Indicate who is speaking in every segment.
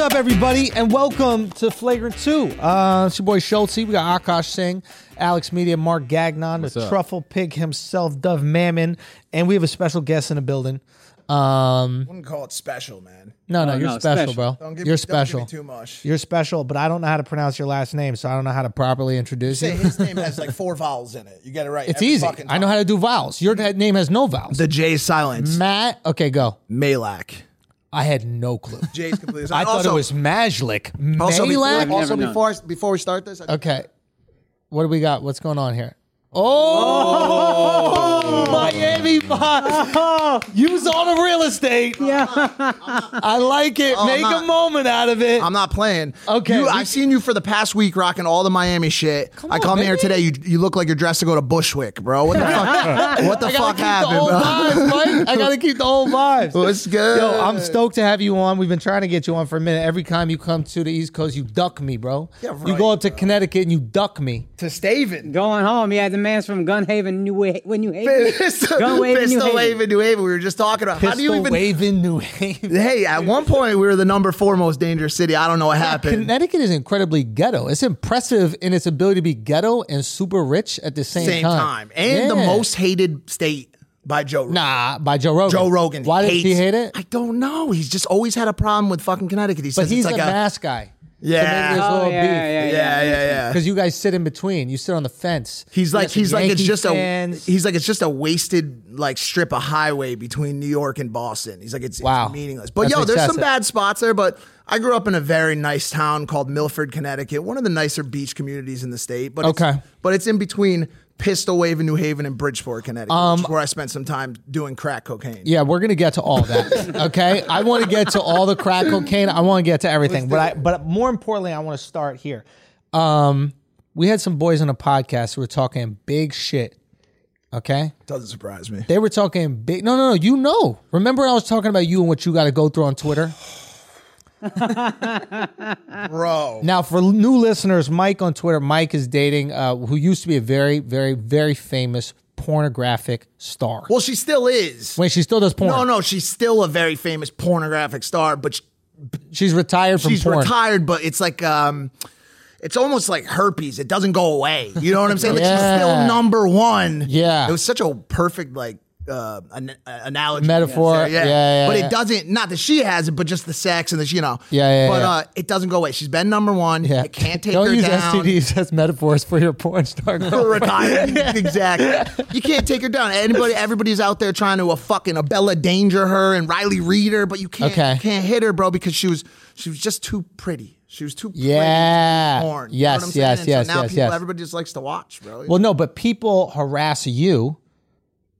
Speaker 1: up, everybody, and welcome to Flagrant 2. Uh, it's your boy Schultz. We got Akash Singh, Alex Media, Mark Gagnon, the
Speaker 2: up?
Speaker 1: truffle pig himself, Dove Mammon, and we have a special guest in the building. Um,
Speaker 3: wouldn't call it special, man.
Speaker 1: no, no,
Speaker 2: Oh,
Speaker 1: you're
Speaker 2: no,
Speaker 1: special,
Speaker 2: special.
Speaker 1: bro.
Speaker 3: Don't give
Speaker 1: you're
Speaker 3: me,
Speaker 1: special.
Speaker 3: Don't give me too much.
Speaker 1: You're special, but I don't know how to pronounce your last name, so I don't know how to properly introduce
Speaker 3: Say
Speaker 1: you.
Speaker 3: his name has like four vowels in it. You get it right.
Speaker 1: It's easy. I know how to do vowels. Your that name has no vowels.
Speaker 3: The J is silenced.
Speaker 1: Matt, okay, go.
Speaker 3: Malak.
Speaker 1: I had no clue.
Speaker 3: J is completely.
Speaker 1: I thought
Speaker 3: also,
Speaker 1: it was Majlik.
Speaker 3: Also before-
Speaker 1: Malak?
Speaker 2: Never
Speaker 4: Also,
Speaker 2: known.
Speaker 4: before I- before we start this, I-
Speaker 1: Okay. What do we got? What's going on here? Oh, Miami Vice. Use all the real estate. Yeah. I like it. Make
Speaker 4: Oh, not-
Speaker 1: a moment out of it.
Speaker 4: I'm not playing.
Speaker 1: Okay.
Speaker 4: you, I've seen you for the past week rocking all the Miami shit. I
Speaker 1: on,
Speaker 4: come here
Speaker 1: baby.
Speaker 4: today. You you look like you're dressed to go to Bushwick, bro. What the fuck? What the
Speaker 1: I gotta
Speaker 4: fuck
Speaker 1: keep the
Speaker 4: happened,
Speaker 1: old
Speaker 4: bro?
Speaker 1: vibes, Mike. I gotta keep the old vibes.
Speaker 4: What's good?
Speaker 1: Yo, I'm stoked to have you on. We've been trying to get you on for a minute. Every time you come to the East Coast, you duck me, bro.
Speaker 3: Yeah,
Speaker 1: you
Speaker 3: right,
Speaker 1: go up to Connecticut and you duck me.
Speaker 3: to Steven.
Speaker 2: Going home, yeah. The man's from Gunhaven, New Ha- when New Haven.
Speaker 4: Pistol
Speaker 2: waving, New
Speaker 4: pistol
Speaker 2: Haven.
Speaker 4: waving, New Haven. We were just talking about how do you
Speaker 1: Pistol
Speaker 4: even?
Speaker 1: waving New Haven.
Speaker 4: Hey, at one point we were the number four most dangerous city. I don't know what happened.
Speaker 1: Connecticut is incredibly ghetto. It's impressive in its ability to be ghetto and super rich at the same,
Speaker 4: Same time, and the
Speaker 1: Yeah.
Speaker 4: most hated state by Joe. Rogan.
Speaker 1: nah by Joe Rogan.
Speaker 4: Joe Rogan.
Speaker 1: Why did he
Speaker 4: hates-
Speaker 1: hate it?
Speaker 4: I don't know. He's just always had a problem with fucking Connecticut. He says
Speaker 1: But he's
Speaker 4: it's
Speaker 1: a
Speaker 4: like a,
Speaker 1: mass guy. so
Speaker 4: Yeah.
Speaker 1: maybe there's a
Speaker 2: Oh,
Speaker 1: little
Speaker 2: yeah, yeah,
Speaker 1: beef.
Speaker 2: yeah.
Speaker 4: yeah, yeah, yeah.
Speaker 1: Because you guys sit in between. You sit on the fence.
Speaker 4: He's like
Speaker 1: That's some
Speaker 4: he's like it's
Speaker 1: Yankee
Speaker 4: just
Speaker 1: fans.
Speaker 4: a he's like it's just a wasted like strip of highway between New York and Boston. He's like it's, it's
Speaker 1: Wow.
Speaker 4: meaningless. But
Speaker 1: That's
Speaker 4: yo, there's
Speaker 1: excessive.
Speaker 4: some bad spots there. But I grew up in a very nice town called Milford, Connecticut, one of the nicer beach communities in the state. But
Speaker 1: Okay.
Speaker 4: it's, but it's in between Pistol Wave in New Haven and Bridgeport, Connecticut, which is where I spent some time doing crack cocaine.
Speaker 1: Um, Yeah, we're gonna get to all that. Okay, I want to get to all the crack cocaine. I want to get to everything, but I but more importantly, I want to start here. Um, we had some boys on a podcast who were talking big shit. Okay,
Speaker 4: Doesn't surprise me.
Speaker 1: they were talking big. No, no, no. You know. Remember, I was talking about you and what you got to go through on Twitter.
Speaker 4: Bro.
Speaker 1: Now, for new listeners, Mike on Twitter, Mike is dating uh, who used to be a very, very, very famous pornographic star.
Speaker 4: Well, she still is.
Speaker 1: Wait, she still does porn.
Speaker 4: No, no, she's still a very famous pornographic star, but she-
Speaker 1: She's retired from
Speaker 4: she's
Speaker 1: porn.
Speaker 4: retired, but it's like um it's almost like herpes. It doesn't go away. You know what I'm saying? Like she's
Speaker 1: Yeah.
Speaker 4: still number one.
Speaker 1: Yeah.
Speaker 4: It was such a perfect like uh an- uh, analogy.
Speaker 1: Metaphor.
Speaker 4: Yeah.
Speaker 1: Yeah, yeah,
Speaker 4: but
Speaker 1: yeah.
Speaker 4: it doesn't not that she has it, but just the sex and the you know.
Speaker 1: Yeah, yeah,
Speaker 4: But
Speaker 1: yeah.
Speaker 4: uh it doesn't go away. She's been number one.
Speaker 1: Yeah.
Speaker 4: It can't take
Speaker 1: Don't
Speaker 4: her
Speaker 1: use
Speaker 4: down.
Speaker 1: STDs as metaphors for your porn star.
Speaker 4: For Retired. exactly. You can't take her down. Anybody, everybody's out there trying to a fucking Abella Danger her and Riley Reed her, but you can't
Speaker 1: Okay.
Speaker 4: you can't hit her, bro, because she was she was just too pretty. She was too pretty
Speaker 1: Yeah.
Speaker 4: to be porn.
Speaker 1: Yes,
Speaker 4: I'm saying?
Speaker 1: yes,
Speaker 4: And
Speaker 1: yes,
Speaker 4: So now
Speaker 1: yes,
Speaker 4: people,
Speaker 1: yes.
Speaker 4: everybody just likes to watch, bro.
Speaker 1: Well, no, but people harass you,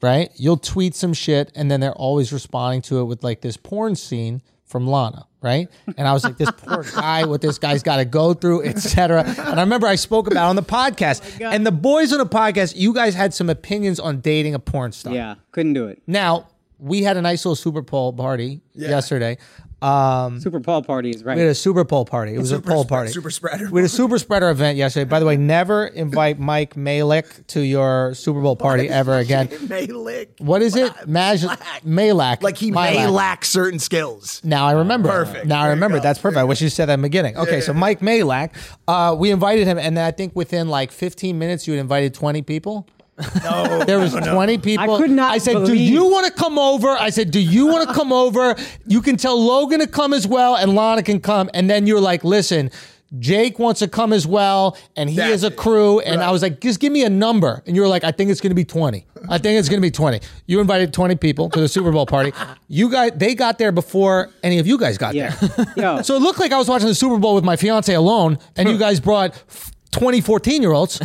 Speaker 1: right? You'll tweet some shit, and then they're always responding to it with like this porn scene from Lana, right? And I was like, this poor guy, what this guy's got to go through, etc. And I remember I spoke about it on the podcast, and the boys on the podcast, you guys had some opinions on dating a porn star.
Speaker 2: yeah, couldn't do it.
Speaker 1: Now we had a nice little Super Bowl party yesterday. Um,
Speaker 2: Super Paul party is right.
Speaker 1: we had a Super Bowl party. It was a poll party.
Speaker 3: super spreader.
Speaker 1: We had a super spreader event yesterday. By the way, never invite Mike Malik to your Super Bowl party ever again.
Speaker 4: Malik.
Speaker 1: What is it? Maj- Malak.
Speaker 4: Like he
Speaker 1: Milak.
Speaker 4: may lack certain skills.
Speaker 1: Now I remember.
Speaker 4: Perfect.
Speaker 1: Now I
Speaker 4: There you
Speaker 1: remember.
Speaker 4: go.
Speaker 1: That's perfect. I wish you said that in the beginning. Okay, so Mike Malak, uh, we invited him, and then I think within like 15 minutes, you had invited 20 people. No, there was 20 people.
Speaker 2: I could not
Speaker 1: I said, "Do
Speaker 2: believe-
Speaker 1: you want to come over?" I said, "Do you want to come over?" You can tell Logan to come as well, and Lana can come. And then you're like, "Listen." Jake wants to come as well, and he
Speaker 3: That's
Speaker 1: has a
Speaker 3: it.
Speaker 1: crew. And I was like, just give me a number. And you were like, I think it's going to be 20. I think it's going to be 20. You invited 20 people to the Super Bowl party. You guys, they got there before any of you guys got
Speaker 2: yeah.
Speaker 1: there.
Speaker 2: Yo,
Speaker 1: So it looked like I was watching the Super Bowl with my fiance alone, and you guys brought f- 20 14 year olds.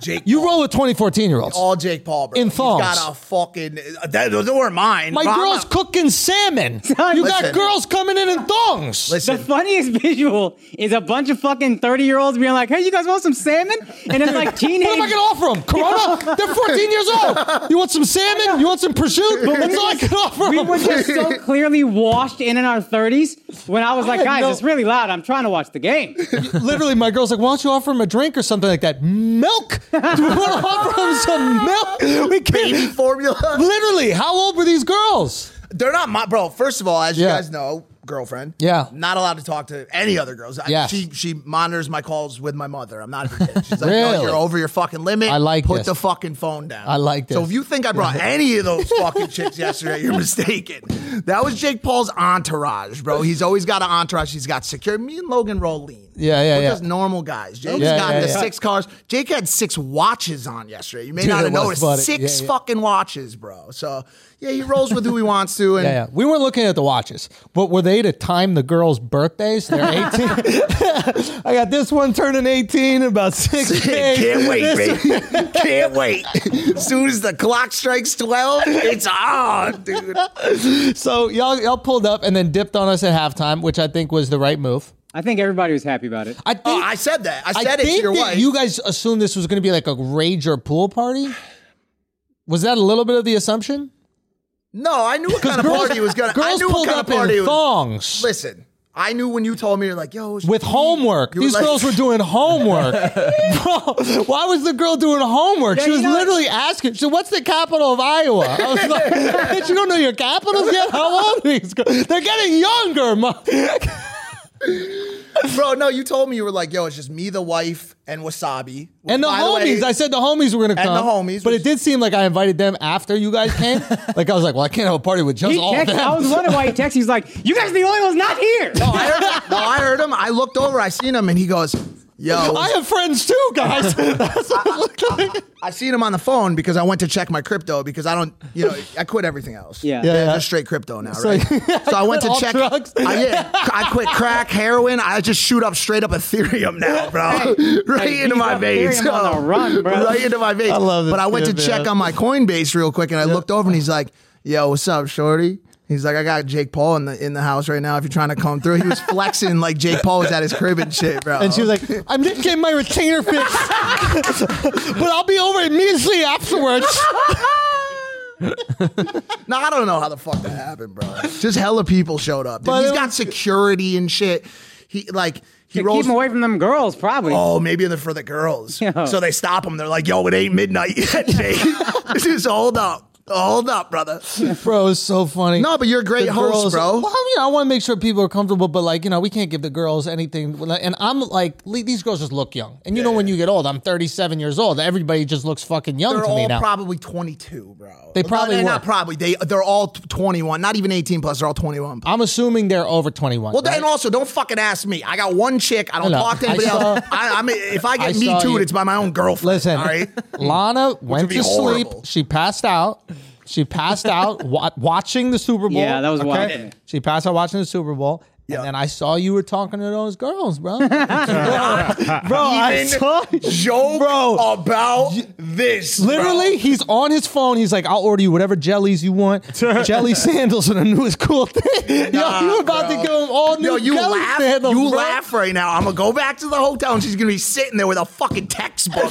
Speaker 3: Jake.
Speaker 1: You roll with 20 14 year olds.
Speaker 4: All Jake Paul, bro.
Speaker 1: In
Speaker 4: He's
Speaker 1: thongs.
Speaker 4: got a fucking. That, those weren't mine.
Speaker 1: My
Speaker 4: bro. I'm
Speaker 1: girl's
Speaker 4: not-
Speaker 1: cooking salmon. You got
Speaker 4: Listen.
Speaker 1: girls coming in in thongs.
Speaker 2: the
Speaker 4: Listen,
Speaker 2: funniest visual is a bunch of fucking thirty year olds being like, "Hey, you guys want some salmon?" And it's like teenage.
Speaker 1: What am I going to offer them? Corona? They're 14 years old. You want some salmon? You want some prosciutto? That's all I can offer
Speaker 2: we
Speaker 1: them.
Speaker 2: were just so clearly washed in in our 30s when I was like,
Speaker 1: had
Speaker 2: guys,
Speaker 1: no-
Speaker 2: it's really loud. I'm trying to watch the game.
Speaker 1: Literally, my girl's like, "Why don't you offer him a drink or something like that?" Milk? Do we want to offer him some milk? We
Speaker 4: baby
Speaker 1: can't.
Speaker 4: formula.
Speaker 1: Literally, how old were these girls?
Speaker 4: They're not my bro. First of all, as
Speaker 1: Yeah.
Speaker 4: you guys know, girlfriend.
Speaker 1: Yeah.
Speaker 4: Not allowed to talk to any other girls. I-
Speaker 1: Yes.
Speaker 4: she she monitors my calls with my mother. I'm not her kid. She's like,
Speaker 1: Really?
Speaker 4: no, you're over your fucking limit.
Speaker 1: I like
Speaker 4: Put
Speaker 1: this.
Speaker 4: the fucking phone down.
Speaker 1: I like
Speaker 4: So
Speaker 1: this.
Speaker 4: if you think I brought any of those fucking chicks yesterday, you're mistaken. That was Jake Paul's entourage, bro. He's always got an entourage. He's got secure. Me and Logan roll lean.
Speaker 1: Yeah, yeah,
Speaker 4: We're
Speaker 1: yeah.
Speaker 4: just normal guys. Jake's
Speaker 1: Yeah,
Speaker 4: got
Speaker 1: yeah,
Speaker 4: the
Speaker 1: yeah.
Speaker 4: six cars. Jake had six watches on yesterday. You may
Speaker 1: Dude,
Speaker 4: not have
Speaker 1: it was
Speaker 4: noticed.
Speaker 1: funny.
Speaker 4: Six
Speaker 1: Yeah, yeah.
Speaker 4: fucking watches, bro. So yeah, he rolls with who he wants to. And
Speaker 1: Yeah, yeah. We weren't looking at the watches, but were they to time the girls' birthdays? They're 18. I got this one turning 18 in about six days.
Speaker 4: Can't wait,
Speaker 1: This
Speaker 4: baby. Can't wait. As soon as the clock strikes 12, it's on, dude.
Speaker 1: So y'all, y'all pulled up and then dipped on us at halftime, which I think was the right move.
Speaker 2: I think everybody was happy about it.
Speaker 1: I think,
Speaker 4: Oh, I said that. I
Speaker 1: I
Speaker 4: said it to
Speaker 1: think
Speaker 4: your
Speaker 1: that
Speaker 4: wife.
Speaker 1: you guys assumed this was going to be like a rage or pool party. Was that a little bit of the assumption?
Speaker 4: no, I knew what kind of party it was going to
Speaker 1: Girls pulled up in thongs
Speaker 4: Listen, I knew when you told me, you're like, yo, it's-
Speaker 1: with homework.
Speaker 4: You
Speaker 1: These
Speaker 4: like-
Speaker 1: girls were doing homework. Bro, why was the girl doing homework? she
Speaker 2: you
Speaker 1: was
Speaker 2: know-
Speaker 1: literally asking, so what's the capital of Iowa? I was like, bitch, you don't know your capitals yet? How old are these girls? They're getting younger, mom.
Speaker 4: bro, no, you told me you were like, yo, it's just me, the wife, and Wasabi.
Speaker 1: And the
Speaker 4: By
Speaker 1: homies,
Speaker 4: way-
Speaker 1: I said the homies were gonna
Speaker 4: And
Speaker 1: come.
Speaker 4: the homies,
Speaker 1: but
Speaker 4: which-
Speaker 1: it did seem like I invited them after you guys came. like I was like, well, I can't have a party with just
Speaker 2: He
Speaker 1: all of
Speaker 2: texted,
Speaker 1: them.
Speaker 2: I was wondering why he texted. He's like, "You guys are the only ones not here."
Speaker 4: No, I heard, no, I heard him. I looked over, I seen him, and he goes, yo,
Speaker 1: I have friends too, guys. That's what it looked like.
Speaker 4: I seen him on the phone because I went to check my crypto because I don't, you know, I quit everything else.
Speaker 2: Yeah.
Speaker 1: Yeah,
Speaker 4: yeah,
Speaker 1: yeah.
Speaker 4: just straight crypto now, right? so I
Speaker 1: quit
Speaker 4: went to
Speaker 1: all
Speaker 4: check.
Speaker 1: drugs.
Speaker 4: I, yeah, I quit crack, heroin. I just shoot up straight up Ethereum now, bro. right
Speaker 2: hey,
Speaker 4: into
Speaker 2: he's
Speaker 4: my
Speaker 2: up
Speaker 4: veins.
Speaker 2: Ethereum on the run, bro.
Speaker 4: Right into my veins.
Speaker 1: I love this
Speaker 4: But I went
Speaker 1: kid,
Speaker 4: to check
Speaker 1: man.
Speaker 4: on my Coinbase real quick, and I looked over, and he's like, "Yo, what's up, shorty?" He's like, "I got Jake Paul in the in the house right now. If you're trying to come through, he was flexing like Jake Paul was at his crib and shit, bro."
Speaker 1: And she was like, I'm just getting my retainer fixed. but I'll be over immediately afterwards.
Speaker 4: No, I don't know how the fuck that happened, bro. Just hella people showed up. Dude,
Speaker 1: But
Speaker 4: he's
Speaker 1: it
Speaker 4: got security and shit. He like he
Speaker 2: to keep
Speaker 4: rolls.
Speaker 2: him away from them girls, probably.
Speaker 4: Oh, maybe they're for the girls.
Speaker 2: Yeah.
Speaker 4: So they stop him. They're like, "Yo, it ain't midnight yet, Jake. Just hold up, hold up, brother."
Speaker 1: Bro, it's so funny.
Speaker 4: No, but you're a great
Speaker 1: the
Speaker 4: host,
Speaker 1: girls-
Speaker 4: bro.
Speaker 1: Well, you know, I want to make sure people are comfortable, but like, you know, we can't give the girls anything. And I'm like, le- these girls just look young. And you know, when you get old, I'm 37 years old. Everybody just looks fucking young
Speaker 4: They're
Speaker 1: to me
Speaker 4: all
Speaker 1: now.
Speaker 4: probably 22, bro.
Speaker 1: They
Speaker 4: No,
Speaker 1: probably
Speaker 4: they're not
Speaker 1: were.
Speaker 4: probably. They they're all 21, not even 18 plus. They're all 21.
Speaker 1: I'm assuming they're over 21.
Speaker 4: Well,
Speaker 1: right?
Speaker 4: and also, don't fucking ask me. I got one chick. I don't
Speaker 1: No, no.
Speaker 4: talk to anybody
Speaker 1: I saw-
Speaker 4: else. I, I mean, if I get
Speaker 1: I
Speaker 4: me
Speaker 1: saw
Speaker 4: too,
Speaker 1: you-
Speaker 4: it's by my own girlfriend.
Speaker 1: Listen,
Speaker 4: all right.
Speaker 1: Lana went
Speaker 4: be
Speaker 1: to sleep.
Speaker 4: horrible.
Speaker 1: She passed out. She passed out wa- watching the Super Bowl.
Speaker 2: Yeah, that was wild to me.
Speaker 1: She passed out watching the Super Bowl. And then I saw you were talking to those girls, bro. bro, I
Speaker 4: Even
Speaker 1: saw
Speaker 4: joke
Speaker 1: Bro.
Speaker 4: about this. bro.
Speaker 1: Literally, he's on his phone. He's like, "I'll order you whatever jellies you want. Jelly sandals are the newest cool thing.
Speaker 4: Nah,
Speaker 1: Yo, you about
Speaker 4: bro.
Speaker 1: to give him all new
Speaker 4: Yo, you
Speaker 1: jelly
Speaker 4: laugh.
Speaker 1: sandals?
Speaker 4: you
Speaker 1: bro.
Speaker 4: laugh right now. I'm gonna go back to the hotel, and she's gonna be sitting there with a fucking textbook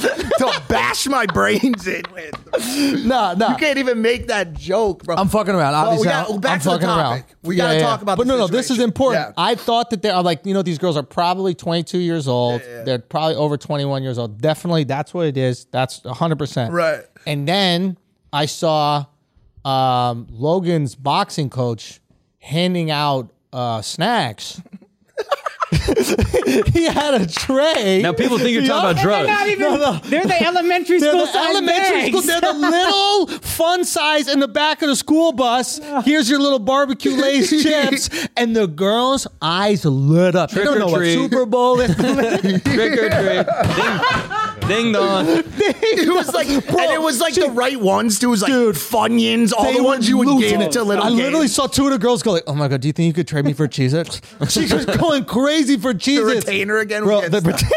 Speaker 4: to bash my brains in with. You
Speaker 1: Nah, nah.
Speaker 4: can't even make that joke, bro.
Speaker 1: I'm fucking around.
Speaker 4: Well, we
Speaker 1: Obviously,
Speaker 4: got-
Speaker 1: I'm-
Speaker 4: back
Speaker 1: I'm
Speaker 4: to the
Speaker 1: fucking
Speaker 4: topic.
Speaker 1: around.
Speaker 4: We gotta talk about
Speaker 1: But
Speaker 4: the
Speaker 1: no, no, this is
Speaker 4: situation.
Speaker 1: important.
Speaker 4: Yeah.
Speaker 1: I thought that they're I'm like, you know, these girls are probably 22 years old. They're probably over 21 years old. Definitely, that's what it is. That's 100. percent
Speaker 4: Right.
Speaker 1: And then I saw um, Logan's boxing coach handing out uh, snacks. he had a tray.
Speaker 5: Now people think you're talking about
Speaker 2: They're not
Speaker 5: drugs.
Speaker 2: even. They're the elementary
Speaker 1: They're
Speaker 2: school.
Speaker 1: the elementary school. They're the little fun size in the back of the school bus. Here's your little barbecue lace chips, and the girls' eyes lit up. they
Speaker 5: Trick
Speaker 1: don't
Speaker 5: or
Speaker 1: know what
Speaker 5: treat.
Speaker 1: Super Bowl is.
Speaker 5: Trick or treat. Ding, ding dong.
Speaker 4: it was like, and it was like the right ones too. It was like Funyuns, all
Speaker 1: They
Speaker 4: the ones you would
Speaker 1: lose
Speaker 4: give
Speaker 1: it.
Speaker 4: to little.
Speaker 1: I literally
Speaker 4: kids.
Speaker 1: saw two of the girls go like, "Oh my god, do you think you could trade me for Cheez-Its? She was going crazy for
Speaker 4: the
Speaker 1: Cheez-Its.
Speaker 4: retainer again.
Speaker 1: Bro,
Speaker 4: We
Speaker 1: the
Speaker 4: had stuff.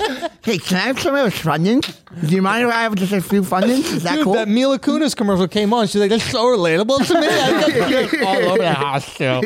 Speaker 1: retainer.
Speaker 4: hey, can I have some of those Funyuns? Do you mind if I have just a few Funyuns? Is that
Speaker 1: Dude,
Speaker 4: cool?
Speaker 1: that Mila Kunis commercial came on. She's like, that's so relatable to me. I got all over the house, too.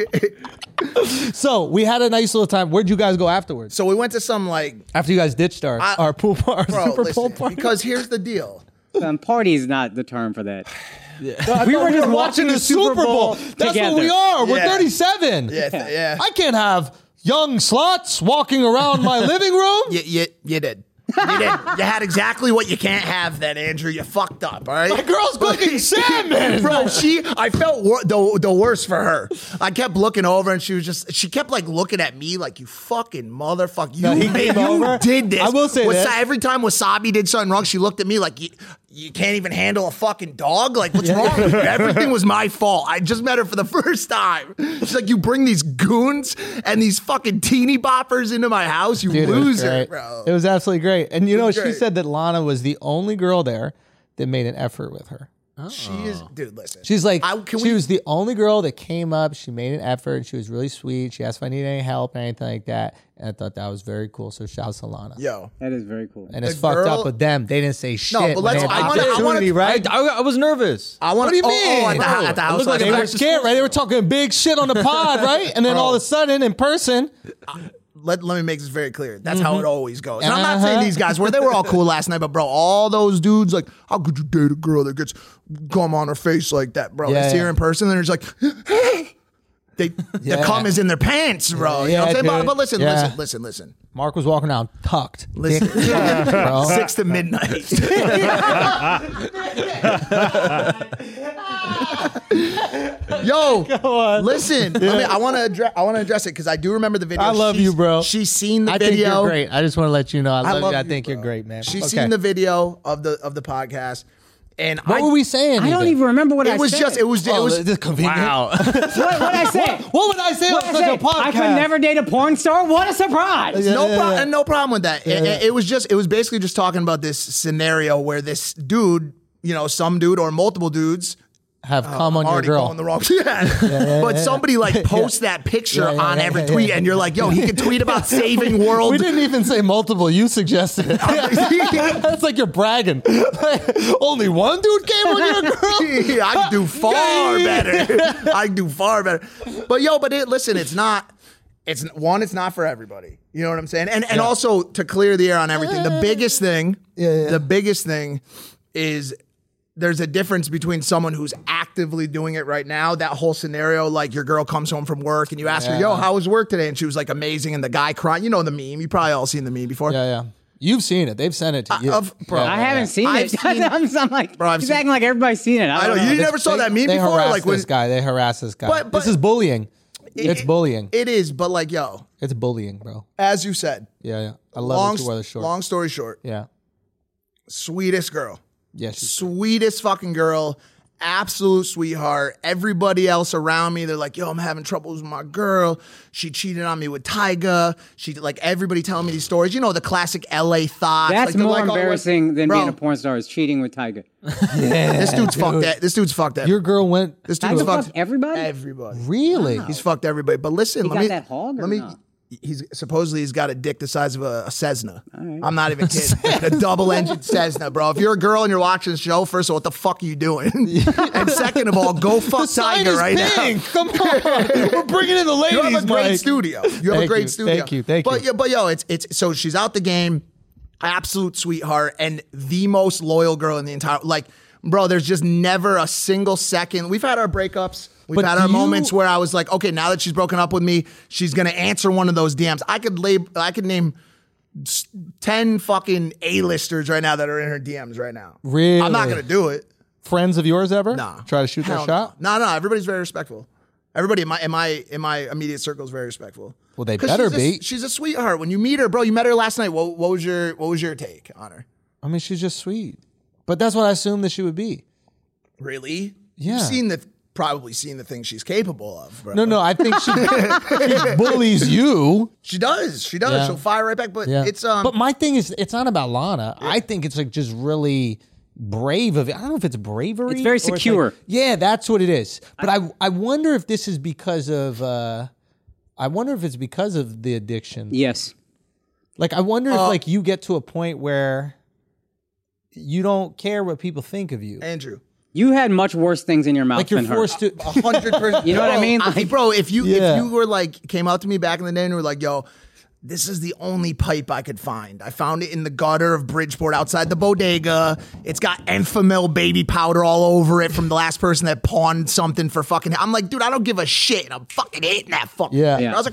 Speaker 1: so we had a nice little time. Where'd you guys go afterwards?
Speaker 4: so we went to some like,
Speaker 1: After you guys ditched our,
Speaker 4: I-
Speaker 1: our pool par, our
Speaker 4: bro,
Speaker 1: Super Bowl
Speaker 4: listen,
Speaker 1: party.
Speaker 4: because here's the deal.
Speaker 2: Um, party is not the term for that.
Speaker 1: I
Speaker 2: we
Speaker 1: thought
Speaker 2: were just watching the Super Bowl
Speaker 1: That's
Speaker 2: together.
Speaker 1: what we are. We're
Speaker 4: Yeah.
Speaker 1: 37.
Speaker 4: Yeah, th- yeah.
Speaker 1: I can't have young sluts walking around my living room.
Speaker 4: You, you, you did. You didn't. You had exactly what you can't have. Then Andrew, you fucked up. All right.
Speaker 1: The girl's cooking salmon.
Speaker 4: Bro, she, I felt wor- the, the worst for her. I kept looking over and she was just, she kept like looking at me like, you fucking motherfucker. You,
Speaker 1: he
Speaker 4: made-
Speaker 1: came
Speaker 4: you
Speaker 1: over.
Speaker 4: did this.
Speaker 1: I will say
Speaker 4: Wasa-
Speaker 1: this.
Speaker 4: Every time Wasabi did something wrong, she looked at me like, you, you can't even handle a fucking dog? Like, what's wrong with you? Everything was my fault. I just met her for the first time. She's like, you bring these goons and these fucking teeny boppers into my house, you
Speaker 1: Dude, it was
Speaker 4: loser,
Speaker 1: great.
Speaker 4: bro.
Speaker 1: It was absolutely great. And you know, she
Speaker 4: great.
Speaker 1: said that Lana was the only girl there that made an effort with her.
Speaker 4: She is, dude, listen.
Speaker 1: She's like,
Speaker 4: I- can
Speaker 1: Oh. she
Speaker 4: we-
Speaker 1: was the only girl that came up. She made an effort. She was really sweet. She asked if I needed any help or anything like that. And I thought that was very cool. So shouts to Lana.
Speaker 4: Yo.
Speaker 2: That is very cool.
Speaker 1: And it's
Speaker 4: The
Speaker 1: fucked
Speaker 4: girl-
Speaker 1: up with them. They didn't say shit.
Speaker 4: but
Speaker 1: when
Speaker 4: let's-
Speaker 1: they had
Speaker 4: I
Speaker 1: the
Speaker 4: wanna- I wanna-
Speaker 1: opportunity,
Speaker 6: I,
Speaker 1: right?
Speaker 6: I, I was nervous.
Speaker 4: I want
Speaker 1: What do you
Speaker 4: oh,
Speaker 1: mean?
Speaker 4: Oh, at the,
Speaker 1: Bro,
Speaker 4: at the
Speaker 6: I
Speaker 4: house.
Speaker 6: look like
Speaker 4: last
Speaker 6: a
Speaker 1: They
Speaker 4: night.
Speaker 1: were scared, right? They were talking big shit on the pod, right? And then all of a sudden, in person,
Speaker 4: let, let me make this very clear. That's how it always goes. And I'm not
Speaker 1: Mm-hmm. Uh-huh.
Speaker 4: saying these guys were they were all cool last night, but bro, all those dudes like, how could you date a girl that gets gum on her face like that, bro?
Speaker 1: Yeah,
Speaker 4: they see her
Speaker 1: yeah.
Speaker 4: in person, and they're just like, they the cum is in their pants, bro. you know what I'm
Speaker 1: Yeah,
Speaker 4: saying? But,
Speaker 1: dude.
Speaker 4: but listen,
Speaker 1: Yeah.
Speaker 4: listen, listen, listen,
Speaker 1: Mark was walking down tucked.
Speaker 4: listen,
Speaker 1: Dick tucked, bro.
Speaker 4: Six to midnight. Yo, listen. I, mean, I want to address. I want to address it because I do remember the video.
Speaker 1: I love
Speaker 4: She's-
Speaker 1: you, bro.
Speaker 4: She's seen the
Speaker 1: I think
Speaker 4: video.
Speaker 1: you're great. I just want to let you know I love,
Speaker 4: love
Speaker 1: you. I
Speaker 4: you,
Speaker 1: think
Speaker 4: bro.
Speaker 1: you're great, man.
Speaker 4: She's
Speaker 1: Okay.
Speaker 4: seen the video of the of the podcast, and
Speaker 1: What
Speaker 4: I,
Speaker 1: were we saying?
Speaker 2: I don't even remember what
Speaker 4: It
Speaker 2: I
Speaker 4: was
Speaker 2: said.
Speaker 4: just. It was. It
Speaker 1: Oh,
Speaker 4: was.
Speaker 1: this is convenient.
Speaker 2: what, what I say?
Speaker 1: What would I say
Speaker 2: What
Speaker 1: on
Speaker 2: I
Speaker 1: such
Speaker 2: say?
Speaker 1: a podcast?
Speaker 2: I could never date a porn star. What a surprise!
Speaker 4: no,
Speaker 1: yeah,
Speaker 4: pro-
Speaker 1: yeah.
Speaker 4: and no problem with that. It, it- it was just, it was basically just talking about this scenario where this dude, you know, some dude or multiple dudes
Speaker 1: have come on your
Speaker 4: Oh, already
Speaker 1: girl.
Speaker 4: going the wrong. Yeah. but somebody like posts that picture
Speaker 1: Yeah, yeah,
Speaker 4: on
Speaker 1: yeah,
Speaker 4: every
Speaker 1: yeah,
Speaker 4: tweet, and you're like, yo, he can tweet about saving world.
Speaker 1: we didn't even say multiple. You suggested it. That's like you're bragging. Only one dude came on your girl.
Speaker 4: I can do far
Speaker 1: Yay.
Speaker 4: better. I can do far better. But yo, but it listen, it's not. It's one. It's not for everybody. You know what I'm saying? And and also to clear the air on everything. The biggest thing.
Speaker 1: yeah.
Speaker 4: The biggest thing is there's a difference between someone who's actively doing it right now. That whole scenario, like your girl comes home from work and you ask her, "Yo, how was work today?" And she was like, "Amazing." And the guy crying. You know the meme. You probably all seen the meme before.
Speaker 1: Yeah, yeah. You've seen it. They've sent it to you.
Speaker 4: of- bro,
Speaker 1: Yeah,
Speaker 2: I
Speaker 1: yeah, yeah.
Speaker 2: haven't seen
Speaker 4: I've
Speaker 2: it.
Speaker 4: seen-
Speaker 2: I'm, I'm like,
Speaker 4: Bro, I've
Speaker 2: he's
Speaker 4: seen-
Speaker 2: acting like everybody's seen it. I
Speaker 4: I know
Speaker 2: don't know.
Speaker 4: you never saw
Speaker 1: They-
Speaker 4: that meme
Speaker 1: they
Speaker 4: before.
Speaker 1: harassed
Speaker 4: Like when
Speaker 1: this guy. They harassed this guy.
Speaker 4: But- but-
Speaker 1: this is bullying. it's
Speaker 4: it-
Speaker 1: bullying.
Speaker 4: it is, but like yo,
Speaker 1: it's bullying, bro.
Speaker 4: as you said,
Speaker 1: Yeah, yeah. I love
Speaker 4: long,
Speaker 1: that you wear the short.
Speaker 4: long story short,
Speaker 1: yeah.
Speaker 4: sweetest girl,
Speaker 1: Yeah. She,
Speaker 4: sweetest fucking girl, absolute sweetheart. Everybody else around me, they're like, yo, I'm having troubles with my girl. She cheated on me with Tyga. She like everybody telling me these stories. You know the classic LA thoughts.
Speaker 2: That's
Speaker 4: like, they're
Speaker 2: more
Speaker 4: like, oh, what-
Speaker 2: embarrassing than
Speaker 4: Bro,
Speaker 2: being a porn star is cheating with Tiger.
Speaker 4: This dude's fucked that. This dude's fucked that.
Speaker 1: your girl went.
Speaker 4: this dude's
Speaker 2: Tiger fucked
Speaker 4: fucked
Speaker 2: everybody.
Speaker 4: everybody.
Speaker 1: Really?
Speaker 4: He's fucked everybody. But listen, let
Speaker 2: got
Speaker 4: me
Speaker 2: that hog or
Speaker 4: let me.
Speaker 2: not?
Speaker 4: He's supposedly he's got a dick the size of a, a Cessna. I'm not even kidding. a double engine Cessna, bro. If you're a girl and you're watching the show, first of all, what the fuck are you doing? and second of all, go fuck
Speaker 1: Sign
Speaker 4: Tiger
Speaker 1: is
Speaker 4: right
Speaker 1: pink.
Speaker 4: now.
Speaker 1: Come on. We're bringing in the ladies,
Speaker 4: You have a great
Speaker 1: Mike.
Speaker 4: studio. You have a
Speaker 1: Thank
Speaker 4: great
Speaker 1: you,
Speaker 4: studio.
Speaker 1: thank you, thank
Speaker 4: but,
Speaker 1: you.
Speaker 4: yeah, but yo, it's it's so she's out the game, absolute sweetheart, and the most loyal girl in the entire like, bro, there's just never a single second. We've had our breakups. We've
Speaker 1: But
Speaker 4: had our
Speaker 1: do you-
Speaker 4: moments where I was like, okay, now that she's broken up with me, she's gonna answer one of those DMs. I could lab- I could name s- ten fucking A-listers right now that are in her DMs right now. I'm not
Speaker 1: Really?
Speaker 4: gonna do it.
Speaker 1: Friends of yours ever?
Speaker 4: Nah.
Speaker 1: Try to shoot
Speaker 4: Hell
Speaker 1: that shot?
Speaker 4: No. no, no. Everybody's very respectful. Everybody in my in my in my immediate circle is very respectful.
Speaker 1: Well, they
Speaker 4: 'Cause
Speaker 1: better
Speaker 4: she's a-
Speaker 1: be.
Speaker 4: she's a sweetheart. When you meet her, bro, you met her last night. What, what was your what was your take on her?
Speaker 1: I mean, she's just sweet. But that's what I assumed that she would be.
Speaker 4: Really?
Speaker 1: Yeah.
Speaker 4: You've seen the probably seen the things she's capable of, bro.
Speaker 1: No, no, I think she, she bullies you.
Speaker 4: She does. She does.
Speaker 1: Yeah.
Speaker 4: She'll fire right back. But
Speaker 1: Yeah.
Speaker 4: it's um.
Speaker 1: but my thing is, it's not about Lana. I think it's like just really brave of it. I don't know if it's bravery.
Speaker 2: It's very
Speaker 1: or like-
Speaker 2: secure.
Speaker 1: yeah, that's what it is. But I, I wonder if this is because of. Uh, I wonder if it's because of the addiction.
Speaker 2: Yes.
Speaker 1: Like I wonder
Speaker 4: Uh,
Speaker 1: if like you get to a point where you don't care what people think of you.
Speaker 4: Andrew,
Speaker 2: You had much worse things in your mouth
Speaker 1: Like you're
Speaker 2: than her.
Speaker 1: forced to.
Speaker 4: a hundred percent.
Speaker 2: You know what I
Speaker 4: Bro,
Speaker 2: mean?
Speaker 4: bro, if you
Speaker 1: Yeah.
Speaker 4: if you were like came out to me back in the day and were like, "Yo, This is the only pipe I could find. I found it in the gutter of Bridgeport outside the bodega. It's got Enfamil baby powder all over it from the last person that pawned something for fucking. I'm like, dude, I don't give a shit. I'm fucking hating that fucking.
Speaker 1: Yeah.
Speaker 4: thing. I was a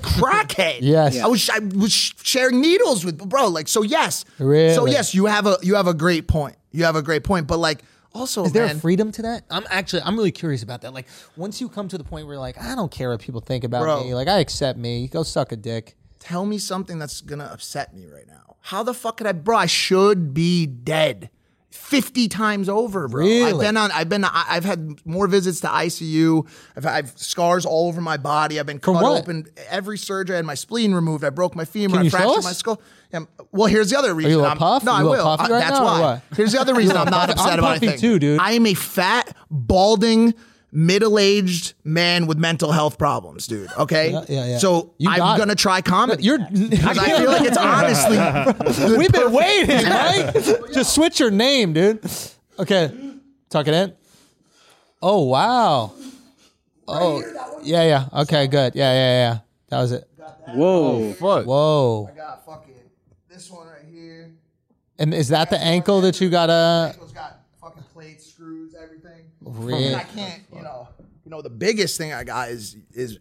Speaker 4: crackhead.
Speaker 1: Yes.
Speaker 4: I was. I was sharing needles with bro. Like, so yes. So
Speaker 1: Really?
Speaker 4: yes, you have a you have a great point. You have a great point, but like. Also,
Speaker 1: Is there
Speaker 4: man,
Speaker 1: a freedom to that? I'm actually I'm really curious about that. Like once you come to the point where you're like, I don't care what people think about
Speaker 4: Bro.
Speaker 1: me. Like I accept me. Go suck a dick.
Speaker 4: tell me something that's gonna upset me right now. How the fuck could I, bro? I should be dead. 50 times over, bro. I've
Speaker 1: Really?
Speaker 4: been on, I've been, I- I've had more visits to ICU. I've, I've scars all over my body. I've been cut
Speaker 1: what?
Speaker 4: open every surgery. I had my spleen removed. I broke my femur.
Speaker 1: Can
Speaker 4: I
Speaker 1: you show
Speaker 4: fractured
Speaker 1: us?
Speaker 4: my skull. Um, well, here's the other reason.
Speaker 1: a
Speaker 4: I'm,
Speaker 1: puff?
Speaker 4: No,
Speaker 1: You
Speaker 4: I
Speaker 1: a
Speaker 4: will.
Speaker 1: puffy
Speaker 4: I-
Speaker 1: right
Speaker 4: that's
Speaker 1: now or
Speaker 4: why.
Speaker 1: what?
Speaker 4: Here's the other reason I'm not
Speaker 1: puffy?
Speaker 4: upset
Speaker 1: I'm
Speaker 4: about
Speaker 1: puffy
Speaker 4: anything.
Speaker 1: too, dude.
Speaker 4: I am a fat, balding, middle-aged man with mental health problems, dude. Okay.
Speaker 1: yeah, yeah.
Speaker 4: So
Speaker 1: You got
Speaker 4: I'm
Speaker 1: it.
Speaker 4: gonna try comedy.
Speaker 1: You're
Speaker 4: Because I feel like it's honestly. the
Speaker 1: We've been
Speaker 4: perfect-
Speaker 1: waiting, right? Just switch your name, dude. Okay. Tuck it in. Oh wow. Oh yeah, yeah. Okay, good. Yeah, yeah, yeah. That was it.
Speaker 2: Whoa.
Speaker 5: Fuck.
Speaker 1: Whoa.
Speaker 4: Got fucking this one right here.
Speaker 1: And is that the ankle that you got to
Speaker 4: It's got fucking plates, screws, everything.
Speaker 1: re-
Speaker 4: I can't, you know. You know, the biggest thing I got is is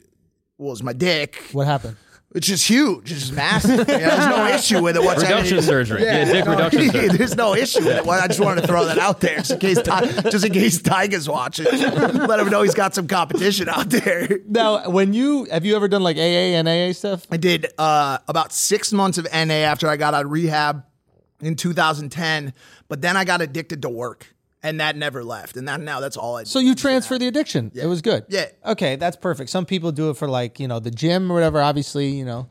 Speaker 4: was my dick,
Speaker 1: What happened?
Speaker 4: which is huge. It's just massive. You know, there's no issue with it whatsoever.
Speaker 5: Reduction surgery. Yeah, dick
Speaker 4: no,
Speaker 5: reduction surgery.
Speaker 4: There's no issue with it. Well, I just wanted to throw that out there, just in case, Ti- just in case Tiger's watching. Let him know he's got some competition out there.
Speaker 1: Now, when you have you ever done like AA and AA stuff?
Speaker 4: I did uh, about six months of NA after I got out of rehab in 2010, but then I got addicted to work, and that never left. And that now that's all I.
Speaker 1: So you transfer the addiction. It was good.
Speaker 4: Yeah.
Speaker 1: Okay, that's perfect. Some people do it for like, you know, the gym or whatever, obviously, you know.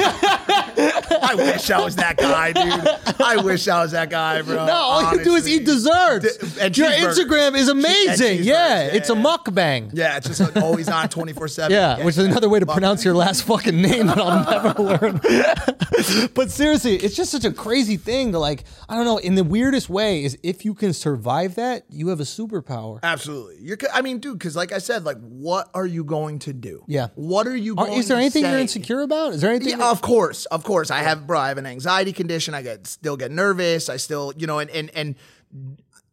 Speaker 4: I wish I was that guy, dude. I wish I was that guy, bro.
Speaker 1: No, all you do is eat desserts.
Speaker 4: D- and
Speaker 1: Your
Speaker 4: cheeseburgers.
Speaker 1: Instagram is amazing.
Speaker 4: cheeseburgers,
Speaker 1: Yeah,
Speaker 4: yeah,
Speaker 1: it's a
Speaker 4: yeah.
Speaker 1: mukbang.
Speaker 4: Yeah, it's just like always on 24 7.
Speaker 1: Yeah, which is another way to pronounce your last fucking name that I'll never learn. but seriously, it's just such a crazy thing to like, I don't know, in the weirdest way is if you can survive that, you have a superpower.
Speaker 4: Absolutely. You're, c- I mean, dude, because like I said, like, what are you going to do?
Speaker 1: Yeah.
Speaker 4: What are you
Speaker 1: Are,
Speaker 4: going
Speaker 1: is there
Speaker 4: to
Speaker 1: anything you're
Speaker 4: say?
Speaker 1: insecure about? Is there anything?
Speaker 4: Yeah,
Speaker 1: that-
Speaker 4: of course, of course. I have, bro. I have an anxiety condition. I get still get nervous. I still, you know, and and and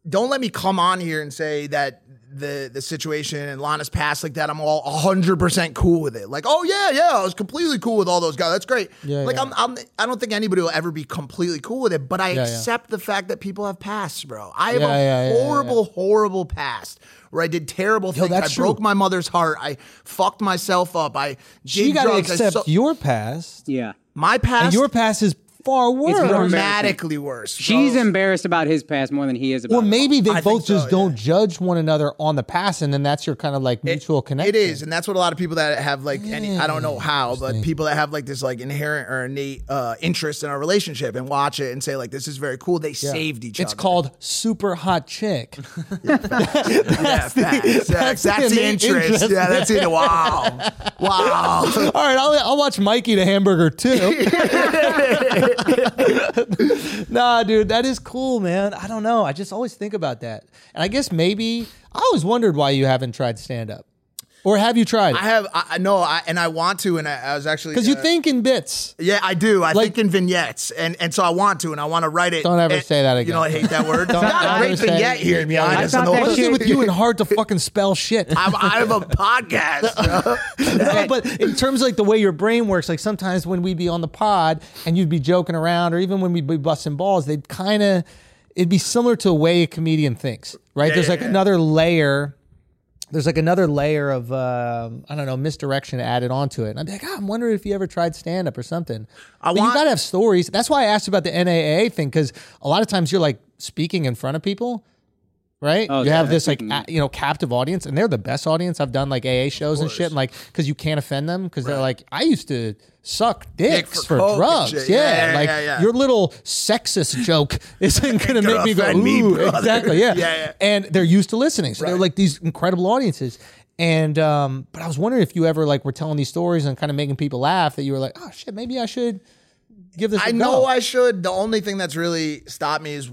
Speaker 4: don't let me come on here and say that the the situation and Lana's past like that. I'm all 100 percent cool with it. Like, oh yeah, yeah, I was completely cool with all those guys. That's great.
Speaker 1: Yeah,
Speaker 4: like
Speaker 1: yeah.
Speaker 4: I'm, I'm, I don't think anybody will ever be completely cool with it. But I
Speaker 1: yeah.
Speaker 4: accept the fact that people have pasts, bro. I have
Speaker 1: Yeah,
Speaker 4: a
Speaker 1: yeah, yeah, yeah, yeah.
Speaker 4: horrible, horrible past where I did terrible things.
Speaker 1: that's
Speaker 4: I
Speaker 1: true.
Speaker 4: broke my mother's heart. I fucked myself up. I
Speaker 1: you
Speaker 4: did
Speaker 1: got to
Speaker 4: drugs. I
Speaker 1: accept
Speaker 4: so-
Speaker 1: your past,
Speaker 2: Yeah.
Speaker 4: my past
Speaker 1: and your past is far worse.
Speaker 2: more embarrassing.
Speaker 4: dramatically worse.
Speaker 2: She's
Speaker 4: bro.
Speaker 2: embarrassed about his past more than he is about.
Speaker 1: Or maybe they
Speaker 4: I think
Speaker 1: both
Speaker 4: so,
Speaker 1: just don't
Speaker 4: yeah.
Speaker 1: judge one another on the past, and then that's your kind of like mutual connection.
Speaker 4: It is, and that's what a lot of people that have like any I don't know how, but people that have like this like inherent or innate uh, interest in our relationship and watch it and say like this is very cool. They saved each
Speaker 1: It's
Speaker 4: other.
Speaker 1: called super hot chick.
Speaker 4: yeah, facts.
Speaker 1: that's
Speaker 4: That's,
Speaker 1: the
Speaker 4: that's the
Speaker 1: innate
Speaker 4: interest.
Speaker 1: interest.
Speaker 4: Yeah, that's it. Wow, wow.
Speaker 1: All right, I'll, I'll watch Mikey the Hamburger too. nah, dude, that is cool, man. I don't know. I just always think about that, and I guess maybe I always wondered why you haven't tried stand up, or have you tried?
Speaker 4: I have I I know, I, and I want to, and I, I was actually
Speaker 1: Because you
Speaker 4: uh,
Speaker 1: think in bits.
Speaker 4: Yeah, I do. I
Speaker 1: Like-
Speaker 4: think in vignettes, and and so I want to, and I want to write it.
Speaker 1: Don't ever
Speaker 4: And-
Speaker 1: say that again.
Speaker 4: You know, I hate that word.
Speaker 1: Don't
Speaker 4: Not a
Speaker 1: ever
Speaker 4: great
Speaker 1: say-
Speaker 4: vignette here, to be honest.
Speaker 2: I
Speaker 4: on
Speaker 2: thought
Speaker 4: the
Speaker 2: that
Speaker 1: What is
Speaker 4: whole-
Speaker 1: it with you and hard to fucking spell shit?
Speaker 4: I'm, I have a podcast. Bro.
Speaker 1: No, but in terms of like the way your brain works, like sometimes when we'd be on the pod and you'd be joking around, or even when we'd be busting balls, they'd kind of it'd be similar to the way a comedian thinks, right? There's
Speaker 4: yeah,
Speaker 1: like
Speaker 4: yeah.
Speaker 1: another layer. There's like another layer of um, I don't know misdirection added onto it, and I'd be like, "Ah, I'm wondering if you ever tried stand up or something. I you
Speaker 4: want-
Speaker 1: gotta have stories. That's why I asked about the NAA thing because a lot of times you're like speaking in front of people, right?
Speaker 4: Oh,
Speaker 1: you have this like
Speaker 4: Mm-hmm.
Speaker 1: a, you know captive audience, and they're the best audience. I've done like AA shows and shit, and like because you can't offend them because they're like, I used to suck dicks for,
Speaker 4: for coke and
Speaker 1: drugs,
Speaker 4: shit.
Speaker 1: yeah,
Speaker 4: Yeah, yeah,
Speaker 1: like
Speaker 4: yeah, yeah.
Speaker 1: your little sexist joke isn't gonna make me go
Speaker 4: offend me,
Speaker 1: ooh,
Speaker 4: brother.
Speaker 1: exactly, yeah.
Speaker 4: Yeah, yeah.
Speaker 1: and they're used to listening, so they're like these incredible audiences. And um, but I was wondering if you ever like were telling these stories and kind of making people laugh that you were like, oh shit, maybe I should give this. I
Speaker 4: I know I should. The only thing that's really stopped me is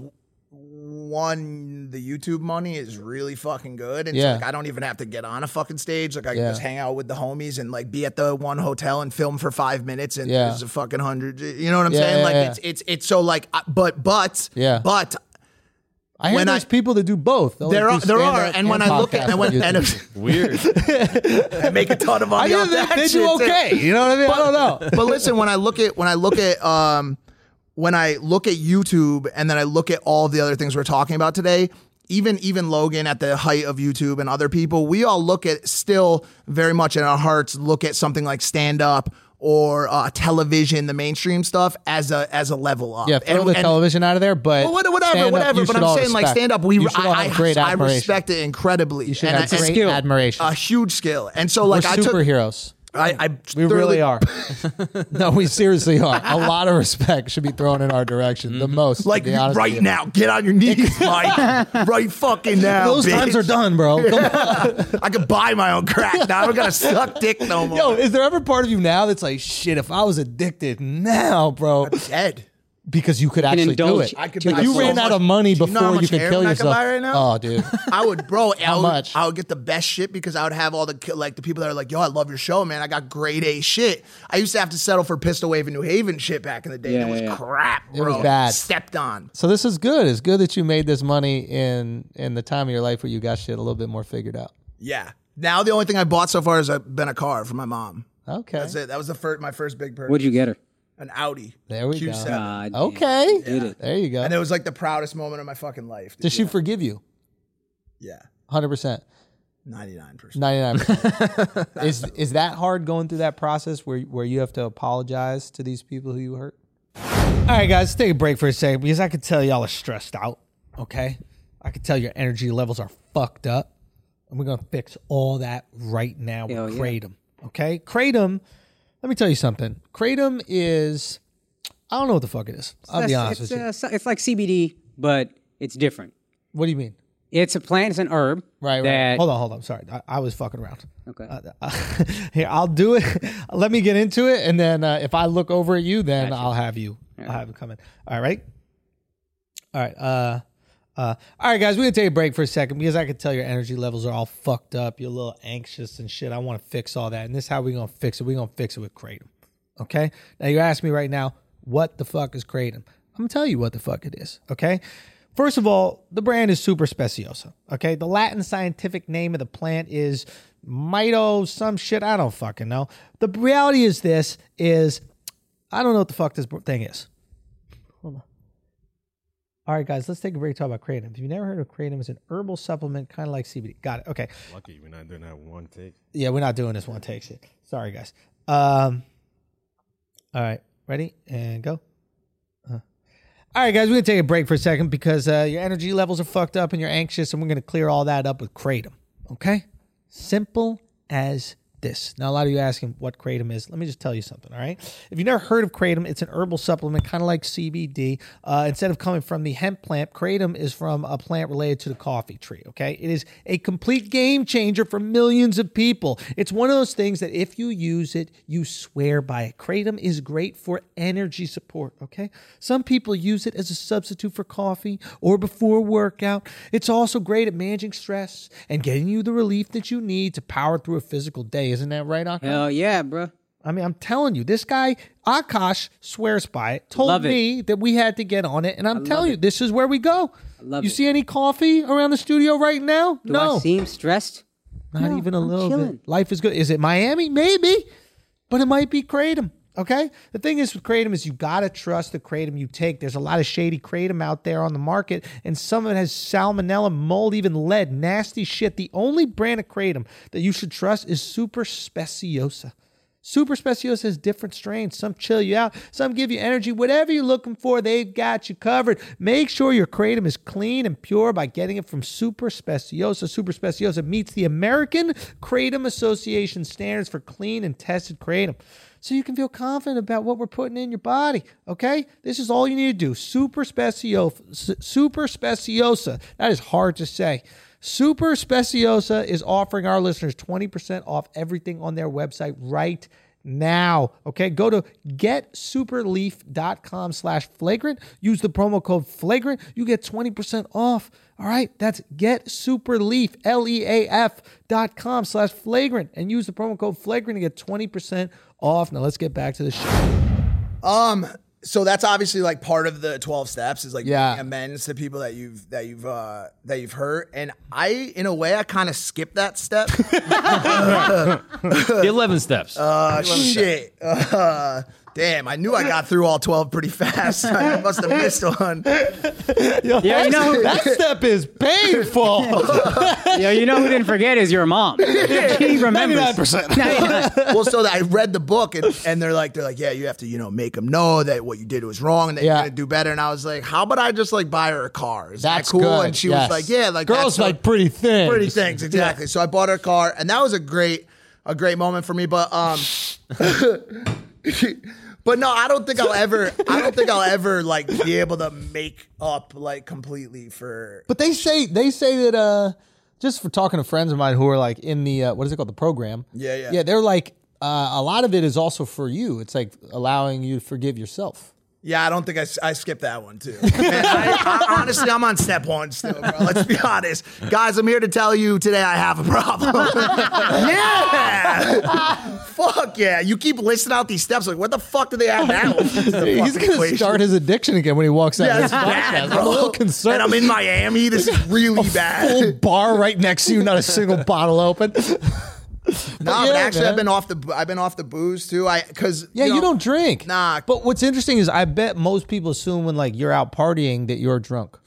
Speaker 4: one, the YouTube money is really fucking good. And so,
Speaker 1: Yeah.
Speaker 4: like, I don't even have to get on a fucking stage. Like, I can
Speaker 1: Yeah.
Speaker 4: just hang out with the homies and like be at the one hotel and film for five minutes. And
Speaker 1: Yeah.
Speaker 4: there's a fucking hundred. You know what I'm
Speaker 1: Yeah,
Speaker 4: saying?
Speaker 1: yeah,
Speaker 4: like,
Speaker 1: yeah.
Speaker 4: it's it's it's so like, I- but but
Speaker 1: Yeah.
Speaker 4: but
Speaker 1: I hear
Speaker 4: When
Speaker 1: there's
Speaker 4: I-
Speaker 1: people that do both. They'll
Speaker 4: there
Speaker 1: do
Speaker 4: are there are.
Speaker 1: stand-up
Speaker 4: And when I look at
Speaker 1: podcast
Speaker 4: and when
Speaker 1: on
Speaker 4: and
Speaker 1: YouTube.
Speaker 5: Weird.
Speaker 4: I make a ton of
Speaker 1: I
Speaker 4: money
Speaker 1: hear
Speaker 4: off
Speaker 1: they,
Speaker 4: that.
Speaker 1: they
Speaker 4: shit,
Speaker 1: do
Speaker 4: too.
Speaker 1: okay. You know what I mean? I don't know.
Speaker 4: but listen, when I look at when I look at um, when I look at YouTube and then I look at all the other things we're talking about today, even even Logan at the height of YouTube and other people, we all look at still very much in our hearts look at something like stand up or uh, television, the mainstream stuff as a as a level up.
Speaker 1: Yeah, throw
Speaker 4: And-
Speaker 1: the
Speaker 4: and-
Speaker 1: television out of there, but
Speaker 4: well, what- whatever,
Speaker 1: stand-up,
Speaker 4: whatever.
Speaker 1: you
Speaker 4: but
Speaker 1: should
Speaker 4: I'm
Speaker 1: all
Speaker 4: saying, like,
Speaker 1: respect.
Speaker 4: stand up, we
Speaker 1: You should all
Speaker 4: I,
Speaker 1: have great
Speaker 4: I, I
Speaker 1: admiration.
Speaker 4: respect it incredibly.
Speaker 1: You should
Speaker 4: And
Speaker 1: have
Speaker 4: I-
Speaker 1: great
Speaker 2: skill.
Speaker 1: admiration.
Speaker 4: a huge skill. And so, like,
Speaker 1: We're
Speaker 4: I took,
Speaker 1: superheroes.
Speaker 4: I, I
Speaker 1: we really are. no, we seriously are. A lot of respect should be thrown in our direction. The most,
Speaker 4: Mm-hmm. Like
Speaker 1: to be honest with
Speaker 4: right
Speaker 1: you.
Speaker 4: now, get on your knees, Mike. right fucking now.
Speaker 1: Those
Speaker 4: bitch.
Speaker 1: times are done, bro. Don't-
Speaker 4: I could buy my own crack now. I don't gotta suck dick no more.
Speaker 1: Yo, is there ever part of you now that's like, shit? If I was addicted now, bro,
Speaker 4: Ed.
Speaker 1: because you could actually do
Speaker 2: indulge-
Speaker 1: it.
Speaker 2: I
Speaker 4: could
Speaker 1: Like,
Speaker 4: buy
Speaker 1: you
Speaker 4: so
Speaker 1: ran
Speaker 4: much-
Speaker 1: out of money
Speaker 4: Do you know how
Speaker 1: before you,
Speaker 4: much
Speaker 1: could
Speaker 4: heroin
Speaker 1: kill
Speaker 4: I could
Speaker 1: yourself.
Speaker 4: buy right now?
Speaker 1: Oh, dude.
Speaker 4: I would, bro. I
Speaker 1: How
Speaker 4: would,
Speaker 1: much?
Speaker 4: I would get the best shit because I would have all the ki- like the people that are like, "Yo, I love your show, man. I got grade A shit." I used to have to settle for Pistol Wave and New Haven shit back in the day.
Speaker 2: Yeah,
Speaker 4: it was
Speaker 2: yeah, yeah.
Speaker 4: crap, bro.
Speaker 1: was bad.
Speaker 4: Stepped on.
Speaker 1: So this is good. It's good that you made this money in in the time of your life where you got shit a little bit more figured out.
Speaker 4: Yeah. Now the only thing I bought so far has uh, been a car for my mom.
Speaker 1: Okay.
Speaker 4: That's it. That was the first, my first big purchase.
Speaker 2: What'd you get her? Uh,
Speaker 4: An Audi.
Speaker 1: There we go.
Speaker 4: Q7.
Speaker 2: God damn.
Speaker 1: Okay.
Speaker 2: Did it.
Speaker 1: There you go.
Speaker 4: And it was like the proudest moment of my fucking life.
Speaker 1: Does she forgive you?
Speaker 4: Yeah.
Speaker 1: Hundred percent.
Speaker 4: 99%.
Speaker 1: Ninety nine. Is is that hard going through that process where where you have to apologize to these people who you hurt? All right, guys, let's take a break for a second because I can tell y'all are stressed out. Okay, I can tell your energy levels are fucked up, and we're gonna fix all that right now with
Speaker 2: Hell yeah.
Speaker 1: kratom. Okay, kratom. Let me tell you something. Kratom is I don't know what the fuck it is. I'll be
Speaker 2: That's-
Speaker 1: honest
Speaker 2: it's,
Speaker 1: with you.
Speaker 2: uh, so- it's like CBD, but it's different.
Speaker 1: What do you mean?
Speaker 2: It's a plant. It's an herb.
Speaker 1: Right, right.
Speaker 2: That,
Speaker 1: hold on, hold on. Sorry, I, I was fucking around.
Speaker 2: Okay.
Speaker 1: Uh, uh, here, I'll do it. Let me get into it, and then uh, if I look over at you, then I'll have you. I'll have you come in. All right. All right. Uh, uh, all right, guys. We're gonna take a break for a second because I can tell your energy levels are all fucked up. You're a little anxious and shit. I want to fix all that, and this is how we're gonna fix it. We're gonna fix it with kratom. Okay. Now you ask me right now, what the fuck is kratom? I'm gonna tell you what the fuck it is. Okay. First of all, the brand is Super Speciosa. Okay. The Latin scientific name of the plant is Mito, some shit. I don't fucking know. The reality is this is I don't know what the fuck this thing is. All right, guys, let's take a break. to Talk about kratom. If you've never heard of kratom, it's an herbal supplement, kind of like CBD. Got it. Okay.
Speaker 7: Lucky we're not doing that one take.
Speaker 1: Yeah, we're not doing this one take shit. Sorry, guys. Um, all right, ready and go. Uh. All right, guys, we're gonna take a break for a second because uh, your energy levels are fucked up and you're anxious, and we're gonna clear all that up with kratom. Okay, simple as this. Now, a lot of you asking what kratom is. Let me just tell you something. All right, if you've never heard of kratom, it's an herbal supplement, kind of like CBD. Uh, instead of coming from the hemp plant, kratom is from a plant related to the coffee tree. Okay, it is a complete game changer for millions of people. It's one of those things that if you use it, you swear by it. Kratom is great for energy support. Okay, some people use it as a substitute for coffee or before workout. It's also great at managing stress and getting you the relief that you need to power through a physical day. Isn't that right, Akash?
Speaker 2: Hell yeah, bro.
Speaker 1: I mean, I'm telling you, this guy Akash swears by it. Told
Speaker 2: Love it.
Speaker 1: me that we had to get on it, and I'm telling you, this is where we go.
Speaker 2: love
Speaker 1: you
Speaker 2: it.
Speaker 1: see any coffee around the studio right now?
Speaker 2: Do
Speaker 1: no,
Speaker 2: I seem stressed?
Speaker 1: not even a little
Speaker 2: chilling.
Speaker 1: bit. Life is good. Is it Miami? Maybe, but it might be kratom. Okay. The thing is with kratom is you gotta trust the kratom you take. There's a lot of shady kratom out there on the market, and some of it has salmonella, mold, even lead, nasty shit. The only brand of kratom that you should trust is Super Speciosa. Super Speciosa has different strains. Some chill you out, some give you energy. Whatever you're looking for, they've got you covered. Make sure your kratom is clean and pure by getting it from Super Speciosa. Super Speciosa meets the American Kratom Association standards for clean and tested kratom. So you can feel confident about what we're putting in your body, okay? This is all you need to do. Super Speciosa. Super Speciosa. That is hard to say. Super Speciosa is offering our listeners 20% off everything on their website right now. Okay, go to getsuperleaf.com slash flagrant. Use the promo code flagrant. You get 20% off. All right, that's getsuperleaf, L-E-A-F dot com slash flagrant. And use the promo code flagrant to get 20% off. Now let's get back to the show.
Speaker 4: so that's obviously like part of the 12 steps is like
Speaker 1: Yeah.
Speaker 4: making amends to people that you've that you've uh that you've hurt and i in a way i kind of skipped that step
Speaker 5: The 11 steps.
Speaker 4: uh shit uh, damn i knew i got through all 12 pretty fast i must have missed one
Speaker 2: Yeah, you know who,
Speaker 1: That step is painful.
Speaker 2: yeah, you know who didn't forget is your mom. She remembers.
Speaker 1: 99%.
Speaker 4: well so i read the book and, and they're like they're like yeah you have to you know make them know that what you did was wrong and that
Speaker 1: Yeah.
Speaker 4: you're gonna do better and i was like how about i just like buy her a car is
Speaker 1: That's
Speaker 4: that cool
Speaker 1: good.
Speaker 4: and she
Speaker 1: yes.
Speaker 4: was like yeah like
Speaker 1: girls
Speaker 4: that's so-
Speaker 1: like pretty thin.
Speaker 4: pretty things exactly. So I bought her a car, and that was a great a great moment for me. But um, but no, I don't think I'll ever. I don't think I'll ever like be able to make up like completely for.
Speaker 1: But they say they say that uh just for talking to friends of mine who are like in the uh, what is it called the program?
Speaker 4: Yeah, yeah.
Speaker 1: Yeah, they're like uh, a lot of it is also for you. It's like allowing you to forgive yourself.
Speaker 4: Yeah, I don't think I, s- I skipped that one too. Man, I, I, honestly, I'm on step one still, bro. Let's be honest, guys. I'm here to tell you today I have a problem. yeah, fuck yeah. You keep listing out these steps. Like, what the fuck do they have now?
Speaker 1: He's gonna start his addiction again when he walks out.
Speaker 4: Yeah,
Speaker 1: of
Speaker 4: it's
Speaker 1: this
Speaker 4: bad,
Speaker 1: podcast. I'm a
Speaker 4: bro.
Speaker 1: little concerned.
Speaker 4: And I'm in Miami. This is really bad.
Speaker 1: full bar right next to you, not a single bottle open.
Speaker 4: Nah, but
Speaker 1: yeah,
Speaker 4: actually,
Speaker 1: man.
Speaker 4: I've been off the I've been off the booze too. I because
Speaker 1: Yeah, you don't drink.
Speaker 4: Nah.
Speaker 1: But what's interesting is I bet most people assume when like you're out partying that you're drunk.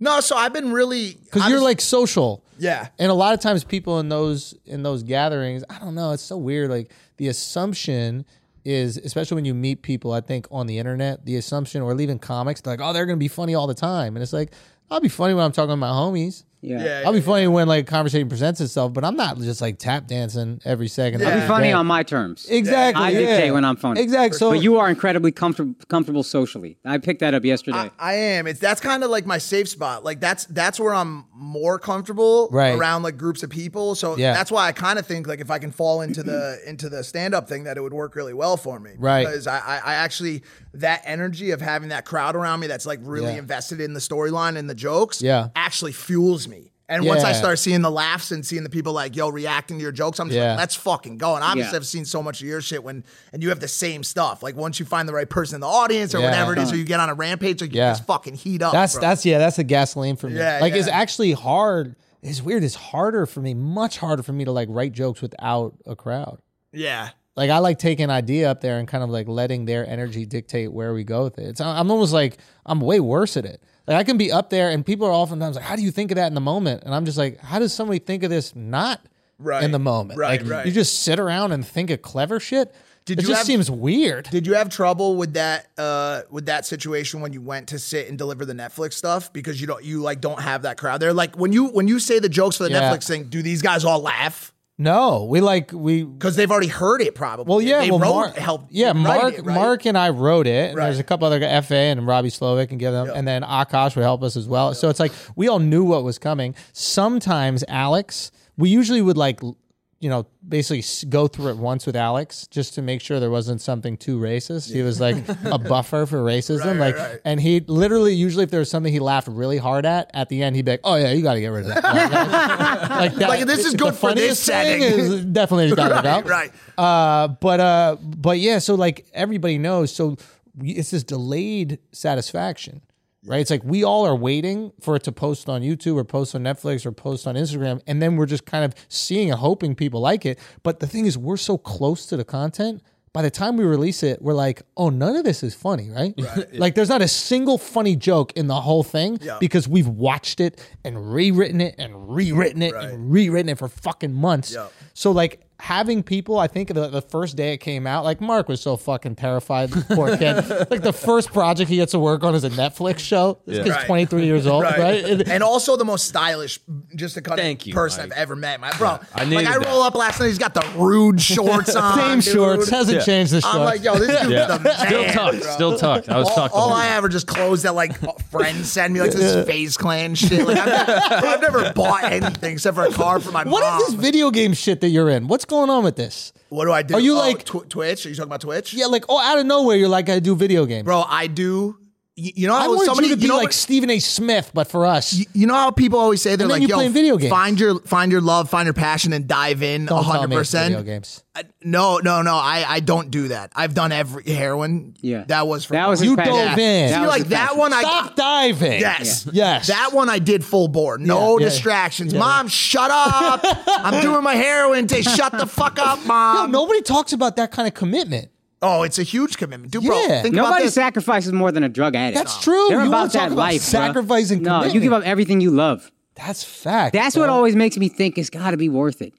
Speaker 4: No, so I've been really
Speaker 1: Because you're
Speaker 4: honest-
Speaker 1: like social.
Speaker 4: yeah.
Speaker 1: and a lot of times people in those in those gatherings i don't know it's so weird like the assumption is especially when you meet people i think on the internet the assumption or even comics they're like oh they're gonna be funny all the time and it's like i'll be funny when i'm talking to my homies
Speaker 2: Yeah.
Speaker 4: Yeah,
Speaker 1: i'll be funny when like a conversation presents itself but i'm not just like tap dancing every second
Speaker 4: I'll
Speaker 2: Be funny
Speaker 1: day.
Speaker 2: on my terms.
Speaker 1: exactly
Speaker 2: I
Speaker 1: yeah.
Speaker 2: dictate when I'm funny.
Speaker 1: exactly so
Speaker 2: but you are incredibly comfortable comfortable socially. I picked that up yesterday.
Speaker 4: I, I am. It's that's kind of like my safe spot. Like that's that's where I'm more comfortable
Speaker 1: Right.
Speaker 4: around like groups of people. So
Speaker 1: Yeah.
Speaker 4: that's why I kind of think like if I can fall into the into the stand up thing that it would work really well for me.
Speaker 1: Right.
Speaker 4: Because I, I, I actually that energy of having that crowd around me that's like really
Speaker 1: Yeah.
Speaker 4: invested in the storyline and the jokes
Speaker 1: Yeah.
Speaker 4: actually fuels me. And once I
Speaker 1: Yeah.
Speaker 4: start seeing the laughs and seeing the people like yo reacting to your jokes, I'm just
Speaker 1: Yeah.
Speaker 4: like, let's fucking go. And obviously
Speaker 2: Yeah.
Speaker 4: I've seen so much of your shit when and you have the same stuff. Like once you find the right person in the audience or
Speaker 1: Yeah.
Speaker 4: whatever it is, or you get on a rampage, like you
Speaker 1: Yeah.
Speaker 4: just fucking heat up.
Speaker 1: That's
Speaker 4: bro.
Speaker 1: that's yeah, that's the gasoline for me.
Speaker 4: Yeah,
Speaker 1: like it's
Speaker 4: yeah.
Speaker 1: actually hard. It's weird. It's harder for me, much harder for me to like write jokes without a crowd.
Speaker 4: yeah.
Speaker 1: Like I like taking an idea up there and kind of like letting their energy dictate where we go with it. It's, I'm almost like I'm way worse at it. Like I can be up there and people are oftentimes like, "How do you think of that in the moment?" And I'm just like, "How does somebody think of this not
Speaker 4: Right,
Speaker 1: in the moment?"
Speaker 4: right,
Speaker 1: like
Speaker 4: right.
Speaker 1: you just sit around and think of clever shit.
Speaker 4: Did
Speaker 1: it
Speaker 4: you
Speaker 1: just
Speaker 4: have-
Speaker 1: seems weird.
Speaker 4: Did you have trouble with that uh with that situation when you went to sit and deliver the Netflix stuff because you don't you like don't have that crowd there? Like when you when you say the jokes for the
Speaker 1: Yeah.
Speaker 4: Netflix thing, do these guys all laugh?
Speaker 1: no, we like we
Speaker 4: Because they've already heard it probably.
Speaker 1: Well, yeah,
Speaker 4: they
Speaker 1: well,
Speaker 4: wrote
Speaker 1: Mark
Speaker 4: helped.
Speaker 1: Yeah,
Speaker 4: write
Speaker 1: Mark,
Speaker 4: it, right?
Speaker 1: Mark and I wrote it. And
Speaker 4: Right.
Speaker 1: There's a couple other guy- FA and Robbie Slovak and give them, and then Akash would help us as well. So it's like we all knew what was coming. Sometimes Alex, we usually would like, l- you know, basically s- go through it once with Alex just to make sure there wasn't something too racist. He was like a buffer for racism, like, and he literally usually if there was something he laughed really hard at, at the end he'd be like, "Oh yeah, you got to get rid of that." Like, like that.
Speaker 4: Like, this is
Speaker 1: the
Speaker 4: good for this
Speaker 1: funniest thing
Speaker 4: setting.
Speaker 1: Is definitely got it out.
Speaker 4: right.
Speaker 1: Uh, but uh, but yeah. So like everybody knows. So we- it's this delayed satisfaction, right? It's like we all are waiting for it to post on YouTube or post on Netflix or post on Instagram, and then we're just kind of seeing and hoping people like it. But the thing is, we're so close to the content. By the time we release it, we're like, oh, none of this is funny, right? like, there's not a single funny joke in the whole thing because we've watched it and rewritten it and rewritten it and rewritten it for fucking months. So, like, having people, I think the, the first day it came out, like Mark was so fucking terrified, poor kid. like the first project he gets to work on is a Netflix show. This kid's
Speaker 4: Right.
Speaker 1: 23 years old, right?
Speaker 4: and also the most stylish just the cunningest
Speaker 5: Thank you,
Speaker 4: person
Speaker 5: Mike.
Speaker 4: I've ever met. My bro,
Speaker 5: I
Speaker 4: like
Speaker 5: needed
Speaker 4: I roll
Speaker 5: that.
Speaker 4: up last night. He's got the rude shorts on.
Speaker 1: Same
Speaker 4: dude.
Speaker 1: shorts hasn't
Speaker 5: Yeah.
Speaker 1: changed the shorts.
Speaker 4: I'm like, yo, this dude's
Speaker 5: Yeah.
Speaker 4: the man.
Speaker 5: Still tucked.
Speaker 4: bro.
Speaker 5: Still tucked. I was
Speaker 4: All,
Speaker 5: tucked.
Speaker 4: all
Speaker 5: the whole
Speaker 4: I have are just clothes that like friends send me, like this face clan shit. Like I've never, I've never bought anything except for a car for my
Speaker 1: what
Speaker 4: mom.
Speaker 1: is this video game shit that you're in? What's going on with this?
Speaker 4: What do I do?
Speaker 1: Are you
Speaker 4: Oh,
Speaker 1: like-
Speaker 4: tw- Twitch? Are you talking about Twitch?
Speaker 1: Yeah, like oh, out of nowhere, you're like, I do video games.
Speaker 4: bro. I do. You, you know,
Speaker 1: I
Speaker 4: how
Speaker 1: want
Speaker 4: somebody
Speaker 1: you to be
Speaker 4: know,
Speaker 1: like Stephen A. Smith, but for us,
Speaker 4: you- you know how people always say they're
Speaker 1: And then
Speaker 4: like,
Speaker 1: you
Speaker 4: "Yo,
Speaker 1: playing video games."
Speaker 4: find your find your love, find your passion, and dive in
Speaker 1: don't tell
Speaker 4: hundred
Speaker 1: me it's video
Speaker 4: percent."
Speaker 1: games.
Speaker 4: No, no, no. I I don't do that. I've done every heroin.
Speaker 2: Yeah.
Speaker 4: that was for
Speaker 2: That was
Speaker 1: You
Speaker 2: his passion.
Speaker 1: dove in.
Speaker 2: That
Speaker 1: See,
Speaker 2: was
Speaker 4: like
Speaker 2: his
Speaker 4: that
Speaker 2: passion.
Speaker 4: one. I
Speaker 1: Stop diving.
Speaker 4: Yes.
Speaker 1: Yes.
Speaker 4: That one I did full bore. No
Speaker 1: Yeah, yeah.
Speaker 4: distractions. Mom, shut up. I'm doing my heroin day. Shut the fuck up,
Speaker 1: Yo,
Speaker 4: mom.
Speaker 1: nobody talks about that kind of commitment.
Speaker 4: Oh, it's a huge commitment. Dude, bro,
Speaker 1: Yeah.
Speaker 4: think about
Speaker 2: Nobody
Speaker 4: this.
Speaker 2: sacrifices more than a drug addict.
Speaker 1: That's true.
Speaker 2: They're
Speaker 1: You wanna
Speaker 2: about
Speaker 1: talk
Speaker 2: that
Speaker 1: about
Speaker 2: life, bro.
Speaker 1: sacrifice and
Speaker 2: No, you
Speaker 1: commitment.
Speaker 2: give up everything you love.
Speaker 1: That's fact.
Speaker 2: That's what always makes me think it's got to be worth it.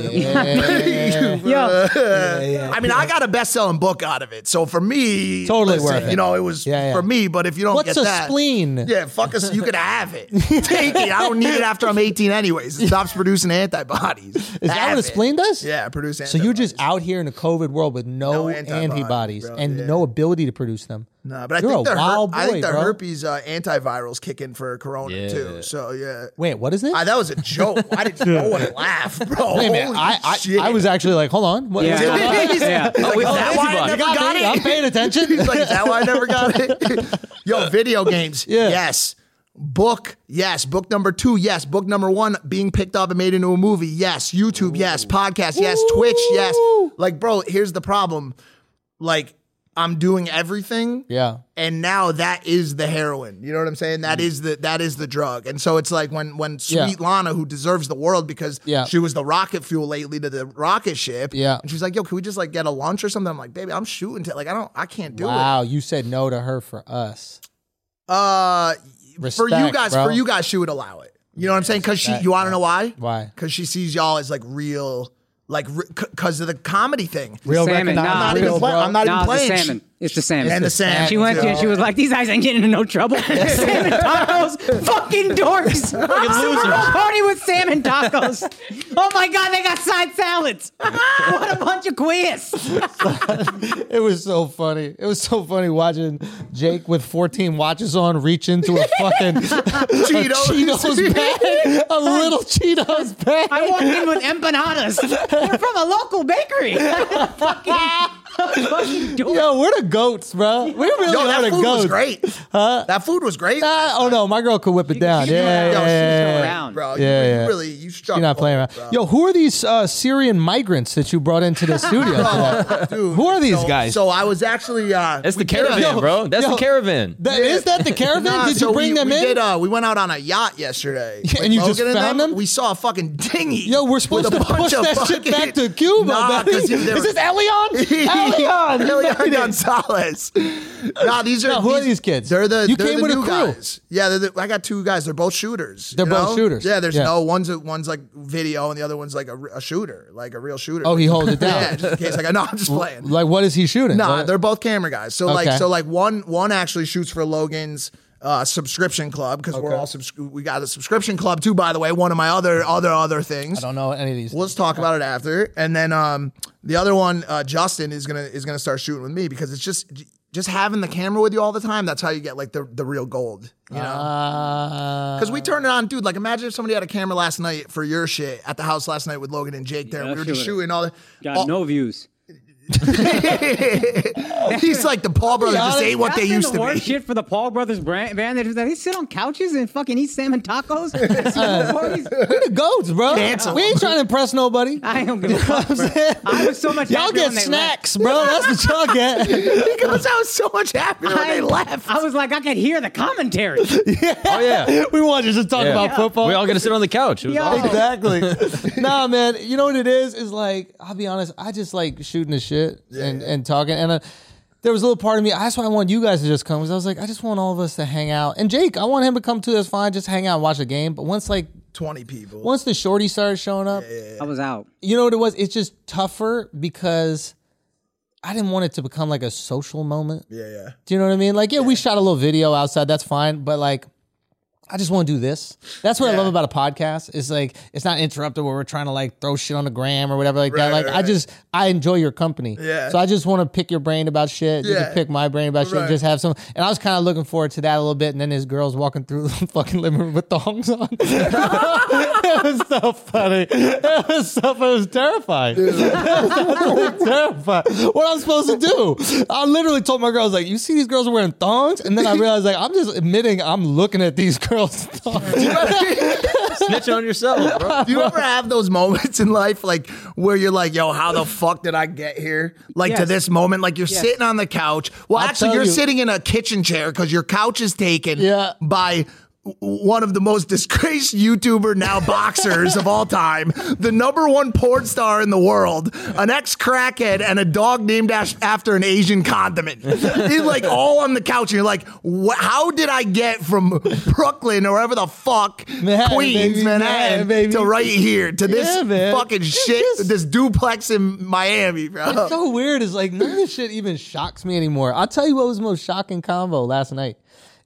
Speaker 2: Yo,
Speaker 4: I mean, I got a best-selling book out of it. So for me,
Speaker 1: Totally worth it.
Speaker 4: You know, it was
Speaker 1: Yeah, yeah.
Speaker 4: for me. But if you don't
Speaker 1: What's
Speaker 4: get
Speaker 1: a
Speaker 4: that,
Speaker 1: spleen?
Speaker 4: Yeah, fuck us. You could have it. Take it. I don't need it after I'm 18, anyways. It stops producing antibodies. Is
Speaker 1: Is that what a spleen does?
Speaker 4: Yeah, produce.
Speaker 1: So you're just out here in a COVID world with no,
Speaker 4: No
Speaker 1: antibodies,
Speaker 4: antibodies, bro,
Speaker 1: and
Speaker 4: yeah.
Speaker 1: no ability to produce them.
Speaker 4: No, but I
Speaker 1: You're
Speaker 4: think
Speaker 1: a
Speaker 4: the, her-
Speaker 1: wild
Speaker 4: I
Speaker 1: boy,
Speaker 4: think the
Speaker 1: bro.
Speaker 4: herpes uh, antivirals kick in for Corona too. So yeah,
Speaker 1: Wait, what is this?
Speaker 4: Ah, that was a joke. Why did no one laugh, bro?
Speaker 1: Wait a minute.
Speaker 4: Holy
Speaker 1: I, I,
Speaker 4: shit.
Speaker 1: I was actually like, hold on. What, what's
Speaker 2: Yeah.
Speaker 1: going on?
Speaker 2: Yeah.
Speaker 4: He's like, "Oh,
Speaker 5: we
Speaker 4: is
Speaker 5: all
Speaker 4: that why I never
Speaker 5: busybody.
Speaker 1: "Oh, You got
Speaker 4: got
Speaker 1: me.
Speaker 4: it?
Speaker 1: I'm paying attention.
Speaker 4: He's like, is that why I never got it? Yo, video games.
Speaker 1: Yeah.
Speaker 4: Yes. Book, yes. Book number two, yes. Book number one, being picked up and made into a movie, yes. YouTube, yes. Podcast, yes. Twitch, yes. Like, bro, here's the problem. Like, I'm doing everything
Speaker 1: yeah.
Speaker 4: and now that is the heroin. You know what I'm saying? That is the that is the drug. And so it's like when when sweet
Speaker 1: Mm. Yeah.
Speaker 4: Lana, who deserves the world because
Speaker 1: Yeah.
Speaker 4: she was the rocket fuel lately to the rocket ship.
Speaker 1: Yeah.
Speaker 4: And she's like, yo, can we just like get a lunch or something? I'm like, baby, I'm shooting to like I don't I can't do it.
Speaker 1: Wow, you said no to her for us.
Speaker 4: Uh for you
Speaker 1: Respect,
Speaker 4: guys,
Speaker 1: bro.
Speaker 4: for you guys, she would allow it. You know what I'm saying? Cause she you wanna know why?
Speaker 1: Why?
Speaker 4: Cause she sees y'all as like real like because of the comedy thing.
Speaker 1: Real
Speaker 2: salmon. Nah,
Speaker 1: recognized
Speaker 4: I'm not even
Speaker 1: real,
Speaker 4: playing.
Speaker 1: bro.
Speaker 4: I'm not
Speaker 2: no,
Speaker 4: even
Speaker 2: it's
Speaker 4: playing.
Speaker 2: the salmon. It's the salmon.
Speaker 4: And the salmon.
Speaker 2: She went to and she was like, "These guys ain't getting into no trouble. Sam and tacos, fucking dorks. I'm Super Bowl party with Sam and tacos. Oh my god, they got side salads. what a bunch of queers.
Speaker 1: It was so funny. It was so funny watching Jake with 14 watches on reach into a fucking
Speaker 4: Cheetos.
Speaker 1: Cheetos bag, a little Cheetos bag.
Speaker 2: I walked in with empanadas. They're from a local bakery. fucking, fucking dork.
Speaker 1: Yo, we're the goats, bro. We really
Speaker 4: Yo,
Speaker 1: are
Speaker 4: that
Speaker 1: the
Speaker 4: food
Speaker 1: goats.
Speaker 4: was great. That food was great.
Speaker 1: Ah, oh no, my girl could whip it down.
Speaker 2: she-
Speaker 1: Yeah,
Speaker 2: yo,
Speaker 1: yeah,
Speaker 2: she's
Speaker 1: yeah,
Speaker 2: going
Speaker 1: yeah.
Speaker 2: around.
Speaker 4: bro.
Speaker 1: Yeah,
Speaker 4: you,
Speaker 1: yeah.
Speaker 4: you really you struck.
Speaker 1: You're not playing around. Yo, who are these uh, Syrian migrants that you brought into the studio? today?
Speaker 4: dude,
Speaker 1: Who are these
Speaker 4: so,
Speaker 1: guys?
Speaker 4: So I was actually uh,
Speaker 5: That's
Speaker 4: we
Speaker 5: the
Speaker 4: did a-
Speaker 5: caravan,
Speaker 1: Yo,
Speaker 5: bro. That's
Speaker 1: yo.
Speaker 5: the caravan.
Speaker 1: That- is that the caravan?
Speaker 4: Nah,
Speaker 1: did you
Speaker 4: so
Speaker 1: bring
Speaker 4: we,
Speaker 1: them
Speaker 4: we
Speaker 1: in?
Speaker 4: Did, uh, we went out on a yacht yesterday,
Speaker 1: Yeah,
Speaker 4: with
Speaker 1: and you just
Speaker 4: Logan
Speaker 1: found them?
Speaker 4: We saw a fucking dinghy.
Speaker 1: Yo, we're supposed
Speaker 4: with
Speaker 1: to
Speaker 4: a
Speaker 1: push
Speaker 4: bunch of
Speaker 1: that shit
Speaker 4: fucking-
Speaker 1: back to Cuba,
Speaker 4: Nah,
Speaker 1: baby.
Speaker 4: 'cause
Speaker 1: Is
Speaker 4: they were-
Speaker 1: this Elion? Elion! You
Speaker 4: Elian
Speaker 1: made it.
Speaker 4: Gonzalez. Nah, these are
Speaker 1: Now, who are these kids?
Speaker 4: They're the
Speaker 1: You
Speaker 4: they're
Speaker 1: came
Speaker 4: the
Speaker 1: with a
Speaker 4: new
Speaker 1: crew.
Speaker 4: guys. Yeah, they're the, I got two guys. They're both shooters.
Speaker 1: They're
Speaker 4: you
Speaker 1: both
Speaker 4: know?
Speaker 1: shooters.
Speaker 4: Yeah, there's
Speaker 1: Yeah.
Speaker 4: no one's a, one's like video and the other one's like a, r- a shooter, like a real shooter.
Speaker 1: Oh, he holds it down.
Speaker 4: yeah, just in case. Like, no, I'm just playing.
Speaker 1: Like, what is he shooting?
Speaker 4: Nah,
Speaker 1: What-
Speaker 4: they're both camera guys. So like,
Speaker 1: Okay.
Speaker 4: so like one one actually shoots for Logan's uh, subscription club because we're all subs- we got a subscription club too. By the way, one of my other other other things.
Speaker 1: I don't know any of these.
Speaker 4: Let's talk about it after, and then um, the other one, uh, Justin is gonna is gonna start shooting with me because it's just j- just having the camera with you all the time. That's how you get like the the real gold, you know.
Speaker 1: Uh,
Speaker 4: Because we turned it on, dude. Like, imagine if somebody had a camera last night for your shit at the house last night with Logan and Jake there. and we were just
Speaker 2: sure.
Speaker 4: shooting all the.
Speaker 2: Got
Speaker 4: all-
Speaker 2: no views.
Speaker 4: He's like the Paul brothers just
Speaker 1: honest,
Speaker 4: ain't what
Speaker 2: That's
Speaker 4: they
Speaker 2: been
Speaker 4: used
Speaker 2: the
Speaker 4: to be.
Speaker 2: worst shit for the Paul Brothers brand, band. They, just, they sit on couches and fucking eat salmon tacos. at Super Bowl parties.
Speaker 1: we're the goats, bro.
Speaker 4: Cancel.
Speaker 1: We ain't trying to impress nobody.
Speaker 2: I don't give a fuck.
Speaker 1: I'm
Speaker 2: bro.
Speaker 1: saying?
Speaker 2: I was so much.
Speaker 1: Y'all
Speaker 2: happier
Speaker 1: get
Speaker 2: when they
Speaker 1: snacks, bro. That's what y'all get.
Speaker 4: he goes out so much happier
Speaker 2: left.
Speaker 4: when they
Speaker 2: I-
Speaker 4: left.
Speaker 2: I was like, I could hear the commentary.
Speaker 5: Oh yeah.
Speaker 1: we want you to talk
Speaker 5: Yeah.
Speaker 1: about football.
Speaker 5: We all got to sit on the couch. It was
Speaker 2: Yo.
Speaker 5: awesome.
Speaker 1: exactly. nah, man. You know what it is? Is like I'll be honest. I just like shooting the shit and, and talking. And uh, there was a little part of me. That's why I wanted you guys to just come because I was like, I just want all of us to hang out. And Jake, I want him to come too. That's fine. Just hang out, and watch the game. But once like
Speaker 4: 20 people.
Speaker 1: once the shorty started showing up,
Speaker 2: I was out.
Speaker 1: you know what it was? It's just tougher because I didn't want it to become like a social moment.
Speaker 4: yeah, yeah.
Speaker 1: Do you know what I mean? Like, yeah, we shot a little video outside. That's fine. But like, I just want to do this. That's what I love about a podcast. It's like it's not interrupted where we're trying to like throw shit on the gram or whatever like that. Like I just I enjoy your company.
Speaker 4: Yeah.
Speaker 1: So I just want to pick your brain about shit. You
Speaker 4: Yeah.
Speaker 1: can pick my brain about shit.
Speaker 4: Right.
Speaker 1: And just have some. And I was kind of looking forward to that a little bit. And then his girls walking through the fucking living room with thongs on. it was so funny. It was so. It was terrifying. terrified. What I'm supposed to do? I literally told my girl, I was like, "You see these girls are wearing thongs," and then I realized, like, I'm just admitting I'm looking at these girls' thongs.
Speaker 5: Snitch on yourself, bro.
Speaker 4: Do you ever have those moments in life, like where you're like, "Yo, how the fuck did I get here?" Like to
Speaker 2: Yes.
Speaker 4: this moment, like you're sitting on the couch. Well, actually,
Speaker 1: tell
Speaker 4: you're
Speaker 1: you-
Speaker 4: sitting in a kitchen chair because your couch is taken
Speaker 1: Yeah.
Speaker 4: by w- one of the most disgraced YouTuber now boxers of all time, the number one porn star in the world, an ex crackhead, and a dog named ash- after an Asian condiment. He's like all on the couch, and you're like, "Wh- "How did I get from Brooklyn or wherever the fuck
Speaker 1: Manhattan,
Speaker 4: Queens,
Speaker 1: baby. Manhattan,
Speaker 4: Manhattan,
Speaker 1: baby.
Speaker 4: to right here to this
Speaker 1: Yeah, man.
Speaker 4: fucking
Speaker 1: It's
Speaker 4: shit,
Speaker 1: just-
Speaker 4: this duplex in Miami, bro.
Speaker 1: so weird. Is like none of this shit even shocks me anymore. I'll tell you what was the most shocking convo last night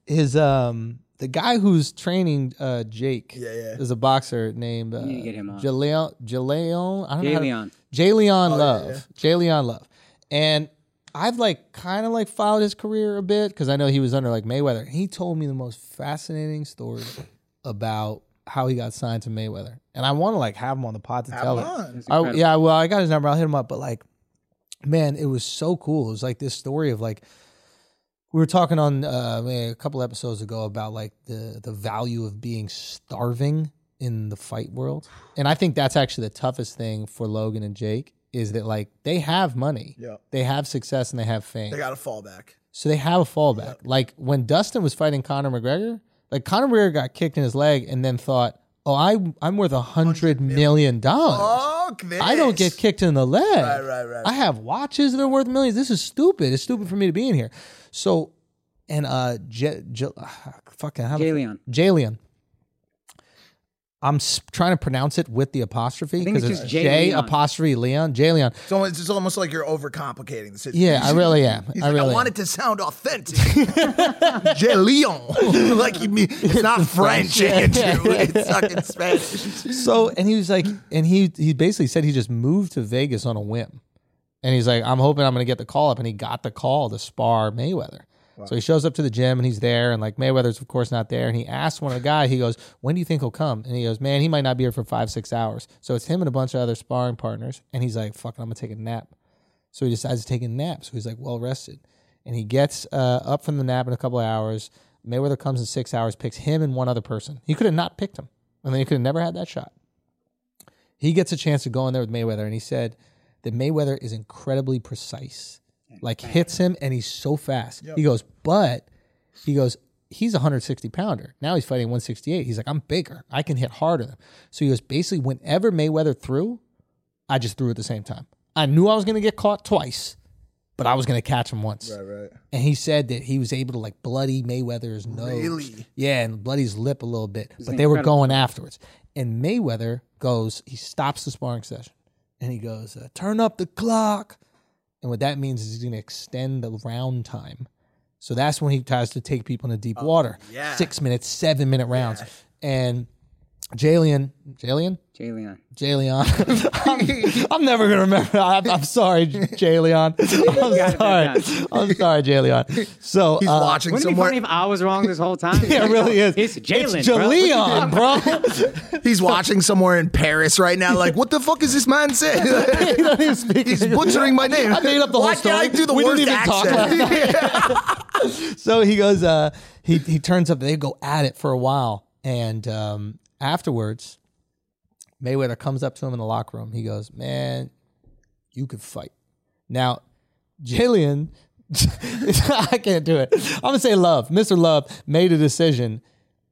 Speaker 1: is um the guy who's training uh Jake. Yeah, yeah. Is a boxer named uh,
Speaker 2: to get him on.
Speaker 1: Jaleon. Jaleon. I don't know. how
Speaker 2: Jaleon.
Speaker 1: to- Jaleon Love. Jaleon Love. And I've like kind of like followed his career a bit because I know he was under like Mayweather. He told me the most fascinating story about how he got signed to Mayweather. And I want to like have him on the pod to tell it. I, yeah, well, I got his number. I'll hit him up. But like, man, it was so cool. It was like this story of like we were talking on uh, a couple episodes ago about like the the value of being starving in the fight world, and I think that's actually the toughest thing for Logan and Jake is that like they have money,
Speaker 4: Yeah.
Speaker 1: they have success, and they have fame,
Speaker 4: They got to fall back.
Speaker 1: so they have a fallback. Like when Dustin was fighting Conor McGregor, like Conor McGregor got kicked in his leg and then thought, "Oh, I I'm worth a hundred million dollars."
Speaker 4: Fuck this.
Speaker 1: I don't get kicked in the leg. Right,
Speaker 4: right, right.
Speaker 1: I have watches that are worth millions. This is stupid. It's stupid for me to be in here. So, and uh, J- J- ah, fucking how
Speaker 2: Jalen.
Speaker 1: Jalen. I'm s- trying to pronounce it with the apostrophe
Speaker 2: think
Speaker 1: because
Speaker 2: it's
Speaker 1: it's,
Speaker 2: just
Speaker 1: J
Speaker 2: Jaleon.
Speaker 1: apostrophe Leon Jaleon.
Speaker 4: It's almost, it's almost like you're overcomplicating the situation.
Speaker 1: Yeah, I really am.
Speaker 4: He's
Speaker 1: I
Speaker 4: like,
Speaker 1: really.
Speaker 4: I
Speaker 1: am.
Speaker 4: want it to sound authentic. Jelion. like, you mean, it's not French, Andrew. It's fucking Spanish.
Speaker 1: So and he was like, and he he basically said he just moved to Vegas on a whim, and he's like, I'm hoping I'm gonna get the call up, and he got the call to spar Mayweather. So he shows up to the gym and he's there, and like Mayweather's of course not there, and he asks one of the guy, he goes, "When do you think he'll come?" And he goes, "Man, he might not be here for five six hours." So it's him and a bunch of other sparring partners, and he's like, "Fucking, I'm gonna take a nap." So he decides to take a nap. So he's like well rested, and he gets uh, up from the nap in a couple of hours. Mayweather comes in six hours, picks him and one other person. He could have not picked him, and then he could have never had that shot. He gets a chance to go in there with Mayweather, and he said that Mayweather is incredibly precise. Like hits him, and he's so fast. He goes, but he goes, he's a 160 pounder. Now he's fighting 168. He's like, I'm bigger. I can hit harder. So he goes, basically, whenever Mayweather threw, I just threw at the same time. I knew I was going to get caught twice, but I was going to catch him once. Right, right. And he said that he was able to like bloody Mayweather's nose.
Speaker 4: Really?
Speaker 1: Yeah, and bloody his lip a little bit. But they were going afterwards. And Mayweather goes, he stops the sparring session and he goes, uh, turn up the clock. And what that means is he's going to extend the round time. So that's when he tries to take people into deep water.
Speaker 4: yeah.
Speaker 1: Six minutes, seven minute rounds. And Jalen, Jalen?
Speaker 2: Jalen.
Speaker 1: Jaleon. I'm, I'm never gonna remember. I'm, I'm sorry, Jaleon. I'm sorry. I'm sorry, Jaleon. So
Speaker 4: He's
Speaker 1: uh,
Speaker 4: watching
Speaker 2: Wouldn't it be funny
Speaker 4: somewhere.
Speaker 2: if I was wrong this whole time?
Speaker 1: yeah, it really is.
Speaker 2: It's Jalen.
Speaker 1: It's
Speaker 2: bro.
Speaker 1: Jaleon, bro.
Speaker 4: He's watching somewhere in Paris right now. Like, what the fuck is this man saying?
Speaker 1: he doesn't even speak.
Speaker 4: He's butchering my name.
Speaker 1: I made up the
Speaker 4: Why
Speaker 1: whole story.
Speaker 4: can't I do the
Speaker 1: We
Speaker 4: worst
Speaker 1: didn't even talk
Speaker 4: accent?
Speaker 1: so he goes. Uh, he he turns up. They go at it for a while, and um, afterwards, Mayweather comes up to him in the locker room. He goes, "Man, you could fight." Now, Jalen, I can't do it. I'm gonna say Love, Mr. Love, made a decision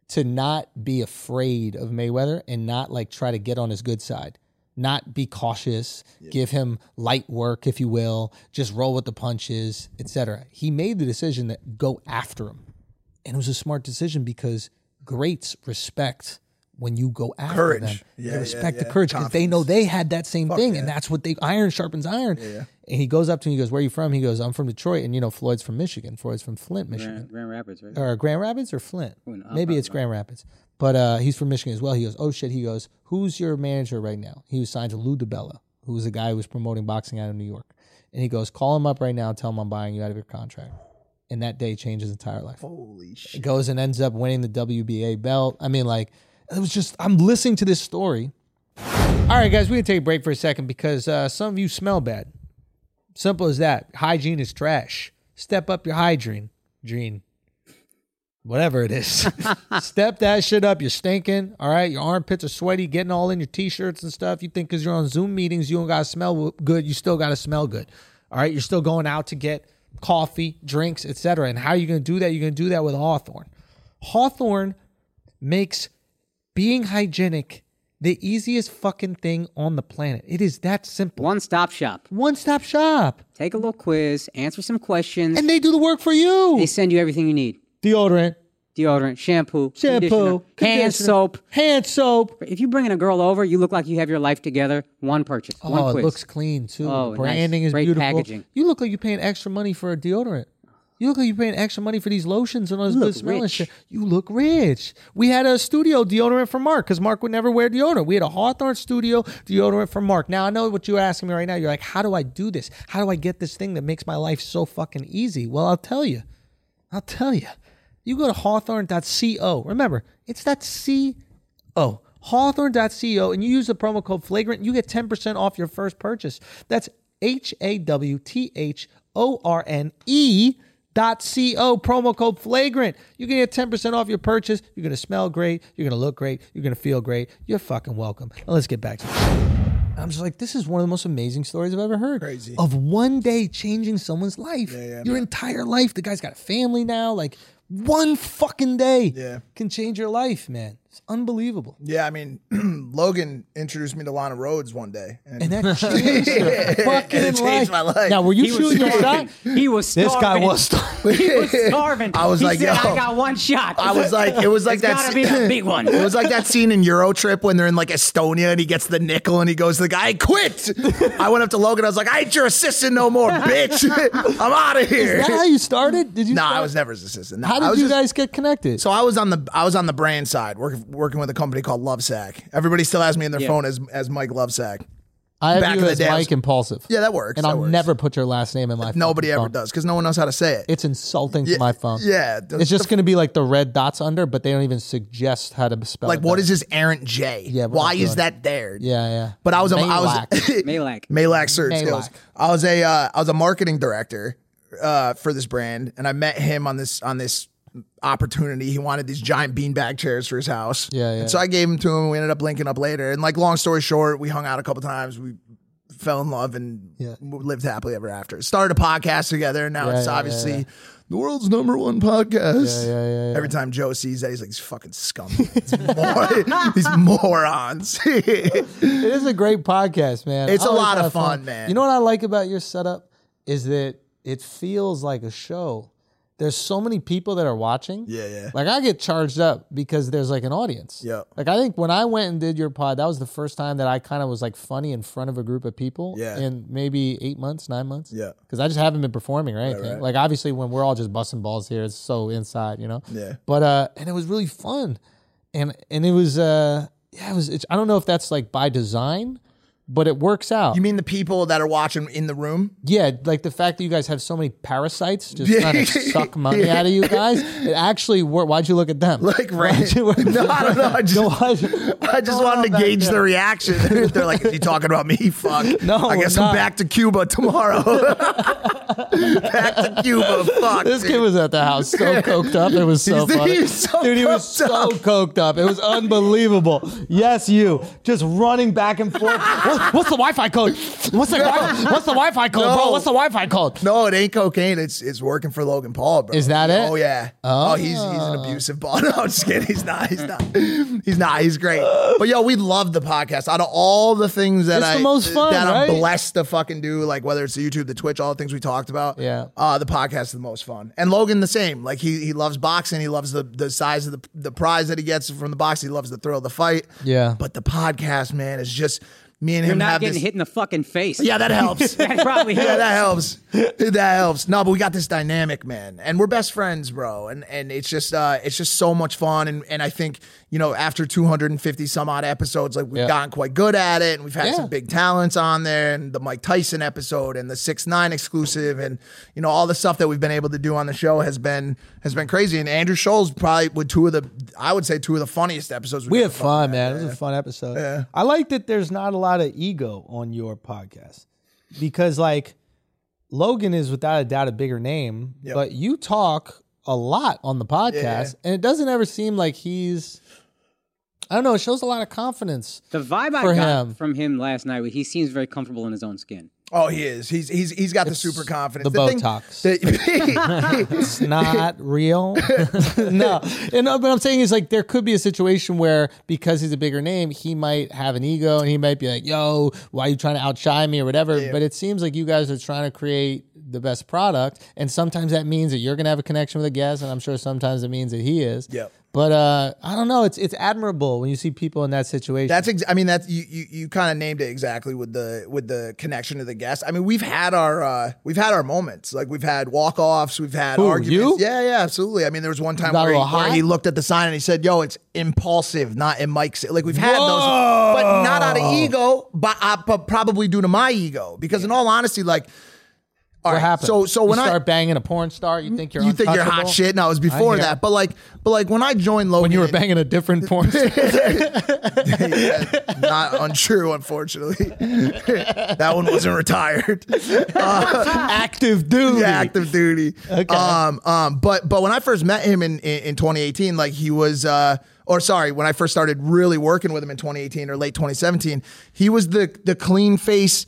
Speaker 1: to not be afraid of Mayweather and not like try to get on his good side. Not be cautious, give him light work, if you will, just roll with the punches, etc. He made the decision that go after him. And it was a smart decision because greats respect when you go after
Speaker 4: Courage.
Speaker 1: them.
Speaker 4: Yeah,
Speaker 1: they
Speaker 4: yeah,
Speaker 1: respect the
Speaker 4: yeah.
Speaker 1: courage because they know they had that same thing, and
Speaker 4: yeah.
Speaker 1: that's what they iron sharpens iron. And he goes up to me, he goes, "Where are you from?" He goes, "I'm from Detroit," and you know Floyd's from Michigan. Floyd's from Flint, Michigan
Speaker 2: Grand, Grand Rapids, right?
Speaker 1: or Grand Rapids or Flint. Maybe it's Grand Rapids. But uh, he's from Michigan as well. He goes, oh shit. He goes, who's your manager right now? He was signed to Lou DiBella, who was a guy who was promoting boxing out of New York. And he goes, call him up right now. and Tell him I'm buying you out of your contract. And that day changed his entire life.
Speaker 4: Holy shit.
Speaker 1: It goes and ends up winning the WBA belt. I mean, like, it was just, I'm listening to this story. All right, guys, we're going to take a break for a second because uh, some of you smell bad. Simple as that. Hygiene is trash. Step up your hygiene. Gene. Whatever it is. Step that shit up. You're stinking. All right. Your armpits are sweaty, getting all in your t shirts and stuff. You think because you're on Zoom meetings, you don't got to smell w- good. You still got to smell good. All right. You're still going out to get coffee, drinks, etc. And how are you going to do that? You're going to do that with Hawthorne. Hawthorne makes being hygienic the easiest fucking thing on the planet. It is that simple.
Speaker 2: One stop shop.
Speaker 1: One stop shop.
Speaker 2: Take a little quiz, answer some questions.
Speaker 1: And they do the work for you.
Speaker 2: they send you everything you need
Speaker 1: deodorant,
Speaker 2: deodorant, shampoo, conditioner,
Speaker 1: shampoo,
Speaker 2: hand
Speaker 1: conditioner,
Speaker 2: soap.
Speaker 1: hand soap.
Speaker 2: If you're bringing a girl over, you look like you have your life together. One purchase,
Speaker 1: Oh,
Speaker 2: one
Speaker 1: it
Speaker 2: quiz.
Speaker 1: looks clean too.
Speaker 2: Oh, nice.
Speaker 1: Branding is
Speaker 2: Great
Speaker 1: beautiful.
Speaker 2: packaging.
Speaker 1: You look like you're paying extra money for a deodorant. You look like you're paying extra money for these lotions and all this good
Speaker 2: look
Speaker 1: smelling
Speaker 2: rich.
Speaker 1: shit. You look rich. We had a studio deodorant for Mark because Mark would never wear deodorant. We had a Hawthorne studio deodorant for Mark. Now I know what you're asking me right now. You're like, how do I do this? How do I get this thing that makes my life so fucking easy? Well, I'll tell you. I'll tell you. You go to hawthorne.co. Remember, it's that CO. Hawthorne.co and you use the promo code flagrant, you get 10% off your first purchase. That's H A W T H O R N E dot co promo code flagrant you can get 10% off your purchase you're gonna smell great you're gonna look great you're gonna feel great you're fucking welcome now let's get back to it i'm just like this is one of the most amazing stories i've ever heard
Speaker 4: Crazy.
Speaker 1: of one day changing someone's life your entire life the guy's got a family now like one fucking day
Speaker 4: Yeah.
Speaker 1: can change your life man it's unbelievable
Speaker 4: Yeah, I mean, Logan introduced me to Lana Rhodes one day, and,
Speaker 1: and that changed your fucking
Speaker 4: And it
Speaker 1: life.
Speaker 4: changed my life.
Speaker 1: Now, were you
Speaker 2: He was
Speaker 1: shooting your shot?
Speaker 2: starving. He was starving.
Speaker 1: This guy was starving.
Speaker 2: He was starving.
Speaker 4: I was
Speaker 2: He
Speaker 4: like,
Speaker 2: said,
Speaker 4: yo.
Speaker 2: I got one shot.
Speaker 4: I was like, it was like
Speaker 2: it's gotta
Speaker 4: that.
Speaker 2: be
Speaker 4: scene-
Speaker 2: the big one.
Speaker 4: It was like that scene in Euro Trip when they're in like Estonia and he gets the nickel and he goes to the guy, I quit. I went up to Logan. I was like, I ain't your assistant no more, bitch. I'm out of here.
Speaker 1: Is that how you started? Did you?
Speaker 4: nah,
Speaker 1: start-
Speaker 4: I was never his assistant. Nah,
Speaker 1: How
Speaker 4: I
Speaker 1: did
Speaker 4: was
Speaker 1: you
Speaker 4: just-
Speaker 1: guys get connected?
Speaker 4: So I was on the I was on the brand side, working working with a company called Lovesack. Everybody still has me in their phone as as Mike Lovesack.
Speaker 1: I
Speaker 4: back
Speaker 1: have you
Speaker 4: in the
Speaker 1: as
Speaker 4: day, I was-
Speaker 1: Mike Impulsive.
Speaker 4: Yeah, that works.
Speaker 1: and
Speaker 4: that
Speaker 1: I'll
Speaker 4: works.
Speaker 1: never put your last name in my.
Speaker 4: Nobody
Speaker 1: fucking
Speaker 4: ever
Speaker 1: phone.
Speaker 4: does because no one knows how to say it.
Speaker 1: It's insulting to my phone.
Speaker 4: yeah,
Speaker 1: It's just going to be like the red dots under, but they don't even suggest how to spell.
Speaker 4: like
Speaker 1: it
Speaker 4: what
Speaker 1: out.
Speaker 4: is this errant J?
Speaker 1: Yeah, we're
Speaker 4: why
Speaker 1: not
Speaker 4: is
Speaker 1: doing
Speaker 4: that there?
Speaker 1: Yeah, yeah.
Speaker 4: But I was a, I was
Speaker 1: Malak.
Speaker 2: Malak.
Speaker 4: Malak search
Speaker 1: Malak.
Speaker 4: skills. I was a uh, I was a marketing director uh, for this brand, and I met him on this on this opportunity. He wanted these giant beanbag chairs for his house.
Speaker 1: Yeah, yeah.
Speaker 4: And so I gave them to him. We ended up linking up later, and like long story short, we hung out a couple times. We fell in love and
Speaker 1: Yeah.
Speaker 4: lived happily ever after. Started a podcast together, and now
Speaker 1: Yeah,
Speaker 4: it's
Speaker 1: yeah, yeah,
Speaker 4: obviously the world's number one podcast.
Speaker 1: Yeah, yeah, yeah, yeah.
Speaker 4: Every time Joe sees that, he's like, "These fucking scumbags, these morons."
Speaker 1: It is a great podcast, man.
Speaker 4: It's
Speaker 1: I
Speaker 4: a
Speaker 1: always
Speaker 4: lot of
Speaker 1: have
Speaker 4: fun, man.
Speaker 1: You know what I like about your setup is that it feels like a show. There's so many people that are watching.
Speaker 4: Yeah, yeah.
Speaker 1: Like I get charged up because there's like an audience.
Speaker 4: Yeah.
Speaker 1: Like I think when I went and did your pod, that was the first time that I kind of was like funny in front of a group of people.
Speaker 4: Yeah.
Speaker 1: In maybe eight months, nine months.
Speaker 4: Yeah.
Speaker 1: Because I just haven't been performing or anything. Like obviously when we're all just busting balls here, it's so inside, you know.
Speaker 4: Yeah.
Speaker 1: But uh, and it was really fun, and and it was uh, yeah, it was. It's, I don't know if that's like by design, but it works out.
Speaker 4: You mean the people that are watching in the room?
Speaker 1: yeah, like the fact that you guys have so many parasites just trying to suck money out of you guys. It actually worked. Why'd you look at them?
Speaker 4: Like, right?
Speaker 1: you
Speaker 4: no,
Speaker 1: were-
Speaker 4: I don't know. I just,
Speaker 1: No, I,
Speaker 4: I just wanted to gauge the reaction. They're like, "Is he talking about me? Fuck."
Speaker 1: No,
Speaker 4: I
Speaker 1: we're
Speaker 4: guess
Speaker 1: not.
Speaker 4: I'm back to Cuba tomorrow. back to Cuba. Fuck.
Speaker 1: This
Speaker 4: dude.
Speaker 1: kid was at the house so coked up. It was so
Speaker 4: He's-
Speaker 1: funny.
Speaker 4: he's so
Speaker 1: Dude, he was
Speaker 4: coked
Speaker 1: so coked up. It was unbelievable. Yes, you. Just running back and forth. What- What's the Wi-Fi code? What's the Wi-Fi, What's the Wi-Fi code,
Speaker 4: No.
Speaker 1: bro? What's the Wi-Fi code?
Speaker 4: No, it ain't cocaine. It's it's working for Logan Paul, bro.
Speaker 1: Is that it?
Speaker 4: Oh yeah. Oh, he's he's an abusive ball. No, I'm just kidding. He's not. He's not. He's not. He's great. But yo, we love the podcast. Out of all the things that
Speaker 1: It's
Speaker 4: I
Speaker 1: the most fun,
Speaker 4: that
Speaker 1: right?
Speaker 4: I'm blessed to fucking do, like whether it's the YouTube, the Twitch, all the things we talked about.
Speaker 1: Yeah.
Speaker 4: Uh, the podcast is the most fun. And Logan the same. Like he he loves boxing. He loves the the size of the the prize that he gets from the box. He loves the thrill of the fight.
Speaker 1: Yeah.
Speaker 4: But the podcast, man, is just me and
Speaker 2: You're
Speaker 4: him
Speaker 2: not
Speaker 4: have
Speaker 2: getting
Speaker 4: this.
Speaker 2: hit in the fucking face.
Speaker 4: Yeah, that helps.
Speaker 2: that probably
Speaker 4: Yeah,
Speaker 2: helps.
Speaker 4: that helps. That helps. No, but we got this dynamic, man, and we're best friends, bro. And and it's just uh, it's just so much fun. And and I think you know after 250 some odd episodes, like we've
Speaker 1: Yeah.
Speaker 4: gotten quite good at it, and we've had
Speaker 1: Yeah.
Speaker 4: some big talents on there, and the Mike Tyson episode, and the six nine exclusive, and you know all the stuff that we've been able to do on the show has been has been crazy. And Andrew Scholl's probably with two of the I would say two of the funniest episodes.
Speaker 1: We
Speaker 4: did.
Speaker 1: had fun, man. It was a fun episode. I like that there's not a lot of ego on your podcast because, like, Logan is without a doubt a bigger name, but you talk a lot on the podcast, and it doesn't ever seem like he's. I don't know. It shows a lot of confidence.
Speaker 2: The vibe
Speaker 1: For
Speaker 2: I got
Speaker 1: him.
Speaker 2: from him last night, he seems very comfortable in his own skin.
Speaker 4: Oh, he is. He's he's he's got the super confidence.
Speaker 1: the
Speaker 4: thing-
Speaker 1: Botox.
Speaker 4: the-
Speaker 1: It's not real. no, and uh, but I'm saying is like there could be a situation where because he's a bigger name, he might have an ego and he might be like, "Yo, why are you trying to outshine me or whatever?" But it seems like you guys are trying to create the best product, and sometimes that means that you're gonna have a connection with a guest, and I'm sure sometimes it means that he is.
Speaker 4: Yep.
Speaker 1: But uh, I don't know. It's it's admirable when you see people in that situation.
Speaker 4: That's ex- I mean that's you you, you kind of named it exactly with the with the connection to the guest. I mean we've had our uh, we've had our moments like we've had walk offs, we've had
Speaker 1: Who,
Speaker 4: arguments.
Speaker 1: you?
Speaker 4: Yeah, yeah, absolutely. I mean there was one time
Speaker 1: got a
Speaker 4: where he,
Speaker 1: little hot?
Speaker 4: where he looked at the sign and he said, "Yo, it's impulsive, not in Mike's." Like we've had those, but not out of ego, but uh, but probably due to my ego because in all honesty, like. all
Speaker 1: what
Speaker 4: right,
Speaker 1: happened.
Speaker 4: So so
Speaker 1: You
Speaker 4: when I
Speaker 1: start banging a porn star, you think you're
Speaker 4: you think you're hot
Speaker 1: untouchable?
Speaker 4: shit? No, it was before
Speaker 1: hear.
Speaker 4: that. But like, but like when I joined Logan,
Speaker 1: When you were banging a different porn star.
Speaker 4: Yeah, not untrue, unfortunately. that one wasn't retired.
Speaker 1: active dude.
Speaker 4: Yeah, active duty.
Speaker 1: Okay.
Speaker 4: Um, um, but but when I first met him in in, in 2018, like he was, uh, or sorry, when I first started really working with him in 2018 or late 2017, he was the the clean face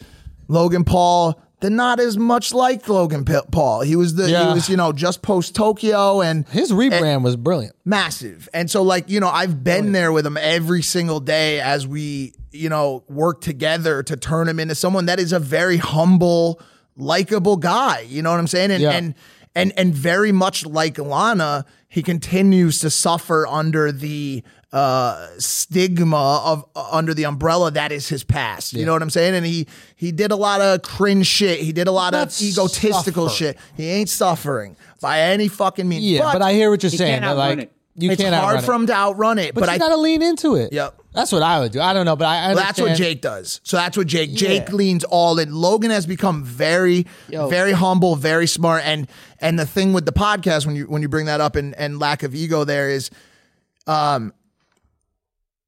Speaker 4: Logan Paul. The not as much like Logan Pa- Paul. He was the he
Speaker 1: Yeah.
Speaker 4: was you know just post Tokyo and
Speaker 1: His rebrand was brilliant.
Speaker 4: massive. And so like, you know, I've been there with him every single day as we, you know, work together to turn him into someone that is a very humble, likable guy. You know what I'm saying? And
Speaker 1: Yeah.
Speaker 4: and and and very much like Lana, he continues to suffer under the uh stigma of uh, under the umbrella that is his past. You know what I'm saying? And he he did a lot of cringe shit. He did a lot of
Speaker 1: Not
Speaker 4: egotistical
Speaker 1: suffer.
Speaker 4: shit. He ain't suffering by any fucking means.
Speaker 1: Yeah, but, I hear what you're saying.
Speaker 2: can't
Speaker 1: that, like
Speaker 2: outrun it.
Speaker 1: you
Speaker 4: it's
Speaker 1: can't
Speaker 4: hard
Speaker 1: outrun
Speaker 4: for
Speaker 1: it.
Speaker 4: him to outrun it.
Speaker 1: But,
Speaker 4: But,
Speaker 1: you
Speaker 4: I,
Speaker 1: gotta lean into it.
Speaker 4: Yep.
Speaker 1: That's what I would do. I don't know, but I, I
Speaker 4: that's what
Speaker 1: understand-
Speaker 4: Jake does. So that's what Jake. Jake
Speaker 1: Yeah.
Speaker 4: leans all in. Logan has become very, very humble, very smart. And and the thing with the podcast when you when you bring that up and and lack of ego there is,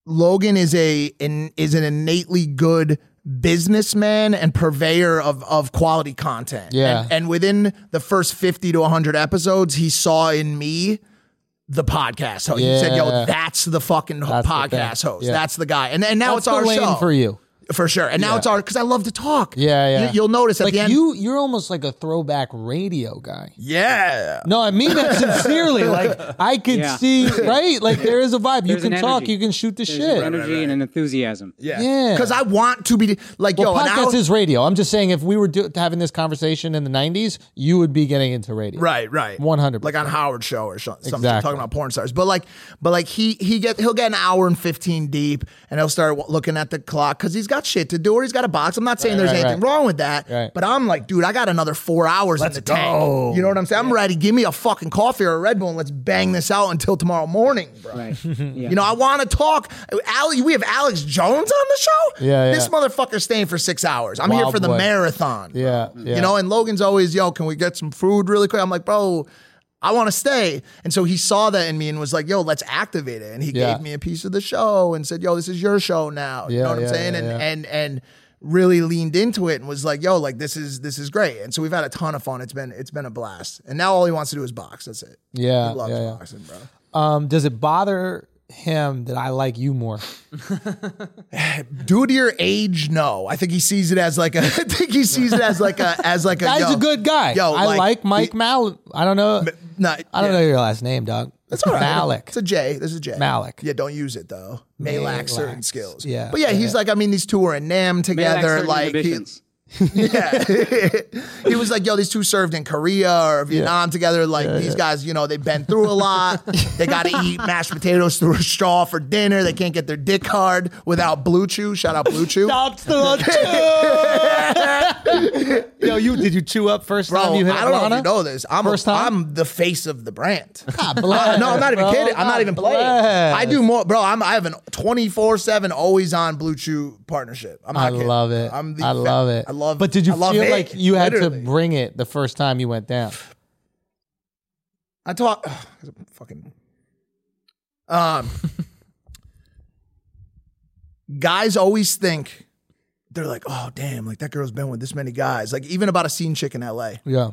Speaker 4: um, Logan is a an, is an innately good businessman and purveyor of of quality content.
Speaker 1: Yeah.
Speaker 4: And, and within the first fifty to hundred episodes, he saw in me the podcast. So he said,
Speaker 1: Yeah.
Speaker 4: "Yo, that's the fucking
Speaker 1: That's the
Speaker 4: podcast
Speaker 1: thing.
Speaker 4: host.
Speaker 1: Yeah.
Speaker 4: That's the guy." And and now
Speaker 1: That's
Speaker 4: it's our
Speaker 1: the lane
Speaker 4: show
Speaker 1: for you.
Speaker 4: for sure. And now it's our because I love to talk.
Speaker 1: Yeah, yeah.
Speaker 4: You, you'll notice at
Speaker 1: like
Speaker 4: the end.
Speaker 1: you, you're almost like a throwback radio guy.
Speaker 4: yeah,
Speaker 1: No, I mean that sincerely. Like I could
Speaker 2: Yeah.
Speaker 1: see, right? Like there is a vibe.
Speaker 2: There's
Speaker 1: you
Speaker 2: an
Speaker 1: can talk.
Speaker 2: energy.
Speaker 1: You can shoot the
Speaker 2: There's
Speaker 1: shit.
Speaker 2: energy and an enthusiasm.
Speaker 4: yeah,
Speaker 1: Yeah.
Speaker 4: Because I want to be like
Speaker 1: Well,
Speaker 4: yo. and
Speaker 1: podcast
Speaker 4: I,
Speaker 1: is radio. I'm just saying, if we were do- having this conversation in the '90s, you would be getting into radio.
Speaker 4: right, right,
Speaker 1: 100%.
Speaker 4: Like on Howard show or so- something
Speaker 1: Exactly.
Speaker 4: talking about porn stars. But like, but like he he get he'll get an hour and fifteen deep, and he'll start w- looking at the clock because he's got shit to do or he's got a box. I'm not saying there's
Speaker 1: right,
Speaker 4: anything
Speaker 1: right.
Speaker 4: wrong with that,
Speaker 1: Right.
Speaker 4: but I'm like, dude, I got another four hours in the tank. You know what I'm saying? I'm ready. Give me a fucking coffee or a Red Bull and let's bang this out until tomorrow morning, bro.
Speaker 2: Right. Yeah.
Speaker 4: You know, I want to talk. Ali, we have Alex Jones on the show.
Speaker 1: Yeah,
Speaker 4: This
Speaker 1: yeah.
Speaker 4: motherfucker's staying for six hours. I'm here
Speaker 1: Wild
Speaker 4: for the
Speaker 1: boy.
Speaker 4: marathon. bro.
Speaker 1: Yeah, yeah.
Speaker 4: You know, and Logan's always, yo, can we get some food really quick? I'm like, bro, I want to stay. And so he saw that in me and was like, yo, let's activate it. And he
Speaker 1: Yeah.
Speaker 4: gave me a piece of the show and said, yo, this is your show now. you
Speaker 1: Yeah,
Speaker 4: know what I'm
Speaker 1: yeah,
Speaker 4: saying?
Speaker 1: yeah,
Speaker 4: and,
Speaker 1: yeah.
Speaker 4: and, and, really leaned into it and was like yo like this is this is great and so we've had a ton of fun it's been it's been a blast and now all he wants to do is box that's it
Speaker 1: Yeah,
Speaker 4: he loves
Speaker 1: yeah, yeah.
Speaker 4: boxing bro
Speaker 1: Um, does it bother him that I like you more.
Speaker 4: Due to your age, no. I think he sees it as like a. I think he sees it as like a as like a.
Speaker 1: Guy's
Speaker 4: yo,
Speaker 1: a good guy.
Speaker 4: Yo,
Speaker 1: I like, Mike Malik. I don't know.
Speaker 4: Nah,
Speaker 1: I don't know your last name, dog.
Speaker 4: That's all right.
Speaker 1: Malik.
Speaker 4: It's a J. This is a J.
Speaker 1: Malik.
Speaker 4: Yeah, don't use it though. May lack certain
Speaker 1: Malak.
Speaker 4: skills.
Speaker 1: Yeah.
Speaker 4: But yeah, he's like, I mean, these two are in NAM together. Like, he, yeah. he was like, yo, these two served in Korea or Vietnam together. Like, these guys, you know, they've been through a lot. they got to eat mashed potatoes through a straw for dinner. They can't get their dick hard without Blue Chew. Shout out Blue Chew.
Speaker 1: Yo, you did you chew up first
Speaker 4: Bro, Oh, I
Speaker 1: time
Speaker 4: don't
Speaker 1: you hit
Speaker 4: know if
Speaker 1: Lana?
Speaker 4: you know this. I'm, a,
Speaker 1: First time?
Speaker 4: I'm the face of the brand.
Speaker 1: God bless,
Speaker 4: I- no, I'm not even
Speaker 1: bro.
Speaker 4: kidding. I'm not
Speaker 1: God
Speaker 4: even playing.
Speaker 1: bless.
Speaker 4: I do more, bro. I'm I have an 24 seven always on Blue Chew partnership. I'm not
Speaker 1: I
Speaker 4: kidding.
Speaker 1: love it. i
Speaker 4: I'm the fa-
Speaker 1: love it.
Speaker 4: I love.
Speaker 1: But did you
Speaker 4: I love
Speaker 1: feel
Speaker 4: it,
Speaker 1: like you had
Speaker 4: literally.
Speaker 1: to bring it the first time you went down?
Speaker 4: I talk. fucking. Um. guys always think they're like, oh damn, like that girl's been with this many guys. Like even about a scene chick in L.A.
Speaker 1: Yeah.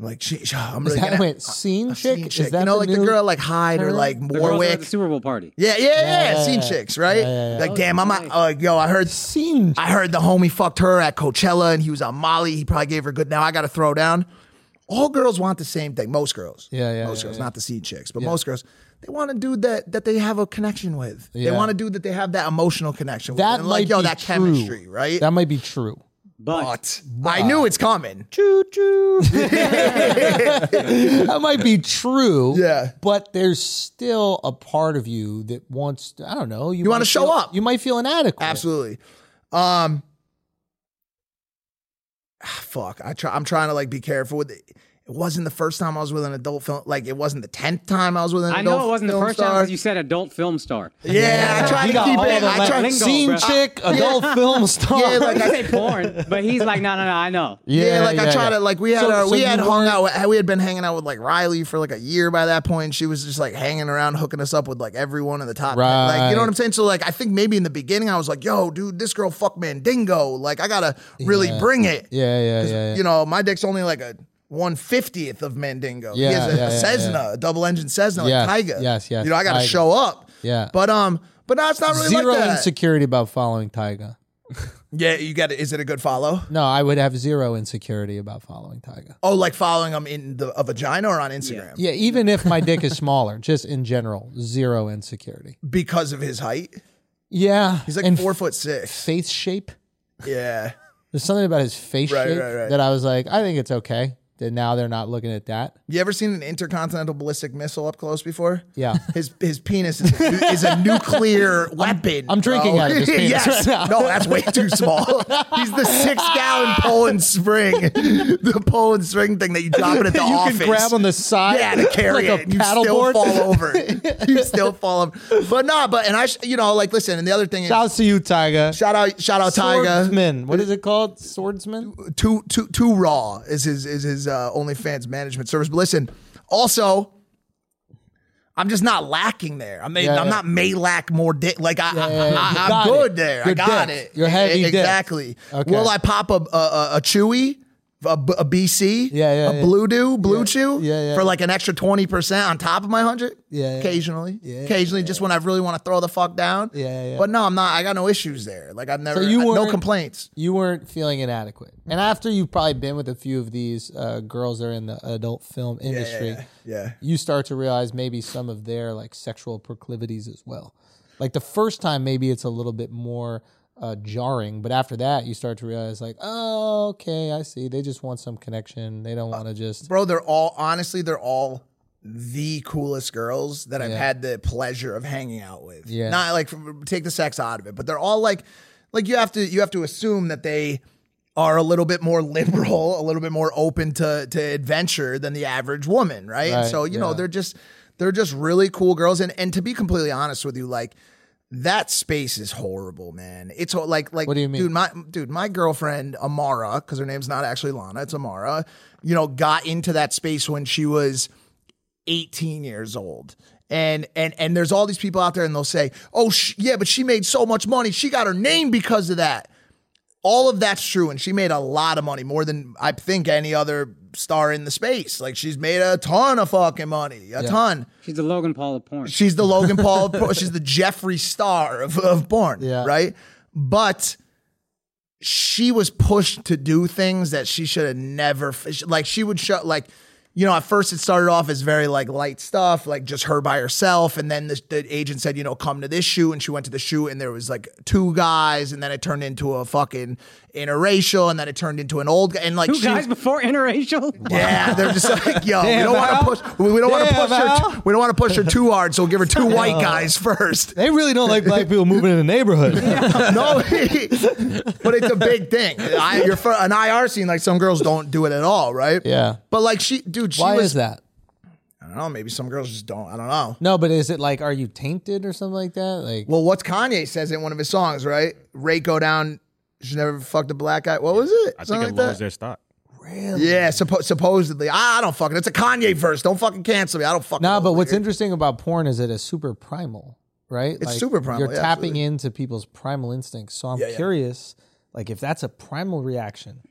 Speaker 4: Like she, she- I'm
Speaker 1: Is
Speaker 4: really
Speaker 1: that
Speaker 4: gonna-
Speaker 1: wait, scene
Speaker 4: a
Speaker 1: chick?
Speaker 4: scene
Speaker 1: Is that
Speaker 4: you know,
Speaker 1: the
Speaker 4: like
Speaker 1: new-
Speaker 4: the girl like Hyde or like
Speaker 2: The girls were at
Speaker 4: Warwick.
Speaker 2: the Super Bowl party.
Speaker 4: Yeah, yeah, yeah,
Speaker 1: yeah,
Speaker 4: Scene
Speaker 1: yeah.
Speaker 4: chicks, right? Like, damn, I'm not. Uh, yo, I heard
Speaker 1: scene?
Speaker 4: I heard the homie fucked her at Coachella and he was on Molly. He probably gave her good. Now I got to throw down. All girls want the same thing. Most girls.
Speaker 1: Yeah, yeah,
Speaker 4: Most
Speaker 1: yeah,
Speaker 4: girls,
Speaker 1: yeah.
Speaker 4: not the seed chicks, but most girls. They want a dude that that they have a connection with.
Speaker 1: Yeah.
Speaker 4: They want a dude that they have that emotional connection with.
Speaker 1: That
Speaker 4: And, like,
Speaker 1: might
Speaker 4: yo,
Speaker 1: be
Speaker 4: that
Speaker 1: true.
Speaker 4: chemistry, right?
Speaker 1: That might be true.
Speaker 2: But
Speaker 4: but I knew it's coming.
Speaker 2: choo choo.
Speaker 1: that might be true.
Speaker 4: Yeah.
Speaker 1: But there's still a part of you that wants to, I don't know. You,
Speaker 4: wanna
Speaker 1: might
Speaker 4: show
Speaker 1: feel-
Speaker 4: up.
Speaker 1: You might feel inadequate.
Speaker 4: Absolutely. Um ah, fuck. I try I'm trying to like be careful with it. It wasn't the first time I was with an adult film. Like it wasn't the tenth time I was with an
Speaker 2: I
Speaker 4: adult
Speaker 2: know it wasn't the
Speaker 4: film
Speaker 2: first
Speaker 4: star.
Speaker 2: time 'cause you said adult film star.
Speaker 4: Yeah, I tried
Speaker 1: You
Speaker 4: to
Speaker 1: got
Speaker 4: keep
Speaker 1: all
Speaker 4: it.
Speaker 1: the
Speaker 4: I
Speaker 1: like,
Speaker 4: tried.
Speaker 2: lingo,
Speaker 1: scene
Speaker 2: bro.
Speaker 1: chick, adult film star.
Speaker 4: Yeah, like
Speaker 2: I
Speaker 4: I,
Speaker 2: say porn, but he's like, no, no, no, I know.
Speaker 4: yeah, like I tried to like we had
Speaker 1: So-
Speaker 4: our
Speaker 1: so
Speaker 4: we
Speaker 1: you
Speaker 4: had hung
Speaker 1: weren't-
Speaker 4: out. With, we had been hanging out with like Riley for like a year by that point. She was just like hanging around, hooking us up with like everyone in the top. ten. Like you know
Speaker 1: Right.
Speaker 4: what I'm saying? So like I think maybe in the beginning I was like, "Yo, dude, this girl fuck Mandingo. Like I gotta really bring it."
Speaker 1: Yeah, yeah, yeah. yeah.
Speaker 4: You know, my dick's only like a. One fiftieth of Mandingo. he
Speaker 1: Yeah,
Speaker 4: has a,
Speaker 1: yeah,
Speaker 4: a
Speaker 1: yeah,
Speaker 4: Cessna,
Speaker 1: yeah.
Speaker 4: a double engine Cessna, like
Speaker 1: Yes,
Speaker 4: Tiger.
Speaker 1: yes, yes,
Speaker 4: You know, I gotta
Speaker 1: Tiger.
Speaker 4: show up.
Speaker 1: Yeah.
Speaker 4: But um, but no, it's not really
Speaker 1: zero
Speaker 4: like that.
Speaker 1: insecurity about following Tyga.
Speaker 4: yeah, you got it. Is it a good follow?
Speaker 1: No, I would have zero insecurity about following Tyga.
Speaker 4: Oh, like following them in the a vagina or on Instagram
Speaker 1: Yeah, even if my dick is smaller, just in general, zero insecurity.
Speaker 4: because of his height.
Speaker 1: Yeah.
Speaker 4: He's like
Speaker 1: and
Speaker 4: four foot six.
Speaker 1: face shape.
Speaker 4: Yeah,
Speaker 1: There's something about his face
Speaker 4: Right,
Speaker 1: shape
Speaker 4: right, right.
Speaker 1: that I was like, I think it's okay. That now they're not looking at that.
Speaker 4: you ever seen an intercontinental ballistic missile up close before?
Speaker 1: Yeah.
Speaker 4: his his penis is, is a nuclear weapon.
Speaker 1: I'm drinking
Speaker 4: bro.
Speaker 1: out of his penis
Speaker 4: yes,
Speaker 1: right now.
Speaker 4: no, that's way too small. He's the six gallon Poland spring, the Poland spring thing that you drop it at the
Speaker 1: you
Speaker 4: office.
Speaker 1: can grab on the side.
Speaker 4: yeah, to carry
Speaker 1: like
Speaker 4: it.
Speaker 1: a
Speaker 4: you
Speaker 1: paddle
Speaker 4: still
Speaker 1: board.
Speaker 4: fall over. you still fall over. But nah, but and I, sh- you know, like listen. And the other thing is,
Speaker 1: Shout out to you, Tyga.
Speaker 4: shout out, shout out, Tyga.
Speaker 1: Swordsman. What is it called? Swordsman?
Speaker 4: too too too raw is his is his uh, OnlyFans management service. But listen, also, I'm just not lacking there. I mean,
Speaker 1: Yeah,
Speaker 4: I'm
Speaker 1: yeah.
Speaker 4: not may lack more dick. Like I,
Speaker 1: yeah, yeah. You
Speaker 4: I, I
Speaker 1: got
Speaker 4: am good
Speaker 1: it.
Speaker 4: there. I
Speaker 1: Your
Speaker 4: got
Speaker 1: dick.
Speaker 4: it.
Speaker 1: Your heavy
Speaker 4: E-
Speaker 1: dick.
Speaker 4: exactly.
Speaker 1: Okay.
Speaker 4: Will I pop a a, a, a chewy? A, B- a BC,
Speaker 1: Yeah, yeah,
Speaker 4: a
Speaker 1: yeah.
Speaker 4: blue do, blue chew,
Speaker 1: yeah, yeah.
Speaker 4: for like an extra twenty percent on top of my hundred,
Speaker 1: Yeah, yeah.
Speaker 4: occasionally, occasionally, just when I really want to throw the fuck down,
Speaker 1: yeah, yeah.
Speaker 4: But no, I'm not. I got no issues there. Like I've never,
Speaker 1: you
Speaker 4: I- no
Speaker 1: weren't-
Speaker 4: complaints.
Speaker 1: You weren't feeling inadequate. And after you've probably been with a few of these uh, girls that are in the adult film industry,
Speaker 4: Yeah,
Speaker 1: you start to realize maybe some of their like sexual proclivities as well. Like the first time, maybe it's a little bit more uh, jarring, but after that, you start to realize like, oh, okay, I see. They just want some connection. They don't want to just.
Speaker 4: bro they're all honestly they're all the coolest girls that i've
Speaker 1: Yeah.
Speaker 4: had the pleasure of hanging out with
Speaker 1: Yeah.
Speaker 4: not like from- take the sex out of it but they're all like like you have to you have to assume that they are a little bit more liberal a little bit more open to to adventure than the average woman right, And
Speaker 1: Right,
Speaker 4: so you know
Speaker 1: yeah.
Speaker 4: they're just they're just really cool girls and and to be completely honest with you like that space is horrible, man. It's ho- like like
Speaker 1: What do you mean?
Speaker 4: dude, my dude, my girlfriend Amara, because her name's not actually Lana, it's Amara, you know, got into that space when she was 18 years old. And and and there's all these people out there and they'll say, "Oh, sh- yeah, but she made so much money. She got her name because of that." all of that's true, and she made a lot of money, more than I think any other star in the space. Like she's made a ton of fucking money, a ton.
Speaker 2: She's the Logan Paul of porn.
Speaker 4: She's the Logan Paul. of por- she's the Jeffree Star of, of porn.
Speaker 1: Yeah.
Speaker 4: Right. But she was pushed to do things that she should have never, f- like, she would shut, like, you know, at first it started off as very like light stuff, like just her by herself. And then the, the agent said, you know, come to this shoot. And she went to the shoot and there was like two guys. And then it turned into a fucking interracial. And then it turned into an old guy. And like,
Speaker 2: Two
Speaker 4: she,
Speaker 2: guys before interracial.
Speaker 4: yeah, they're just like, yo, we
Speaker 1: Damn,
Speaker 4: don't want
Speaker 1: Val.
Speaker 4: to push. We, we don't want to
Speaker 1: Damn,
Speaker 4: push her.
Speaker 1: Val.
Speaker 4: T- we don't want to push her too hard. So we'll give her two white guys first.
Speaker 1: They really don't like black people moving in the neighborhood.
Speaker 4: No, but it's a big thing. I, you're for an IR scene. Like some girls don't do it at all, right?
Speaker 1: Yeah.
Speaker 4: But like she, dude, she
Speaker 1: Why
Speaker 4: was.
Speaker 1: is that?
Speaker 4: I don't know. Maybe some girls just don't. I don't know.
Speaker 1: No, but is it like, are you tainted or something like that? Like,
Speaker 4: Well, what's Kanye says in one of his songs, right? Ray go down. She never fucked a black guy. What was it?
Speaker 8: I think
Speaker 4: Something
Speaker 8: it
Speaker 4: like that.
Speaker 8: lowers their stock.
Speaker 4: yeah, suppo- supposedly. I, I don't fucking. It's a Kanye verse. Don't fucking cancel me. I don't fucking.
Speaker 1: nah,
Speaker 4: know,
Speaker 1: but what's
Speaker 4: nigga.
Speaker 1: interesting about porn is it is super primal, right? It's
Speaker 4: super primal,
Speaker 1: You're
Speaker 4: yeah,
Speaker 1: tapping
Speaker 4: absolutely.
Speaker 1: into people's primal instincts. So I'm
Speaker 4: Yeah, yeah.
Speaker 1: curious, like, if that's a primal reaction,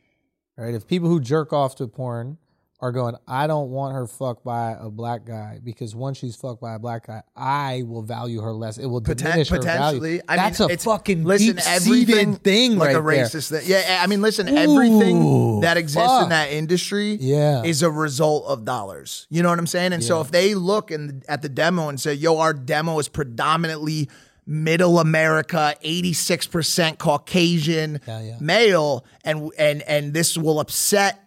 Speaker 1: right? If people who jerk off to porn are going, I don't want her fucked by a black guy because once she's fucked by a black guy, I will value her less. It will diminish her
Speaker 4: potentially.
Speaker 1: value.
Speaker 4: I
Speaker 1: that's
Speaker 4: mean,
Speaker 1: a
Speaker 4: it's-
Speaker 1: fucking
Speaker 4: listen,
Speaker 1: deep-seated
Speaker 4: everything
Speaker 1: thing,
Speaker 4: like
Speaker 1: right
Speaker 4: a
Speaker 1: there.
Speaker 4: racist thing. Yeah, I mean, listen, everything
Speaker 1: Ooh,
Speaker 4: that exists in
Speaker 1: fuck.
Speaker 4: that industry,
Speaker 1: Yeah.
Speaker 4: is a result of dollars. You know what I'm saying? And so if they look in at the demo and say, "Yo, our demo is predominantly middle America, 86% Caucasian
Speaker 1: yeah.
Speaker 4: male," and and and this will upset.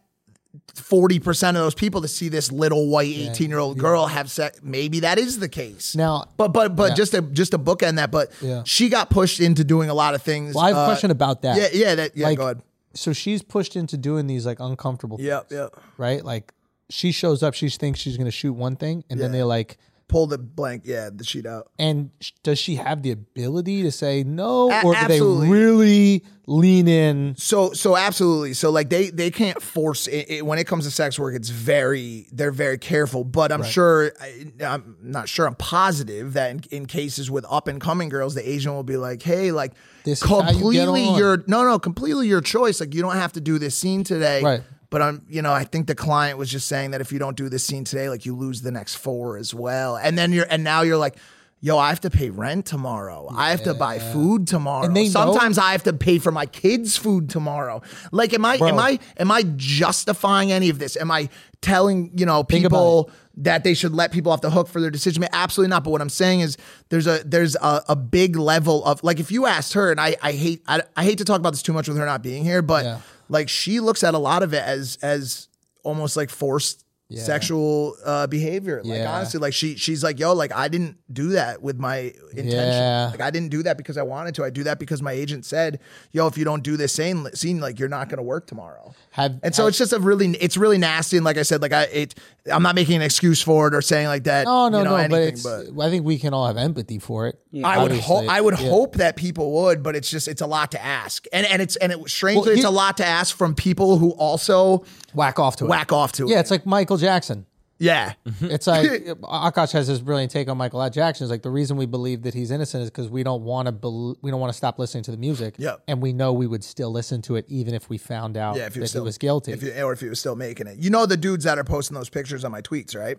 Speaker 4: 40% of those people to see this little white 18 year old girl have sex maybe that is the case
Speaker 1: Now-
Speaker 4: but but but just to just to bookend that but
Speaker 1: Yeah.
Speaker 4: she got pushed into doing a lot of things
Speaker 1: Well, I have a
Speaker 4: uh,
Speaker 1: question about that.
Speaker 4: yeah yeah that yeah
Speaker 1: Like,
Speaker 4: go ahead
Speaker 1: So she's pushed into doing these like uncomfortable
Speaker 4: yep yep
Speaker 1: right? Like she shows up, she thinks she's going to shoot one thing, and then they like,
Speaker 4: pull the blank yeah the sheet out
Speaker 1: and sh- does she have the ability to say no,
Speaker 4: A-
Speaker 1: or do they
Speaker 4: absolutely.
Speaker 1: really lean in?
Speaker 4: so so absolutely so like they they can't force it, it when it comes to sex work it's very they're very careful but i'm sure I, i'm not sure i'm positive that in, in cases with up and coming girls the asian will be like hey like
Speaker 1: This is how you get
Speaker 4: completely
Speaker 1: on.
Speaker 4: your no no completely your choice like you don't have to do this scene today
Speaker 1: Right.
Speaker 4: but i'm you know i think the client was just saying that if you don't do this scene today like you lose the next four as well and then you're and now you're like Yo, I have to pay rent tomorrow. I have to buy food tomorrow.
Speaker 1: And they know-
Speaker 4: Sometimes I have to pay for my kids' food tomorrow. Like, am I am I am I justifying any of this? Am I telling you know
Speaker 1: about
Speaker 4: people that they should let people off the hook for their decision? Absolutely not. But what I'm saying is there's a there's a, a big level of like if you asked her, and I I hate I, I hate to talk about this too much with her not being here, but
Speaker 1: Yeah.
Speaker 4: like she looks at a lot of it as as almost like forced. sexual uh behavior like
Speaker 1: Yeah.
Speaker 4: honestly like she she's like yo like i didn't do that with my intention
Speaker 1: Yeah.
Speaker 4: like I didn't do that because I wanted to. I do that because my agent said, "Yo, if you don't do this scene, scene like you're not going to work tomorrow."
Speaker 1: Have
Speaker 4: And so it's just a really, it's really nasty. And like I said, like I, it, I'm not making an excuse for it or saying like that.
Speaker 1: oh no
Speaker 4: you know,
Speaker 1: no, but
Speaker 4: anything,
Speaker 1: it's I think we can all have empathy for it.
Speaker 4: I would hope,
Speaker 1: Obviously,
Speaker 4: I would
Speaker 1: yeah.
Speaker 4: hope that people would, but it's just, it's a lot to ask. And and it's and it strangely,
Speaker 1: Well,
Speaker 4: it's
Speaker 1: you-
Speaker 4: a lot to ask from people who also
Speaker 1: whack off to it.
Speaker 4: whack off to
Speaker 1: Yeah,
Speaker 4: it.
Speaker 1: it's like Michael Jackson.
Speaker 4: Yeah,
Speaker 1: It's like Akash has this brilliant take on Michael L. Jackson. It's like the reason we believe that he's innocent is because we don't want to bel we don't want to stop listening to the music.
Speaker 4: Yeah.
Speaker 1: and we know we would still listen to it even if we found out
Speaker 4: yeah. If
Speaker 1: that
Speaker 4: he was
Speaker 1: he
Speaker 4: still
Speaker 1: was guilty.
Speaker 4: if you, or if he was still making it, you know, the dudes that are posting those pictures on my tweets, right?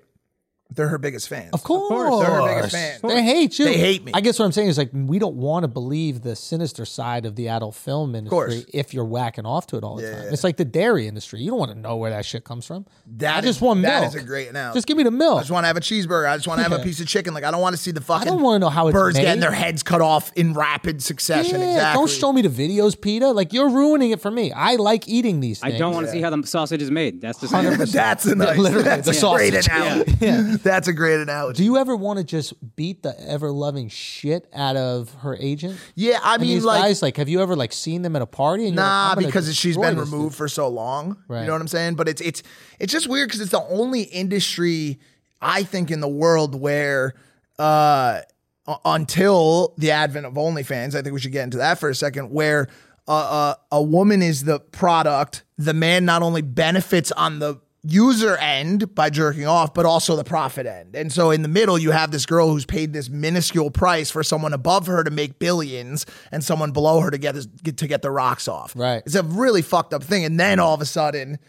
Speaker 4: They're her biggest fans.
Speaker 1: Of course.
Speaker 4: They're her biggest fans.
Speaker 1: They hate you.
Speaker 4: They hate me.
Speaker 1: I guess what I'm saying is like we don't want to believe the sinister side of the adult film
Speaker 4: course.
Speaker 1: industry if you're whacking off to it all the time. It's like the dairy industry. You don't want to know where that shit comes from.
Speaker 4: That
Speaker 1: I
Speaker 4: is-
Speaker 1: just want milk.
Speaker 4: that is a great analogy.
Speaker 1: Just give me the milk.
Speaker 4: I just want to have a cheeseburger. I just want to have a piece of chicken. Like I don't want to see the fucking.
Speaker 1: don't wanna know how it's
Speaker 4: birds getting
Speaker 1: made.
Speaker 4: their heads cut off in rapid succession.
Speaker 1: yeah,
Speaker 4: exactly.
Speaker 1: Don't show me the videos, Peta. Like you're ruining it for me. I like eating these
Speaker 2: I
Speaker 1: things.
Speaker 2: don't want to see how the sausage is made. That's just
Speaker 4: That's a nice.
Speaker 1: literally,
Speaker 4: that's
Speaker 1: the
Speaker 4: a great
Speaker 1: sausage.
Speaker 4: analogy. That's a great
Speaker 1: Do
Speaker 4: analogy.
Speaker 1: you ever want to just beat the ever loving shit out of her agent?
Speaker 4: Yeah, I
Speaker 1: And
Speaker 4: mean,
Speaker 1: these
Speaker 4: like,
Speaker 1: guys, like, have you ever like seen them at a party? And you're like,
Speaker 4: nah,
Speaker 1: I'm gonna
Speaker 4: because she's
Speaker 1: destroy
Speaker 4: been
Speaker 1: this dude?
Speaker 4: removed for so long. You
Speaker 1: Right.
Speaker 4: know what I'm saying? But it's it's it's just weird because it's the only industry I think in the world where. uh u- until the advent of OnlyFans, I think we should get into that for a second, where uh, uh, a woman is the product, the man not only benefits on the user end by jerking off, but also the profit end. And so in the middle, you have this girl who's paid this minuscule price for someone above her to make billions and someone below her to get, his, get to get the rocks off.
Speaker 1: Right.
Speaker 4: It's a really fucked up thing. And then all of a sudden,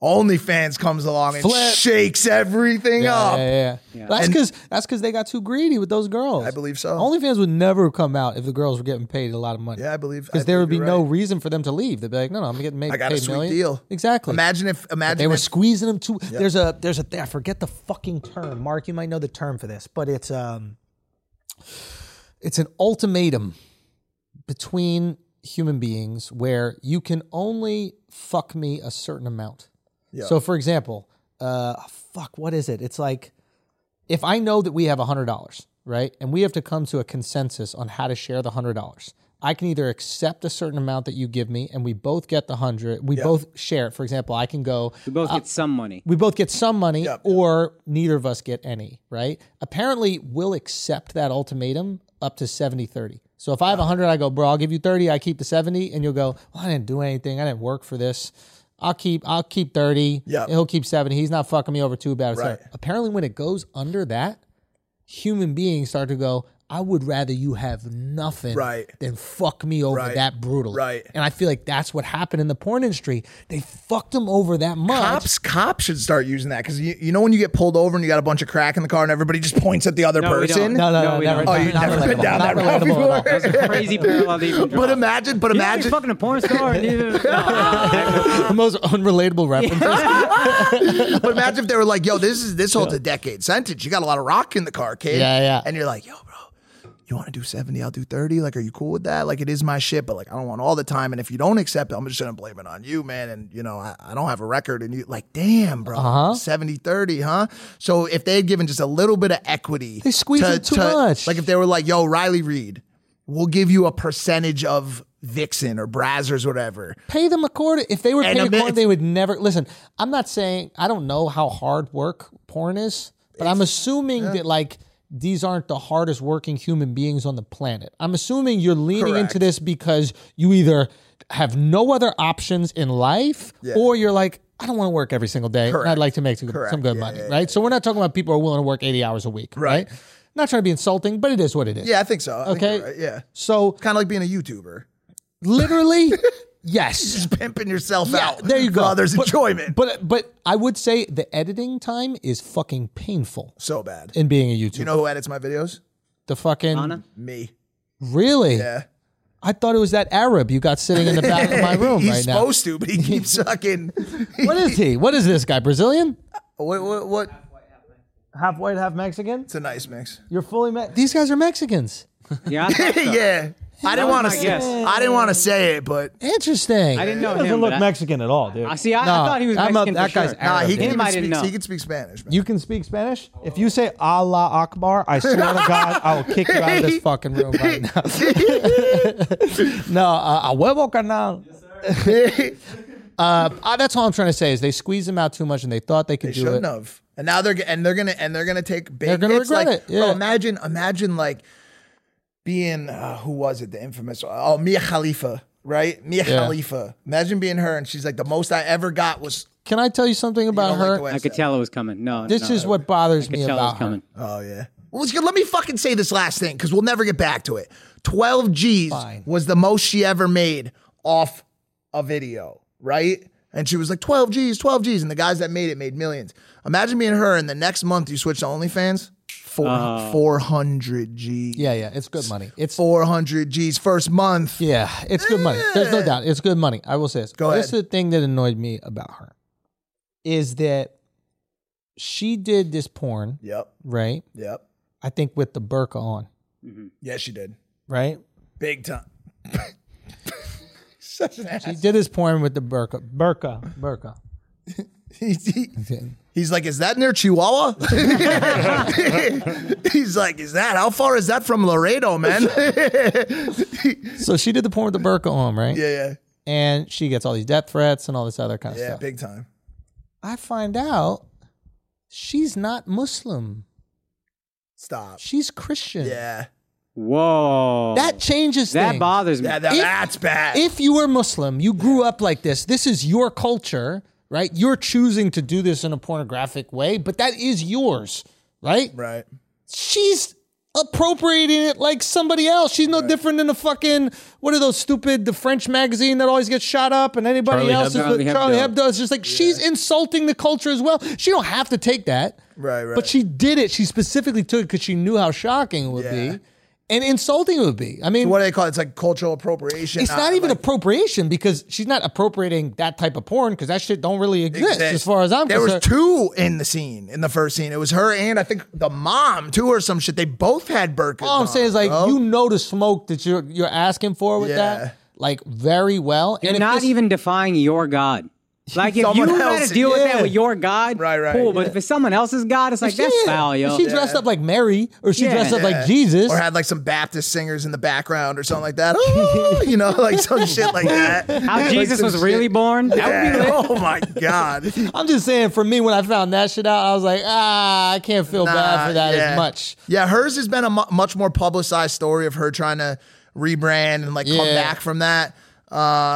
Speaker 4: OnlyFans comes along and
Speaker 1: Flip.
Speaker 4: shakes everything
Speaker 1: Yeah,
Speaker 4: up.
Speaker 1: yeah, yeah. That's
Speaker 4: And-
Speaker 1: because that's because they got too greedy with those girls.
Speaker 4: I believe so.
Speaker 1: OnlyFans would never come out if the girls were getting paid a lot of money.
Speaker 4: Yeah, I believe I
Speaker 1: because there would be
Speaker 4: believe you're
Speaker 1: no
Speaker 4: right.
Speaker 1: reason for them to leave. They'd be like, no, no, I'm getting made.
Speaker 4: I got a
Speaker 1: paid
Speaker 4: sweet
Speaker 1: million.
Speaker 4: deal.
Speaker 1: Exactly.
Speaker 4: Imagine if imagine
Speaker 1: They were
Speaker 4: if-
Speaker 1: squeezing them too. There's a there's a I forget the fucking term. Mark, you might know the term for this, but it's um, it's an ultimatum between human beings where you can only fuck me a certain amount. So, for example, uh, fuck, what is it? It's like if I know that we have hundred dollars, right, and we have to come to a consensus on how to share the hundred dollars. I can either accept a certain amount that you give me, and we both get the hundred. We both share it. For example, I can go
Speaker 2: We both get some money.
Speaker 1: we both get some money or neither of us get any, right? Apparently, we'll accept that ultimatum up to 70 30. So if I have 100, I go, bro, I'll give you 30, I keep the 70, and you'll go, well, I didn't do anything, I didn't work for this. I'll keep I'll keep 30.
Speaker 4: Yeah.
Speaker 1: He'll keep 70. He's not fucking me over too bad. et cetera.
Speaker 4: Right.
Speaker 1: Apparently when it goes under that, human beings start to go, I would rather you have nothing
Speaker 4: Right.
Speaker 1: than fuck me over
Speaker 4: Right.
Speaker 1: that brutally.
Speaker 4: Right.
Speaker 1: And I feel like that's what happened in the porn industry. They fucked them over that much.
Speaker 4: Cops, cops should start using that because you, you know when you get pulled over and you got a bunch of crack in the car and everybody just points at the other
Speaker 2: No, we don't.
Speaker 4: person.
Speaker 1: No, no, no,
Speaker 2: No, we
Speaker 1: never,
Speaker 2: don't. Oh,
Speaker 4: you've
Speaker 1: not
Speaker 4: never been
Speaker 1: relatable.
Speaker 4: down
Speaker 1: Not
Speaker 4: that road
Speaker 1: relatable at all.
Speaker 2: That was a crazy parallel to even draw.
Speaker 4: But imagine, but
Speaker 2: You know, you're
Speaker 4: imagine,
Speaker 2: fucking a porn star. and you-
Speaker 1: The most unrelatable references.
Speaker 4: but imagine if they were like, "Yo, this is this holds a decade sentence. You got a lot of rock in the car, kid."
Speaker 1: Yeah, yeah.
Speaker 4: And you're like, "Yo, bro, you want to do seventy? I'll do 30. Like, are you cool with that? Like, it is my shit, but like, I don't want all the time. And if you don't accept it, I'm just gonna blame it on you, man. And you know, I, I don't have a record. And you like, damn, bro,
Speaker 1: Uh-huh.
Speaker 4: 70, 30, huh? So if they had given just a little bit of equity,
Speaker 1: They squeezed it too much.
Speaker 4: Like, if they were like, "Yo, Riley Reed, we'll give you a percentage of." Vixen or Brazzers, whatever.
Speaker 1: Pay them according. If they were
Speaker 4: And
Speaker 1: paid
Speaker 4: a mi-
Speaker 1: according, they would never listen. I'm not saying I don't know how hard work porn is, but I'm assuming that like these aren't the hardest working human beings on the planet. I'm assuming you're leaning into this because you either have no other options in life, or you're like. I don't want to work every single day. And I'd like to make some, some good money, right? so we're not talking about people who are willing to work 80 hours a week, right? Not trying to be insulting, but it is what it is.
Speaker 4: Yeah, I think so. I think
Speaker 1: Okay.
Speaker 4: you're right. Yeah.
Speaker 1: So
Speaker 4: Kind of like being a YouTuber.
Speaker 1: literally yes
Speaker 4: pimping yourself
Speaker 1: Yeah,
Speaker 4: out.
Speaker 1: there you go
Speaker 4: For others'
Speaker 1: But-
Speaker 4: enjoyment.
Speaker 1: but but i would say the editing time is fucking painful
Speaker 4: so bad.
Speaker 1: in being a youtuber
Speaker 4: you know who edits my videos?
Speaker 1: the fucking
Speaker 2: Anna?
Speaker 4: Me.
Speaker 1: really
Speaker 4: Yeah.
Speaker 1: i thought it was that arab you got sitting in the back of my room
Speaker 4: He's
Speaker 1: right now
Speaker 4: supposed to, but he keeps sucking.
Speaker 1: what is he what is this guy brazilian
Speaker 4: what, what, what?
Speaker 1: half white half mexican
Speaker 4: It's a nice mix.
Speaker 1: you're fully me- these guys are mexicans
Speaker 2: yeah, I thought so.
Speaker 4: yeah. I didn't want
Speaker 2: my
Speaker 4: to.
Speaker 2: guess.
Speaker 4: I didn't want to say it, but
Speaker 1: interesting
Speaker 2: I didn't know him. but I-
Speaker 1: mexican at all dude
Speaker 2: I see. I, I thought he was
Speaker 1: I'm a-
Speaker 2: Mexican.
Speaker 1: that
Speaker 2: for
Speaker 1: guy's
Speaker 2: sure.
Speaker 1: Arab,
Speaker 4: nah, he
Speaker 1: dude.
Speaker 4: can
Speaker 2: Him, I
Speaker 4: even
Speaker 2: didn't
Speaker 4: speak.
Speaker 2: know.
Speaker 4: He can speak Spanish. Man.
Speaker 1: You can speak Spanish? If you say Allah Akbar, I swear to God, I will kick you out of this fucking room right now. no, uh, a huevo canal. uh, uh, that's all I'm trying to say is they squeezed them out too much and they thought they could
Speaker 4: They
Speaker 1: do it.
Speaker 4: shouldn't have. And now they're g- and they're gonna and they're gonna take big.
Speaker 1: They're gonna
Speaker 4: hits.
Speaker 1: regret
Speaker 4: like,
Speaker 1: it, yeah.
Speaker 4: Bro, imagine imagine like being uh, who was it? The infamous oh Mia Khalifa, right? Mia
Speaker 1: Yeah.
Speaker 4: Khalifa. Imagine being her, and she's like the most I ever got was
Speaker 1: Can I tell you something
Speaker 4: you
Speaker 1: about
Speaker 4: know, like
Speaker 1: her?
Speaker 4: the way
Speaker 2: I could
Speaker 4: said it.
Speaker 2: tell it was coming. No,
Speaker 1: this
Speaker 2: no,
Speaker 1: is what bothers
Speaker 2: I could
Speaker 1: me
Speaker 2: tell it was
Speaker 1: about her.
Speaker 2: coming.
Speaker 4: Oh yeah. Well, let's go- let me fucking say this last thing because we'll never get back to it. Twelve G's
Speaker 1: Fine.
Speaker 4: was the most she ever made off a video, right? And she was like twelve G's, twelve G's, and the guys that made it made millions. Imagine being her, and the next month you switch to OnlyFans, four four hundred G's.
Speaker 1: Yeah, yeah, it's good money. It's
Speaker 4: four hundred G's first month.
Speaker 1: Yeah, it's good money. There's no doubt. It's good money. I will say this.
Speaker 4: Eh. Go
Speaker 1: this
Speaker 4: ahead.
Speaker 1: is the thing that annoyed me about her is that she did this porn,
Speaker 4: Yep,
Speaker 1: right?
Speaker 4: yep.
Speaker 1: I think with the burqa on,
Speaker 4: Yeah, she did
Speaker 1: right?
Speaker 4: big time. Such an
Speaker 1: He
Speaker 4: ass.
Speaker 1: did his porn with the burqa. Burqa. Burqa.
Speaker 4: He's like, is that near Chihuahua? He's like, is that how far is that from Laredo, man?
Speaker 1: So she did the porn with the burqa on, right?
Speaker 4: yeah,
Speaker 1: And she gets all these death threats and all this other kind of
Speaker 4: yeah,
Speaker 1: stuff.
Speaker 4: big time.
Speaker 1: I find out she's not Muslim.
Speaker 4: Stop.
Speaker 1: She's Christian.
Speaker 4: Yeah,
Speaker 2: Whoa.
Speaker 1: That changes
Speaker 2: that
Speaker 1: things.
Speaker 2: bothers me.
Speaker 4: yeah, that,
Speaker 1: If-
Speaker 4: that's bad.
Speaker 1: if you were Muslim, you grew up like this. This is your culture. right? You're choosing to do this in a pornographic way, but that is yours, right?
Speaker 4: Right.
Speaker 1: She's appropriating it like somebody else. She's no different than the fucking what are those stupid the French magazine that always gets shot up and anybody
Speaker 9: Charlie
Speaker 1: else
Speaker 9: Hebdo.
Speaker 1: is
Speaker 9: Charlie
Speaker 1: what Charlie
Speaker 9: Hebdo.
Speaker 1: Hebdo is just like she's insulting the culture as well. She don't have to take that.
Speaker 4: Right, right.
Speaker 1: But she did it. She specifically took it because she knew how shocking it would
Speaker 4: Yeah.
Speaker 1: be and insulting it would be. I mean,
Speaker 4: What do they call it? It's like cultural appropriation. Uh,
Speaker 1: it's not even
Speaker 4: like-
Speaker 1: appropriation because she's not appropriating that type of porn because that shit don't really exist
Speaker 4: exist.
Speaker 1: as far as I'm
Speaker 4: there
Speaker 1: concerned.
Speaker 4: was two in the scene in the first scene. It was her and I think the mom too or some shit. They both had burkas.
Speaker 1: All I'm
Speaker 4: on,
Speaker 1: saying is like
Speaker 4: bro.
Speaker 1: you know the smoke that you're you're asking for with
Speaker 4: Yeah.
Speaker 1: that like very well.
Speaker 2: You're
Speaker 1: if
Speaker 2: not
Speaker 1: this-
Speaker 2: even defying your God. Like if you
Speaker 4: Someone
Speaker 2: got
Speaker 4: else,
Speaker 2: to deal with
Speaker 1: yeah.
Speaker 2: that with your God,
Speaker 4: Right, right,
Speaker 2: cool. But
Speaker 4: yeah.
Speaker 2: if it's someone else's God, it's like
Speaker 1: She-
Speaker 2: that's foul, yo.
Speaker 1: She dressed up like Mary or she
Speaker 2: Yeah.
Speaker 1: dressed up
Speaker 4: Yeah.
Speaker 1: like Jesus.
Speaker 4: Or had like some Baptist singers in the background or something like that. Oh, you know, like some shit like that.
Speaker 2: How
Speaker 4: Like
Speaker 2: Jesus
Speaker 4: some
Speaker 2: was
Speaker 4: shit.
Speaker 2: really born? That would be
Speaker 4: Yeah.
Speaker 2: lit.
Speaker 4: Oh my god.
Speaker 1: I'm just saying for me when I found that shit out, I was like, ah, I can't feel bad for that
Speaker 4: yeah.
Speaker 1: as much.
Speaker 4: Yeah, hers has been a mu- much more publicized story of her trying to rebrand and like come
Speaker 1: Yeah.
Speaker 4: back from that.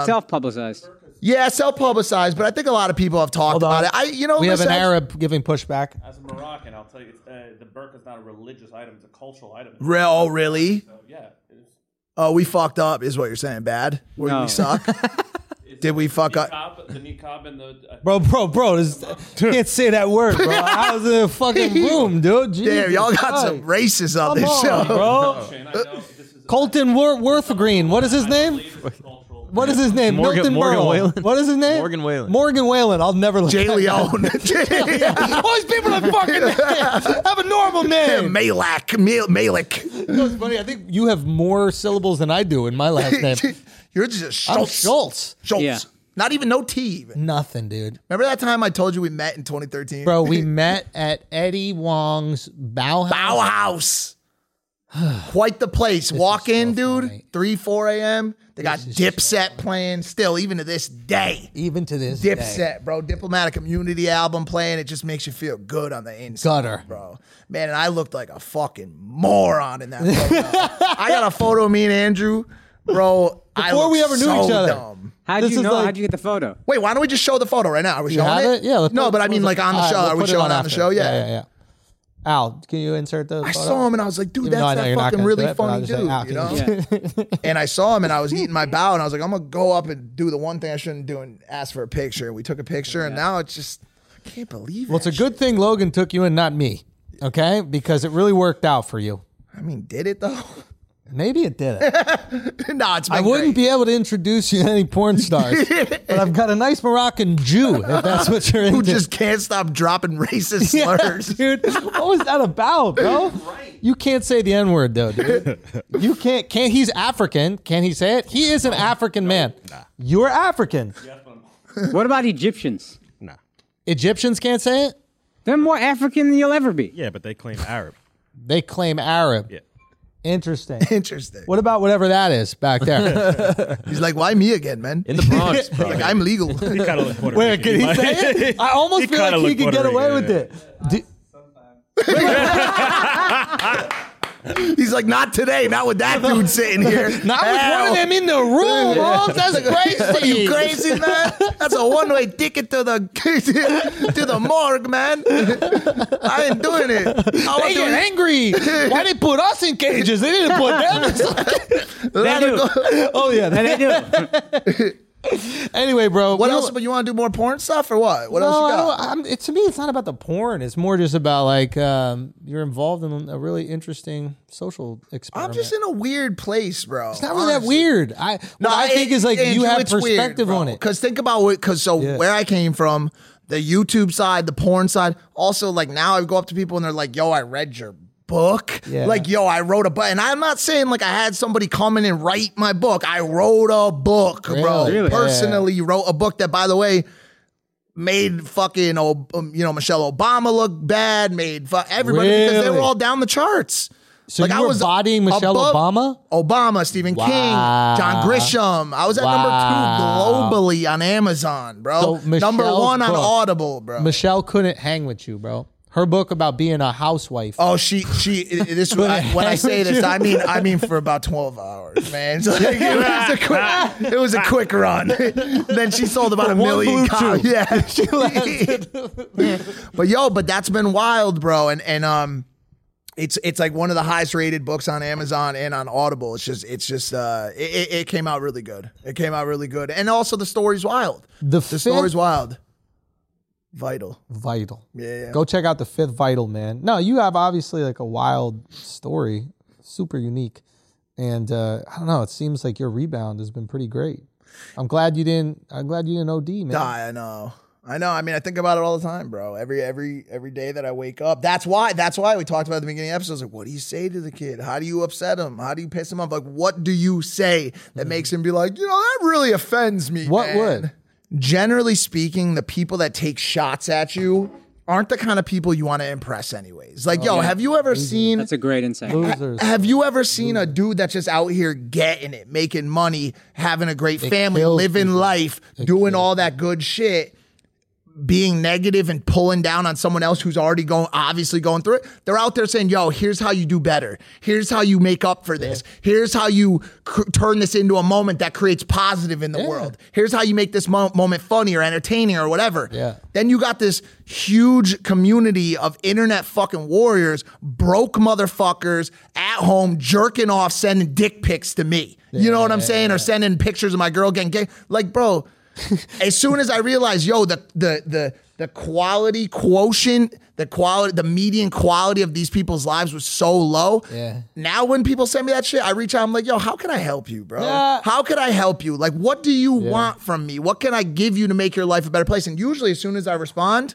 Speaker 2: self-publicized.
Speaker 4: Yeah, self publicized, but I think a lot of people have talked
Speaker 1: Hold on.
Speaker 4: about it. I, you know,
Speaker 1: We have an
Speaker 4: listen, I-
Speaker 1: Arab giving pushback.
Speaker 8: As a Moroccan, I'll tell you, it's, uh, the burqa is not a religious item; it's a cultural item.
Speaker 4: Re- oh, really?
Speaker 8: So, yeah, it's,
Speaker 4: Oh, we fucked up, is what you're saying. Bad. We,
Speaker 2: No.
Speaker 4: we suck.
Speaker 8: it's
Speaker 4: Did we fuck
Speaker 8: the
Speaker 4: up?
Speaker 8: niqab, The niqab and the uh,
Speaker 1: Bro, bro, bro, this, can't say that word, bro. I was in a fucking room, dude.
Speaker 4: Damn,
Speaker 1: Jesus
Speaker 4: y'all got
Speaker 1: Christ.
Speaker 4: some racists
Speaker 1: Come
Speaker 4: on this
Speaker 1: on,
Speaker 4: show.
Speaker 1: bro.
Speaker 8: Shane, I know this is a-
Speaker 1: Colton Wor- Worthgreen. What is his name?
Speaker 8: it's a cultural.
Speaker 1: What is his name?
Speaker 5: Morgan-
Speaker 1: Milton
Speaker 5: Morgan
Speaker 1: Berle.
Speaker 5: Whalen.
Speaker 1: What is his name?
Speaker 5: Morgan Whalen.
Speaker 1: Morgan Whalen. I'll never look
Speaker 4: Jay
Speaker 1: that up.
Speaker 4: Leone.
Speaker 1: All these people that fucking have a normal name.
Speaker 4: Malak. Mal- Malik.
Speaker 1: You know what's funny? I think you have more syllables than I do in my last name.
Speaker 4: You're just Schultz.
Speaker 1: I'm Schultz.
Speaker 4: Schultz.
Speaker 2: Yeah.
Speaker 4: Not even no T even.
Speaker 1: Nothing, dude.
Speaker 4: Remember that time I told you we met in 2013?
Speaker 1: Bro, we met at Eddie Wong's Bauhaus.
Speaker 4: Bauhaus. Quite the place. Walk in, dude.
Speaker 1: funny.
Speaker 4: 3, 4 a.m. They got Dipset playing still, even to this day.
Speaker 1: Even to this day.
Speaker 4: Dipset, bro. Diplomatic Immunity album playing. It just makes you feel good on the inside.
Speaker 1: Gutter.
Speaker 4: Bro. Man, and I looked like a fucking moron in that photo. I got a photo of me and Andrew. Bro, I
Speaker 1: Before
Speaker 4: looked
Speaker 1: we ever knew
Speaker 4: so
Speaker 1: each other.
Speaker 4: dumb.
Speaker 2: How'd
Speaker 1: This
Speaker 2: you
Speaker 1: is
Speaker 2: know?
Speaker 1: like-
Speaker 2: How'd you get the photo?
Speaker 4: Wait, why don't we just show the photo right now? Are we showing
Speaker 1: have
Speaker 4: it?
Speaker 1: it? Yeah, let's
Speaker 4: no,
Speaker 1: put-
Speaker 4: but I mean,
Speaker 1: we'll-
Speaker 4: like on the
Speaker 1: all right,
Speaker 4: show.
Speaker 1: we'll
Speaker 4: Are we
Speaker 1: put it
Speaker 4: showing
Speaker 1: on
Speaker 4: it on the
Speaker 1: after.
Speaker 4: show? Yeah.
Speaker 1: yeah, yeah. Al, can you insert the?
Speaker 4: I saw him and I was like, dude,
Speaker 1: Even though I
Speaker 4: that's
Speaker 1: know
Speaker 4: that
Speaker 1: you're not
Speaker 4: fucking
Speaker 1: gonna
Speaker 4: really
Speaker 1: do it, but I'll
Speaker 4: funny
Speaker 1: just say,
Speaker 4: dude,
Speaker 1: "Ah,
Speaker 4: you
Speaker 1: can
Speaker 4: know?
Speaker 1: you
Speaker 2: Yeah.
Speaker 4: and I saw him and I was eating my bow and I was like, I'm gonna go up and do the one thing I shouldn't do and ask for a picture. And we took a picture and now it's just I can't believe
Speaker 1: Well, it's
Speaker 4: that
Speaker 1: a good thing Logan took you and not me, okay? Because it really worked out for you.
Speaker 4: shit. I mean, did it though?
Speaker 1: Maybe it did. it.
Speaker 4: nah, it's been
Speaker 1: I wouldn't be able to introduce you to any porn stars, but I've got a nice Moroccan Jew, if that's what you're into.
Speaker 4: who just can't stop dropping racist
Speaker 1: Yeah,
Speaker 4: slurs.
Speaker 1: dude. What was that about, bro? You can't say the N word, though, dude. You can't. Can't. He's African. Can he say it? He is an African man. You're African.
Speaker 2: What about Egyptians?
Speaker 8: Nah.
Speaker 1: Egyptians can't say it.
Speaker 2: They're more African than you'll ever be.
Speaker 8: Yeah, but they claim Arab.
Speaker 1: They claim Arab.
Speaker 8: Yeah.
Speaker 1: Interesting.
Speaker 4: Interesting.
Speaker 1: What about whatever that is back there?
Speaker 4: He's like, why me again, man?
Speaker 5: In the Bronx, bro.
Speaker 4: like I'm legal.
Speaker 8: He kind of look Puerto
Speaker 1: Wait, can
Speaker 8: Rican.
Speaker 1: he say it? I almost
Speaker 8: He
Speaker 1: feel like he
Speaker 8: kinda look
Speaker 1: could get
Speaker 8: Puerto
Speaker 1: away
Speaker 8: Rican,
Speaker 1: with
Speaker 8: yeah.
Speaker 1: it. Do-
Speaker 4: He's like, not today, not with that dude sitting here.
Speaker 1: not with one
Speaker 4: Hell.
Speaker 1: of them in the room, Holmes. That's
Speaker 4: Are
Speaker 1: crazy.
Speaker 4: you crazy, man? That's a one-way ticket to the to the morgue, man. I ain't doing it. I was
Speaker 1: They get
Speaker 4: doing
Speaker 1: angry. Why they put us in cages? They didn't put them. in
Speaker 2: They do.
Speaker 1: Oh yeah.
Speaker 2: And they do.
Speaker 1: Anyway, bro.
Speaker 4: What
Speaker 1: we
Speaker 4: else?
Speaker 1: don't-
Speaker 4: But you want to do more porn stuff or what? What else
Speaker 1: No,
Speaker 4: you
Speaker 1: I
Speaker 4: got?
Speaker 1: don't, I'm, it, to me, it's not about the porn. It's more just about like um, you're involved in a really interesting social
Speaker 4: I'm
Speaker 1: experiment.
Speaker 4: just in a weird place, bro.
Speaker 1: it's not really that weird. I what I think is like you have perspective on it.
Speaker 4: Because think about what. Because so
Speaker 1: Yeah.
Speaker 4: where I came from, the YouTube side, the porn side. Also, like now I go up to people and they're like, "Yo, I read your." Book,
Speaker 1: Yeah.
Speaker 4: like yo, I wrote a book, and I'm not saying like I had somebody come in and write my book. I wrote a book, bro.
Speaker 1: Really?
Speaker 4: Personally, wrote a book that, by the way, made fucking oh, um, you know Michelle Obama look bad, made fu- everybody because they
Speaker 1: Really?
Speaker 4: were all down the charts.
Speaker 1: So you were bodying Michelle
Speaker 4: above-
Speaker 1: Obama?
Speaker 4: Obama, Stephen King,
Speaker 1: Wow.
Speaker 4: John Grisham. I was at
Speaker 1: Wow.
Speaker 4: number two globally on Amazon, bro.
Speaker 1: So
Speaker 4: number
Speaker 1: Michelle's
Speaker 4: one on
Speaker 1: book.
Speaker 4: Audible, bro.
Speaker 1: Michelle couldn't hang with you, bro. Her book about being a housewife.
Speaker 4: Oh, she she. i- i- This I, when I say this, I mean I mean for about twelve hours, man. So, like, it, was a quick, it was a quick run. then she sold about a million copies. Yeah, she But yo, but that's been wild, bro. And and um, it's it's like one of the highest rated books on Amazon and on Audible. It's just it's just uh, it, it- it came out really good. It came out really good, and also the story's wild.
Speaker 1: the
Speaker 4: The
Speaker 1: fifth
Speaker 4: story's wild. Vital.
Speaker 1: vital.
Speaker 4: Yeah, yeah.
Speaker 1: Go check out the fifth vital, man. No, you have obviously like a wild story, super unique, and uh, I don't know. It seems like your rebound has been pretty great. I'm glad you didn't. I'm glad you didn't OD, man.
Speaker 4: I know. I know. I mean, I think about it all the time, bro. Every every every day that I wake up. That's why. That's why we talked about at the beginning of the episode. Like, what do you say to the kid? How do you upset him? How do you piss him off? Like, what do you say that makes him be like, you know, that really offends me?
Speaker 1: Mm-hmm. What
Speaker 4: man."
Speaker 1: would?
Speaker 4: Generally speaking, the people that take shots at you aren't the kind of people you want to impress, anyways.
Speaker 1: Oh,
Speaker 4: Like, yo, have you ever seen
Speaker 2: That's a great insight.
Speaker 1: Losers.
Speaker 4: have you ever seen a dude that's just out here getting it, making money, having a great family,
Speaker 1: kills
Speaker 4: living life, doing all that good shit, being negative and pulling down on someone else who's already going, obviously going through it? They're out there saying, yo, here's how you do better. Here's how you make up for this. Here's how you cr- turn this into a moment that creates positive in the world. Here's how you make this mo- moment funny or entertaining or whatever.
Speaker 1: Yeah.
Speaker 4: Then you got this huge community of internet fucking warriors, broke motherfuckers at home jerking off, sending dick pics to me. you know what I'm saying? Or sending pictures of my girl getting gay. Like, bro, as soon as I realized, yo, the the the the quality quotient, the quality, the median quality of these people's lives was so low.
Speaker 1: Yeah.
Speaker 4: Now when people send me that shit, I reach out, I'm like, yo, how can I help you, bro?
Speaker 1: Yeah.
Speaker 4: How could I help you? Like, what do you want from me? What can I give you to make your life a better place? And usually, as soon as I respond,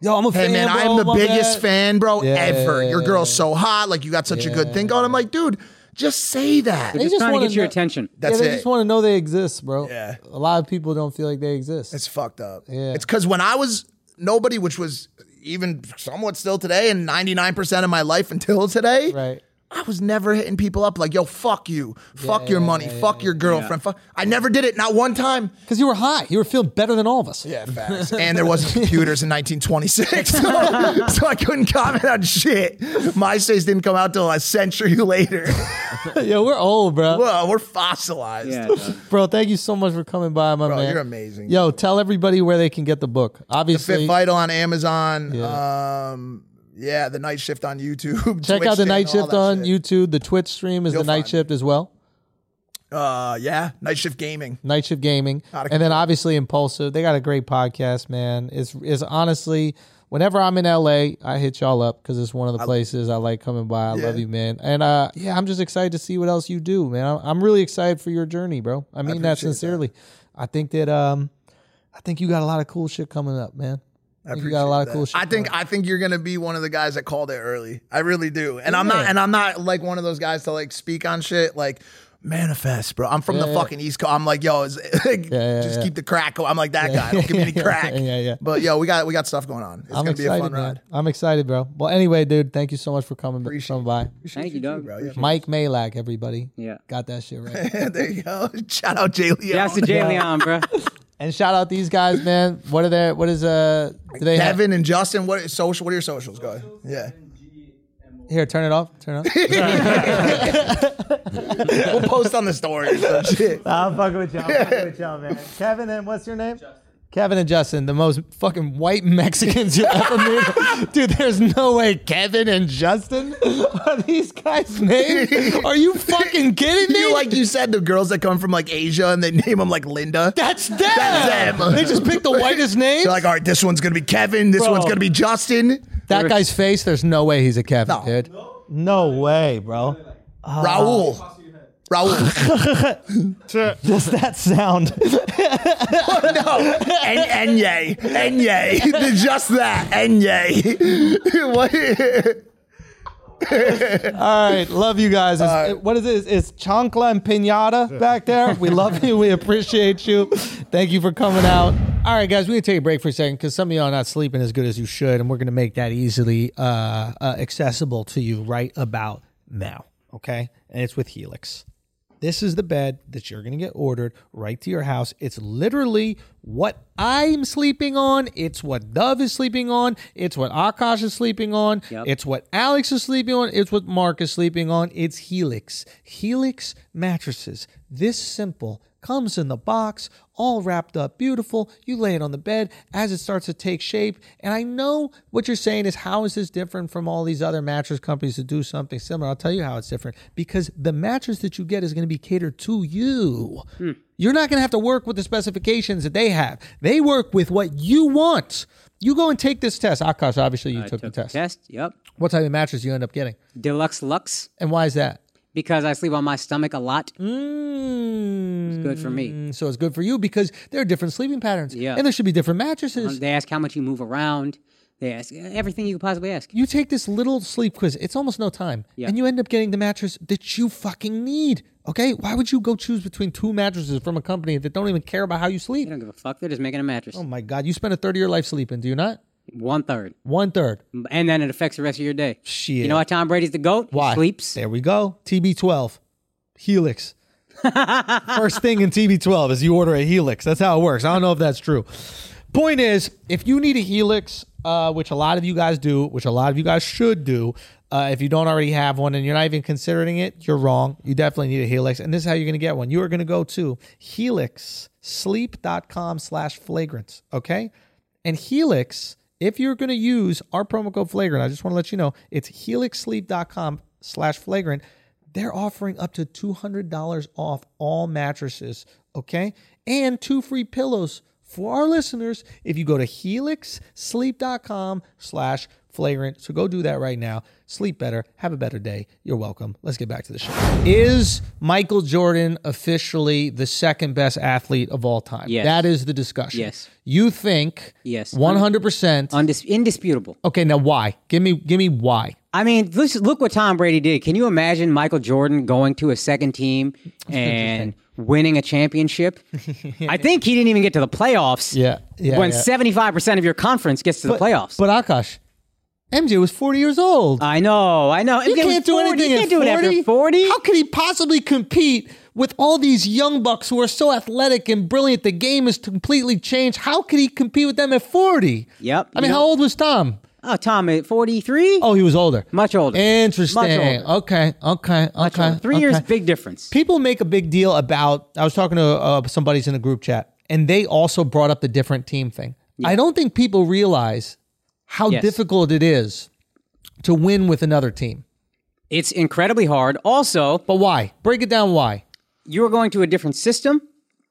Speaker 1: Yo, I'm a
Speaker 4: hey man, I'm the biggest fan, bro,
Speaker 1: Yeah.
Speaker 4: ever. Your girl's so hot, like you got such a good thing going. I'm like, dude, just say that.
Speaker 1: They
Speaker 2: Just,
Speaker 1: just
Speaker 2: trying to
Speaker 1: wanna
Speaker 2: get your
Speaker 1: know-
Speaker 2: attention.
Speaker 4: That's
Speaker 1: yeah, they
Speaker 4: it.
Speaker 1: just want to know they exist, bro.
Speaker 4: Yeah.
Speaker 1: A lot of people don't feel like they exist.
Speaker 4: It's fucked up.
Speaker 1: Yeah.
Speaker 4: It's because when I was nobody, which was even somewhat still today, and 99% of my life until today,
Speaker 1: right.
Speaker 4: I was never hitting people up like, yo, fuck you. fuck your money. fuck your girlfriend. Fuck. I never did it. Not one time.
Speaker 1: Because you were high. You were feeling better than all of us.
Speaker 4: Yeah, facts. and there wasn't computers in 1926, so, so I couldn't comment on shit. MySpace didn't come out till a century later.
Speaker 1: Yo, we're old, bro.
Speaker 4: Whoa, we're fossilized.
Speaker 2: Yeah.
Speaker 1: Bro, thank you so much for coming by, my
Speaker 4: Bro,
Speaker 1: man.
Speaker 4: you're amazing.
Speaker 1: Yo, tell everybody where they can get the book.
Speaker 4: Fit
Speaker 1: Obviously,
Speaker 4: Vital on Amazon.
Speaker 1: Yeah.
Speaker 4: Um, yeah, the Night Shift on YouTube.
Speaker 1: check out the night shift on
Speaker 4: YouTube.
Speaker 1: YouTube. The Twitch stream is
Speaker 4: You'll
Speaker 1: the night
Speaker 4: find it.
Speaker 1: shift as well.
Speaker 4: Uh, yeah, Night Shift Gaming.
Speaker 1: Night Shift Gaming,
Speaker 4: Not a-
Speaker 1: and then obviously Impulsive. They got a great podcast, man. It's is honestly, whenever I'm in LA, I hit y'all up because it's one of the places I like coming by. I
Speaker 4: Yeah.
Speaker 1: love you, man. And uh, yeah, I'm just excited to see what else you do, man. I'm, I'm really excited for your journey, bro. I mean that
Speaker 4: appreciate that.
Speaker 1: sincerely. I think that um, I think you got a lot of cool shit coming up, man. I think you got a lot of cool shit.
Speaker 4: I think I think you're gonna be one of the guys that called it early. I really do. And I'm not and I'm not like one of those guys to like speak on shit like manifest, bro. I'm from the
Speaker 1: Yeah, yeah.
Speaker 4: fucking East Coast. I'm like, yo, is, like,
Speaker 1: yeah,
Speaker 4: just
Speaker 1: yeah.
Speaker 4: keep the crack. going. I'm like that guy. Don't give me any
Speaker 1: yeah,
Speaker 4: crack.
Speaker 1: yeah, yeah.
Speaker 4: But yo, we got we got stuff going on. It's
Speaker 1: I'm
Speaker 4: gonna
Speaker 1: excited,
Speaker 4: be a fun
Speaker 1: man.
Speaker 4: ride.
Speaker 1: I'm excited, bro. Well, anyway, dude, thank you so much for coming,
Speaker 4: Appreciate
Speaker 1: coming by.
Speaker 2: Thank you, dog.
Speaker 4: Bro, yeah.
Speaker 1: Mike Malak, everybody.
Speaker 2: Yeah.
Speaker 1: Got that shit right.
Speaker 4: there you go. Shout out Jay Leo.
Speaker 2: That's the Jay Leon, bro.
Speaker 1: and shout out these guys, man. What are their what is uh do they have
Speaker 4: Kevin and Justin, what is social? What are your socials? Go ahead. Yeah,
Speaker 1: here, turn it off. Turn it off.
Speaker 4: we'll post on the stories. so shit.
Speaker 1: I'm fucking with y'all. I'm fucking with y'all, man. Kevin and what's your name? Kevin and Justin, the most fucking white Mexicans you ever meet. Dude, there's no way Kevin and Justin are these guys' names. Are you fucking kidding me?
Speaker 4: You like you said, the girls that come from like Asia and they name them like Linda.
Speaker 1: that's them.
Speaker 4: That's them.
Speaker 1: They just picked the whitest names.
Speaker 4: They're like, all right, this one's gonna be Kevin. This
Speaker 1: Bro.
Speaker 4: one's gonna be Justin.
Speaker 1: that guy's face. There's no way he's a Kevin,
Speaker 4: No.
Speaker 1: dude. No way, bro.
Speaker 4: Raul. Raul.
Speaker 1: Just that sound.
Speaker 4: no. En- Enye. Enye. Just that. Enye. What-
Speaker 1: All right, love you guys. It's, What is this? It's Chancla and Pinata back there. We love you. We appreciate you. Thank you for coming out. All right, guys, we're gonna take a break for a second because some of y'all are not sleeping as good as you should, and we're gonna make that easily uh, uh, accessible to you right about now. Okay, and it's with Helix. This is the bed that you're going to get ordered right to your house. It's literally what I'm sleeping on. It's what Dove is sleeping on. It's what Akash is sleeping on. It's what Alex is sleeping on. It's what Mark is sleeping on. It's Helix. Helix mattresses. This simple comes in the box, all wrapped up, beautiful. You lay it on the bed as it starts to take shape. And I know what you're saying is, how is this different from all these other mattress companies that do something similar? I'll tell you how it's different because the mattress that you get is going to be catered to you. You're not going to have to work with the specifications that they have, they work with what you want. You go and take this test. Akash, obviously, you took, the test.
Speaker 2: Test. Yep.
Speaker 1: What type of mattress you end up getting?
Speaker 2: Deluxe Lux
Speaker 1: And why is that?
Speaker 2: because I sleep on my stomach a lot.
Speaker 1: Mm.
Speaker 2: Good for me.
Speaker 1: So it's good for you because there are different sleeping patterns.
Speaker 2: Yeah.
Speaker 1: And there should be different mattresses.
Speaker 2: Um, They ask how much you move around. They ask eh, everything you could possibly ask.
Speaker 1: You take this little sleep quiz, it's almost no time.
Speaker 2: Yeah.
Speaker 1: And you end up getting the mattress that you fucking need. Okay? Why would you go choose between two mattresses from a company that don't even care about how you sleep?
Speaker 2: They don't give a fuck. They're just making a mattress.
Speaker 1: Oh my God. You spend a third of your life sleeping, do you not?
Speaker 2: One third.
Speaker 1: One third.
Speaker 2: And then it affects the rest of your day.
Speaker 1: Shit.
Speaker 2: You know why Tom Brady's the GOAT? He
Speaker 1: Why?
Speaker 2: Sleeps.
Speaker 1: There we go. TB12. Helix. First thing in TB12 is you order a Helix. That's how it works. I don't know if that's true. Point is, if you need a Helix, uh, which a lot of you guys do, which a lot of you guys should do, uh, if you don't already have one and you're not even considering it, you're wrong. You definitely need a Helix. And this is how you're going to get one. You are going to go to helixsleep.com slash flagrant. Okay? And Helix, if you're going to use our promo code flagrant, I just want to let you know it's helixsleep.com slash flagrant. They're offering up to $200 off all mattresses, okay? And two free pillows for our listeners if you go to helixsleep.com slash flagrant. So go do that right now. Sleep better. Have a better day. You're welcome. Let's get back to the show. Is Michael Jordan officially the second best athlete of all time?
Speaker 2: Yes.
Speaker 1: That is the discussion.
Speaker 2: Yes.
Speaker 1: You think
Speaker 2: Yes.
Speaker 1: one hundred percent.
Speaker 2: Undis- indisputable.
Speaker 1: Okay, now why? Give me, give me why.
Speaker 2: I mean, this, look what Tom Brady did. Can you imagine Michael Jordan going to a second team and winning a championship? I think he didn't even get to the playoffs.
Speaker 1: Yeah, yeah,
Speaker 2: when
Speaker 1: yeah.
Speaker 2: seventy-five percent of your conference gets to the playoffs.
Speaker 1: But Akash, MJ was forty years old.
Speaker 2: I know, I know.
Speaker 1: you
Speaker 2: It was
Speaker 1: can't do
Speaker 2: 40.
Speaker 1: anything.
Speaker 2: You
Speaker 1: at
Speaker 2: can't do it
Speaker 1: 40?
Speaker 2: after forty.
Speaker 1: How could he possibly compete with all these young bucks who are so athletic and brilliant? The game has completely changed. How could he compete with them at forty?
Speaker 2: Yep,
Speaker 1: I mean,
Speaker 2: you
Speaker 1: how
Speaker 2: know-
Speaker 1: old was Tom?
Speaker 2: Oh, Tom, at forty-three.
Speaker 1: Oh, he was older.
Speaker 2: Much older.
Speaker 1: Interesting.
Speaker 2: Much older.
Speaker 1: Okay. Okay.
Speaker 2: Much older.
Speaker 1: Okay.
Speaker 2: three
Speaker 1: okay.
Speaker 2: years, big difference.
Speaker 1: people make a big deal about i was talking to uh, somebody's in a group chat and they also brought up the different team thing i don't think people realize how
Speaker 2: Yes.
Speaker 1: difficult it is to win with another team
Speaker 2: It's incredibly hard. Also,
Speaker 1: but why break it down why
Speaker 2: you are going to a different system.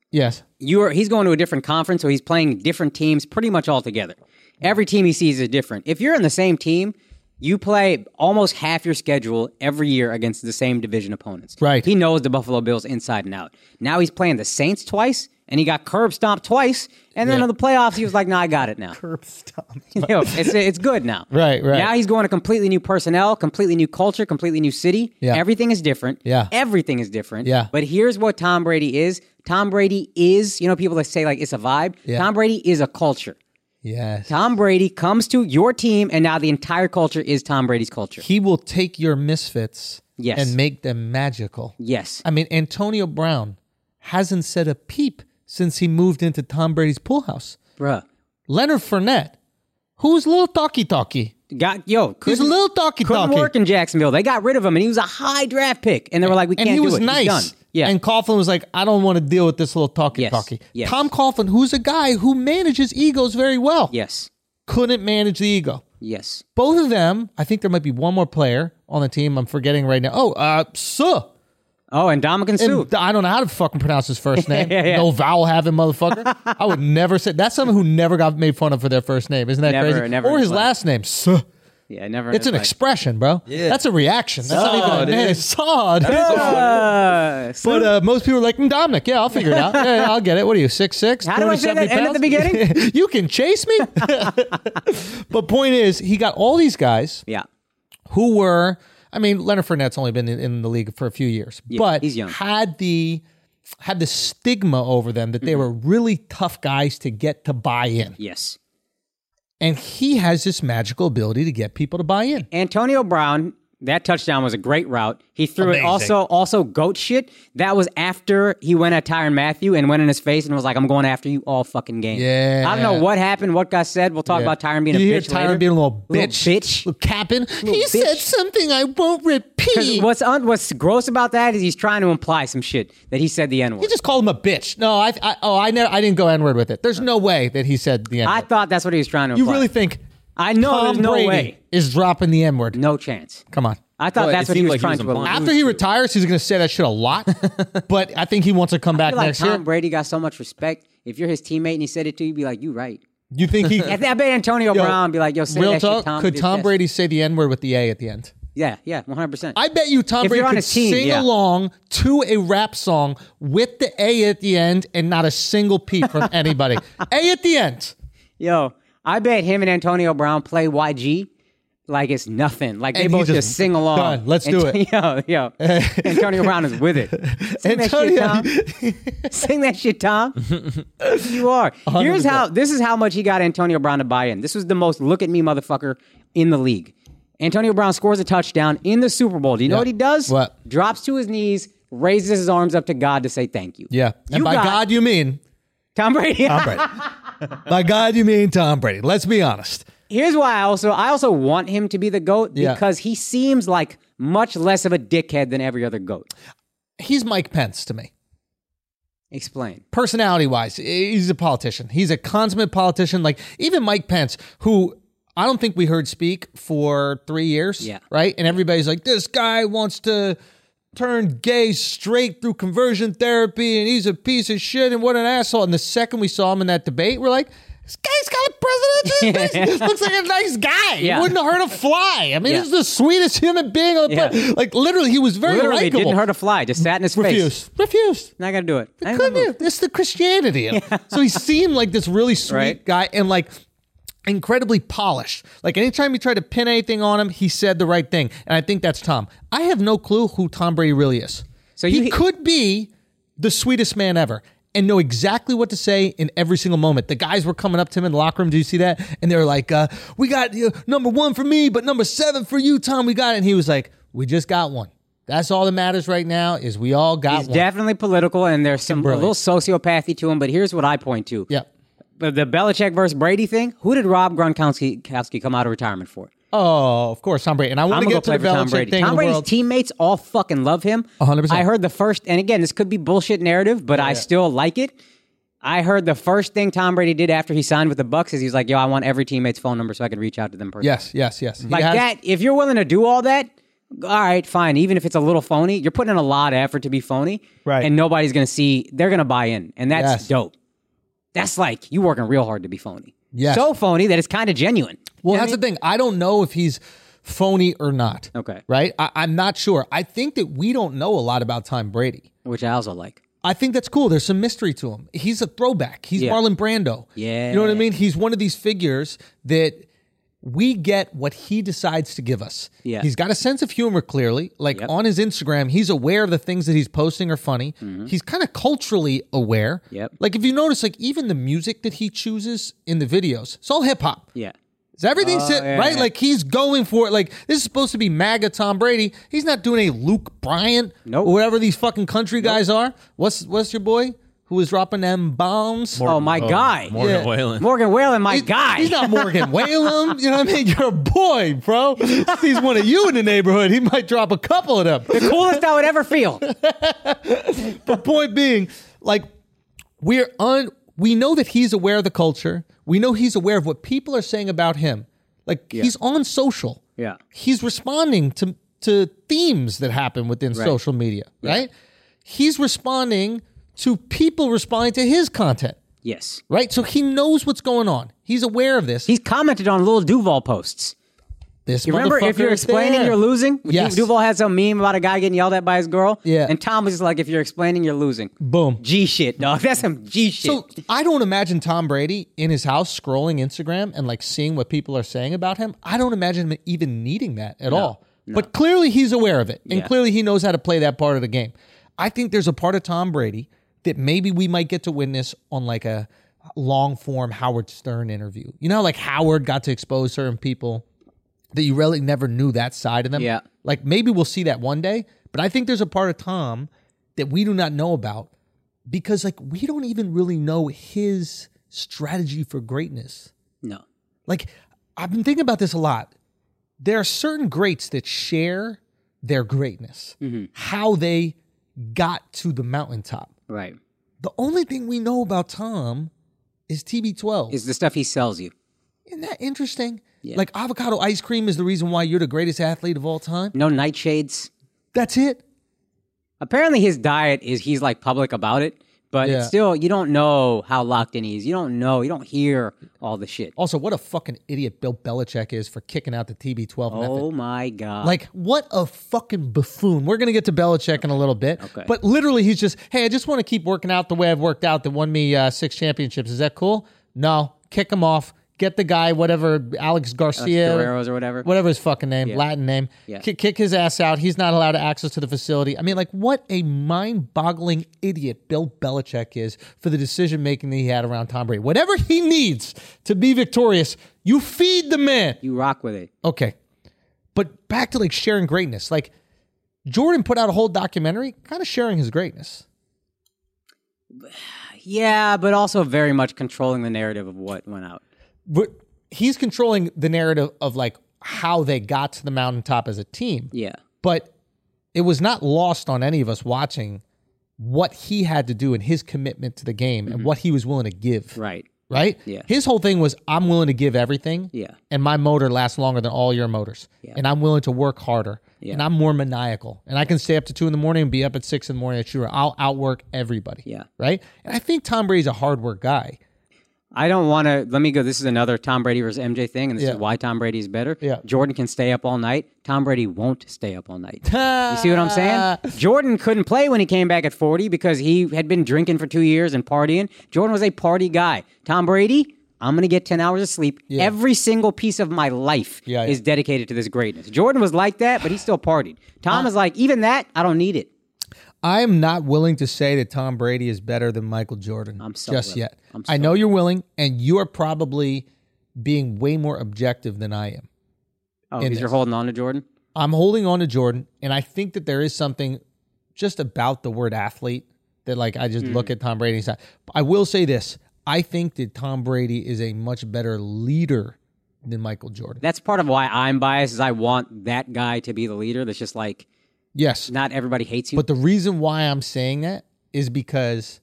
Speaker 1: yes
Speaker 2: you are he's going to a different conference so he's playing different teams pretty much all together every team he sees is different if you're in the same team you play almost half your schedule every year against the same division opponents
Speaker 1: Right.
Speaker 2: he knows the buffalo bills inside and out now he's playing the saints twice and he got curb stomped twice and then
Speaker 1: Yeah.
Speaker 2: in the playoffs he was like nah i got it now
Speaker 1: curb stomp
Speaker 2: Yo, it's, it's good now
Speaker 1: Right, right.
Speaker 2: now he's going to completely new personnel completely new culture completely new city
Speaker 1: Yeah.
Speaker 2: everything is different
Speaker 1: Yeah.
Speaker 2: everything is different
Speaker 1: Yeah.
Speaker 2: but here's what Tom Brady is. Tom Brady is, you know, people that say like it's a vibe.
Speaker 1: Yeah.
Speaker 2: Tom Brady is a culture.
Speaker 1: yes
Speaker 2: Tom Brady comes to your team, and now the entire culture is Tom Brady's culture.
Speaker 1: he will take your misfits
Speaker 2: Yes.
Speaker 1: and make them magical
Speaker 2: Yes.
Speaker 1: i mean antonio brown hasn't said a peep since he moved into tom brady's pool house
Speaker 2: Bruh.
Speaker 1: leonard Fournette, who's a little talky talky
Speaker 2: Got yo,
Speaker 1: he's a
Speaker 2: couldn't-
Speaker 1: little talky
Speaker 2: couldn't
Speaker 1: talky
Speaker 2: work in Jacksonville. They got rid of him, and he was a high draft pick. And they were like, "We
Speaker 1: and
Speaker 2: can't
Speaker 1: he
Speaker 2: do
Speaker 1: was
Speaker 2: it. He's
Speaker 1: nice.
Speaker 2: done. Yeah,
Speaker 1: And Coughlin was like, I don't want to deal with this little talky
Speaker 2: Yes,
Speaker 1: talky.
Speaker 2: yes.
Speaker 1: Tom Coughlin, who's a guy who manages egos very well,
Speaker 2: yes,
Speaker 1: couldn't manage the ego.
Speaker 2: yes.
Speaker 1: Both of them, I think there might be one more player on the team I'm forgetting right now. Oh, uh, Suh.
Speaker 2: Oh, and Dominican
Speaker 1: And
Speaker 2: Sue.
Speaker 1: I don't know how to fucking pronounce his first name.
Speaker 2: yeah.
Speaker 1: No vowel having motherfucker. I would never say that's someone who never got made fun of for their first name. Isn't that
Speaker 2: Never,
Speaker 1: crazy?
Speaker 2: never
Speaker 1: or his
Speaker 2: explained.
Speaker 1: last name, Suh.
Speaker 2: yeah, I never.
Speaker 1: It's an
Speaker 2: like,
Speaker 1: expression, bro. Yeah. That's a reaction. That's
Speaker 5: Suh,
Speaker 1: not even a
Speaker 5: dude.
Speaker 1: name. Suh, dude.
Speaker 2: Uh, Sue.
Speaker 1: But uh, most people are like, "Mm, Dominic, yeah, I'll figure it out. Yeah, yeah, I'll get it. What are you, six six?
Speaker 2: How do I say that end at the beginning?
Speaker 1: you can chase me. but point is, he got all these guys
Speaker 2: yeah,
Speaker 1: who were, I mean, Leonard Fournette's only been in, in the league for a few years, but
Speaker 2: he's young.
Speaker 1: had the had the stigma over them that they
Speaker 2: Mm-hmm.
Speaker 1: were really tough guys to get to buy in,
Speaker 2: yes.
Speaker 1: and he has this magical ability to get people to buy in.
Speaker 2: Antonio Brown That touchdown was a great route. He threw it also also goat shit. That was after he went at Tyron Matthew and went in his face and was like, "I'm going after you all fucking game."
Speaker 1: Yeah.
Speaker 2: I don't know what happened, what got said. We'll talk about Tyron being
Speaker 1: you
Speaker 2: a
Speaker 1: hear
Speaker 2: bitch.
Speaker 1: Tyron
Speaker 2: later.
Speaker 1: being a little bitch,
Speaker 2: bitch.
Speaker 1: little capping. he
Speaker 2: bitch.
Speaker 1: said something I won't repeat.
Speaker 2: 'Cause What's un- what's gross about that is he's trying to imply some shit that he said the N
Speaker 1: You
Speaker 2: word.
Speaker 1: just called him a bitch. No, I, I oh, I never, I didn't go N word with it. There's no way that he said the N
Speaker 2: I
Speaker 1: word.
Speaker 2: thought that's what he was trying to.
Speaker 1: You
Speaker 2: imply.
Speaker 1: really think?
Speaker 2: I know
Speaker 1: Tom
Speaker 2: there's no
Speaker 1: Brady
Speaker 2: way.
Speaker 1: is dropping the N word.
Speaker 2: No chance.
Speaker 1: Come on.
Speaker 2: I thought
Speaker 5: Well,
Speaker 2: that's
Speaker 5: it
Speaker 2: what he
Speaker 5: seemed
Speaker 2: was
Speaker 5: like he
Speaker 2: trying
Speaker 5: was
Speaker 2: to imply.
Speaker 5: implying-
Speaker 1: After he retires, he's going to say that shit a lot. but I think he wants to come
Speaker 2: I
Speaker 1: back
Speaker 2: feel like
Speaker 1: next
Speaker 2: Tom
Speaker 1: year.
Speaker 2: Brady got so much respect. If you're his teammate and he said it to you, you'd be like, "You right."
Speaker 1: You think he?
Speaker 2: I bet Antonio
Speaker 1: Yo,
Speaker 2: Brown be like, "Yo, say
Speaker 1: real
Speaker 2: that
Speaker 1: talk?
Speaker 2: shit, Tom."
Speaker 1: could
Speaker 2: Yes,
Speaker 1: Tom
Speaker 2: yes.
Speaker 1: Brady say the N word with the A at the end?
Speaker 2: Yeah, yeah, one hundred percent.
Speaker 1: I bet you Tom
Speaker 2: If
Speaker 1: Brady
Speaker 2: you're on
Speaker 1: could
Speaker 2: his team,
Speaker 1: sing
Speaker 2: yeah.
Speaker 1: along to a rap song with the A at the end and not a single peep from anybody. a at the end.
Speaker 2: Yo, I bet him and Antonio Brown play YG like it's nothing. Like they
Speaker 1: And he
Speaker 2: both just,
Speaker 1: just-
Speaker 2: sing along.
Speaker 1: Done. Let's do it.
Speaker 2: Yo, yo, Antonio Brown is with it. Sing that shit, Tom. Sing that shit, Tom. you are. Here's how. This is how much he got Antonio Brown to buy in. This was the most look at me motherfucker in the league. Antonio Brown scores a touchdown in the Super Bowl. Do you know
Speaker 1: Yeah.
Speaker 2: what he does?
Speaker 1: What?
Speaker 2: Drops to his knees, raises his arms up to God to say thank you.
Speaker 1: Yeah. And
Speaker 2: You
Speaker 1: by
Speaker 2: got
Speaker 1: God, Uh-huh. you mean
Speaker 2: Tom Brady.
Speaker 1: Tom Brady. by God, you mean Tom Brady. Let's be honest.
Speaker 2: Here's why I also I also want him to be the goat
Speaker 1: Yeah.
Speaker 2: because he seems like much less of a dickhead than every other goat.
Speaker 1: He's Mike Pence to me.
Speaker 2: Explain.
Speaker 1: personality wise, he's a politician. He's a consummate politician. Like even Mike Pence, who I don't think we heard speak for three years.
Speaker 2: Yeah.
Speaker 1: Right. And everybody's like, this guy wants to turn gay straight through conversion therapy and he's a piece of shit and what an asshole. And the second we saw him in that debate, we're like, this guy's got a presidential. Looks like a nice guy.
Speaker 2: Yeah.
Speaker 1: He wouldn't hurt a fly. I mean,
Speaker 2: Yeah.
Speaker 1: he's the sweetest human being on the
Speaker 2: Yeah.
Speaker 1: planet. Like literally, he was very
Speaker 2: Literally
Speaker 1: likable.
Speaker 2: didn't hurt a fly, just sat in his face.
Speaker 1: Refused. Refused.
Speaker 2: Not gonna do it. I ain't gonna
Speaker 1: Couldn't
Speaker 2: move.
Speaker 1: you? It's the Christianity. in him. So he seemed like this really sweet
Speaker 2: Right.
Speaker 1: guy and like incredibly polished. Like anytime you tried to pin anything on him, he said the right thing. And I think that's Tom. I have no clue who Tom Brady really is. So
Speaker 2: So
Speaker 1: he
Speaker 2: you-
Speaker 1: could be the sweetest man ever and know exactly what to say in every single moment. The guys were coming up to him in the locker room. Do you see that? And they were like, uh, "We got you know, number one for me, but number seven for you, Tom. We got it." And he was like, "We just got one." That's all that matters right now is we all got
Speaker 2: He's
Speaker 1: one.
Speaker 2: definitely political and there's some a little
Speaker 1: brilliant.
Speaker 2: sociopathy to him, but here's what I point to.
Speaker 1: yep.
Speaker 2: But the Belichick versus Brady thing, who did Rob Gronkowski Gronkowski come out of retirement for?
Speaker 1: Oh, of course, Tom Brady. And I
Speaker 2: I'm
Speaker 1: want to
Speaker 2: gonna go
Speaker 1: get to
Speaker 2: play
Speaker 1: the
Speaker 2: for Tom
Speaker 1: Belichick
Speaker 2: Brady.
Speaker 1: thing in
Speaker 2: Tom
Speaker 1: the
Speaker 2: Brady's
Speaker 1: world.
Speaker 2: teammates all fucking love him.
Speaker 1: 100%.
Speaker 2: I heard the first, and again, this could be bullshit narrative, but I still like it. I heard the first thing Tom Brady did after he signed with the Bucks is he was like, "Yo, I want every teammate's phone number so I can reach out to them personally."
Speaker 1: Yes, yes, yes. He
Speaker 2: like
Speaker 1: has-
Speaker 2: that. If you're willing to do all that, all right, fine. Even if it's a little phony, you're putting in a lot of effort to be phony,
Speaker 1: Right.
Speaker 2: And nobody's gonna see. They're gonna buy in, and that's
Speaker 1: Yes.
Speaker 2: dope. That's like you working real hard to be phony.
Speaker 1: Yes.
Speaker 2: So phony that it's kind of genuine.
Speaker 1: Well, that's the thing. I don't know if he's phony or not.
Speaker 2: Okay.
Speaker 1: Right? I, I'm not sure. I think that we don't know a lot about Tom Brady.
Speaker 2: Which I also like.
Speaker 1: I think that's cool. There's some mystery to him. He's a throwback. He's
Speaker 2: Yeah.
Speaker 1: Marlon Brando.
Speaker 2: Yeah.
Speaker 1: You know what I mean? He's one of these figures that we get what he decides to give us.
Speaker 2: Yeah.
Speaker 1: He's got a sense of humor, clearly. Like on his Instagram, he's aware of the things that he's posting are funny. He's kind of culturally aware.
Speaker 2: Mm-hmm. Yep.
Speaker 1: Like if you notice, like even the music that he chooses in the videos, it's all hip hop.
Speaker 2: Yeah.
Speaker 1: So everything's
Speaker 2: Oh,
Speaker 1: hip, right? Like he's going for it. Like this is supposed to be MAGA Tom Brady. He's not doing a Luke Bryant
Speaker 2: Nope.
Speaker 1: or whatever these fucking country guys are. What's what's your boy who was dropping them bombs?
Speaker 2: oh my guy.
Speaker 5: Morgan
Speaker 1: Yeah.
Speaker 5: Whalen.
Speaker 2: Morgan Whalen, my guy.
Speaker 1: He's not Morgan Whalum. You know what I mean? You're a boy, bro. If He's one of you in the neighborhood. He might drop a couple of them.
Speaker 2: the coolest I would ever feel.
Speaker 1: But point being, like we're un we know that he's aware of the culture. We know he's aware of what people are saying about him. Like he's on social.
Speaker 2: Yeah.
Speaker 1: He's responding to to themes that happen within social media, right? He's responding to people responding to his content,
Speaker 2: Yes.
Speaker 1: right? So he knows what's going on. He's aware of this.
Speaker 2: He's commented on Lil Duval posts.
Speaker 1: this
Speaker 2: You remember if
Speaker 1: motherfucker
Speaker 2: you're
Speaker 1: is
Speaker 2: explaining,
Speaker 1: there.
Speaker 2: you're losing? Du-
Speaker 1: Yes.
Speaker 2: Duval had some meme about a guy getting yelled at by his girl.
Speaker 1: Yeah.
Speaker 2: And Tom was just like, if you're explaining, you're losing.
Speaker 1: Boom.
Speaker 2: G shit, dog. That's some G shit.
Speaker 1: So I don't imagine Tom Brady in his house scrolling Instagram and like seeing what people are saying about him. I don't imagine him even needing that at all. But clearly he's aware of it and
Speaker 2: Yeah.
Speaker 1: clearly he knows how to play that part of the game. I think there's a part of Tom Brady that maybe we might get to witness on like a long form Howard Stern interview. You know, how, like Howard got to expose certain people that you really never knew that side of them.
Speaker 2: Yeah.
Speaker 1: Like maybe we'll see that one day, but I think there's a part of Tom that we do not know about because like we don't even really know his strategy for greatness.
Speaker 2: No.
Speaker 1: Like I've been thinking about this a lot. There are certain greats that share their greatness,
Speaker 2: Mm-hmm.
Speaker 1: how they got to the mountaintop.
Speaker 2: Right.
Speaker 1: The only thing we know about Tom is TB12.
Speaker 2: Is the stuff he sells you.
Speaker 1: Isn't that interesting? Like avocado ice cream is the reason why you're the greatest athlete of all time.
Speaker 2: No nightshades.
Speaker 1: That's it.
Speaker 2: Apparently, his diet is he's like public about it, but
Speaker 1: Yeah.
Speaker 2: it's still, you don't know how locked in he is. You don't know. You don't hear all the shit.
Speaker 1: Also, what a fucking idiot Bill Belichick is for kicking out the TB12
Speaker 2: Oh
Speaker 1: method.
Speaker 2: my God.
Speaker 1: Like, what a fucking buffoon. We're going to get to Belichick in a little bit.
Speaker 2: Okay.
Speaker 1: But literally, he's just, hey, I just want to keep working out the way I've worked out that won me uh, six championships. Is that cool? No. Kick him off. Get the guy, whatever, Alex Garcia.
Speaker 2: Guerreros or whatever.
Speaker 1: whatever his fucking name, Latin name,
Speaker 2: Yeah.
Speaker 1: kick, kick his ass out. He's not allowed access to the facility. I mean, like, what a mind boggling idiot Bill Belichick is for the decision making that he had around Tom Brady. Whatever he needs to be victorious, you feed the man.
Speaker 2: You rock with it.
Speaker 1: Okay. But back to like sharing greatness. Like, Jordan put out a whole documentary kind of sharing his greatness.
Speaker 2: Yeah, but also very much controlling the narrative of what went out.
Speaker 1: But he's controlling the narrative of like how they got to the mountaintop as a team.
Speaker 2: Yeah.
Speaker 1: but it was not lost on any of us watching what he had to do and his commitment to the game and what he was willing to give.
Speaker 2: Mm-hmm. Right.
Speaker 1: Right?
Speaker 2: Yeah.
Speaker 1: His whole thing was I'm willing to give everything.
Speaker 2: Yeah.
Speaker 1: And my motor lasts longer than all your motors. And I'm willing to work harder. And I'm more maniacal. And I can stay up to two in the morning and be up at six in the morning at shooter. I'll outwork everybody.
Speaker 2: Yeah.
Speaker 1: Right? And I think Tom Brady's a hard work guy.
Speaker 2: I don't want to. Let me go. This is another Tom Brady versus MJ thing, and this
Speaker 1: Yeah.
Speaker 2: is why Tom Brady is better.
Speaker 1: Yeah.
Speaker 2: Jordan can stay up all night. Tom Brady won't stay up all night. you see what I'm saying? Jordan couldn't play when he came back at 40 because he had been drinking for two years and partying. Jordan was a party guy. Tom Brady. I'm going to get 10 hours of sleep. Every single piece of my life
Speaker 1: Yeah, yeah.
Speaker 2: is dedicated to this greatness. Jordan was like that, but he still partied. Tom
Speaker 1: Uh,
Speaker 2: is like, even that, I don't need it.
Speaker 1: I am not willing to say that Tom Brady is better than Michael Jordan I'm
Speaker 2: so
Speaker 1: just
Speaker 2: willing.
Speaker 1: yet. I know you're willing, and you are probably being way more objective than I am.
Speaker 2: Oh, because you're holding on to Jordan?
Speaker 1: I'm holding on to Jordan, and I think that there is something just about the word athlete that, like, I just
Speaker 2: Hmm.
Speaker 1: look at Tom Brady. And say- I will say this: I think that Tom Brady is a much better leader than Michael Jordan.
Speaker 2: That's part of why I'm biased is I want that guy to be the leader. That's just like
Speaker 1: yes,
Speaker 2: not everybody hates you.
Speaker 1: But the reason why I'm saying that is because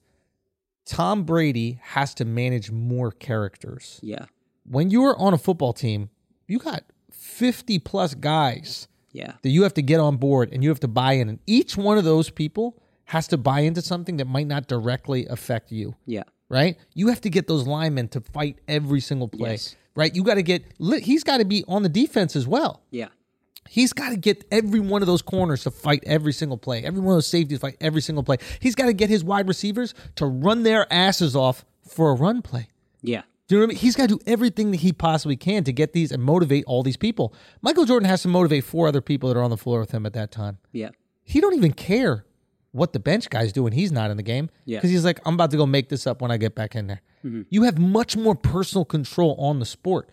Speaker 1: Tom Brady has to manage more characters.
Speaker 2: yeah,
Speaker 1: When you are on a football team, you got 50 plus guys
Speaker 2: yeah,
Speaker 1: that you have to get on board and you have to buy in. And each one of those people has to buy into something that might not directly affect you
Speaker 2: yeah.
Speaker 1: right? You have to get those linemen to fight every single play,
Speaker 2: Yes.
Speaker 1: right? You got to get li- he's got to be on the defense as well.
Speaker 2: Yeah.
Speaker 1: He's got to get every one of those corners to fight every single play, every one of those safeties to fight every single play. He's got to get his wide receivers to run their asses off for a run play.
Speaker 2: Yeah.
Speaker 1: Do you know what I mean? He's got to do everything that he possibly can to get these and motivate all these people. Michael Jordan has to motivate four other people that are on the floor with him at that time
Speaker 2: Yeah.
Speaker 1: he don't even care what the bench guys do when he's not in the game
Speaker 2: Yeah. Mm-hmm.
Speaker 1: because he's like i'm about to go make this up when i get back in there you have much more personal control on the sport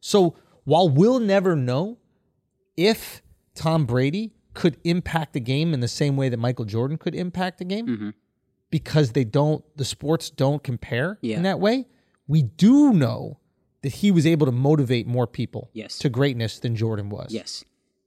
Speaker 1: so while we'll never know if tom brady could impact the game in the same way that michael jordan could impact the game
Speaker 2: Mm-hmm.
Speaker 1: because they don't the sports don't compare
Speaker 2: Yeah.
Speaker 1: in that way we do know that he was able to motivate more people
Speaker 2: Yes.
Speaker 1: to greatness than jordan was
Speaker 2: Yes.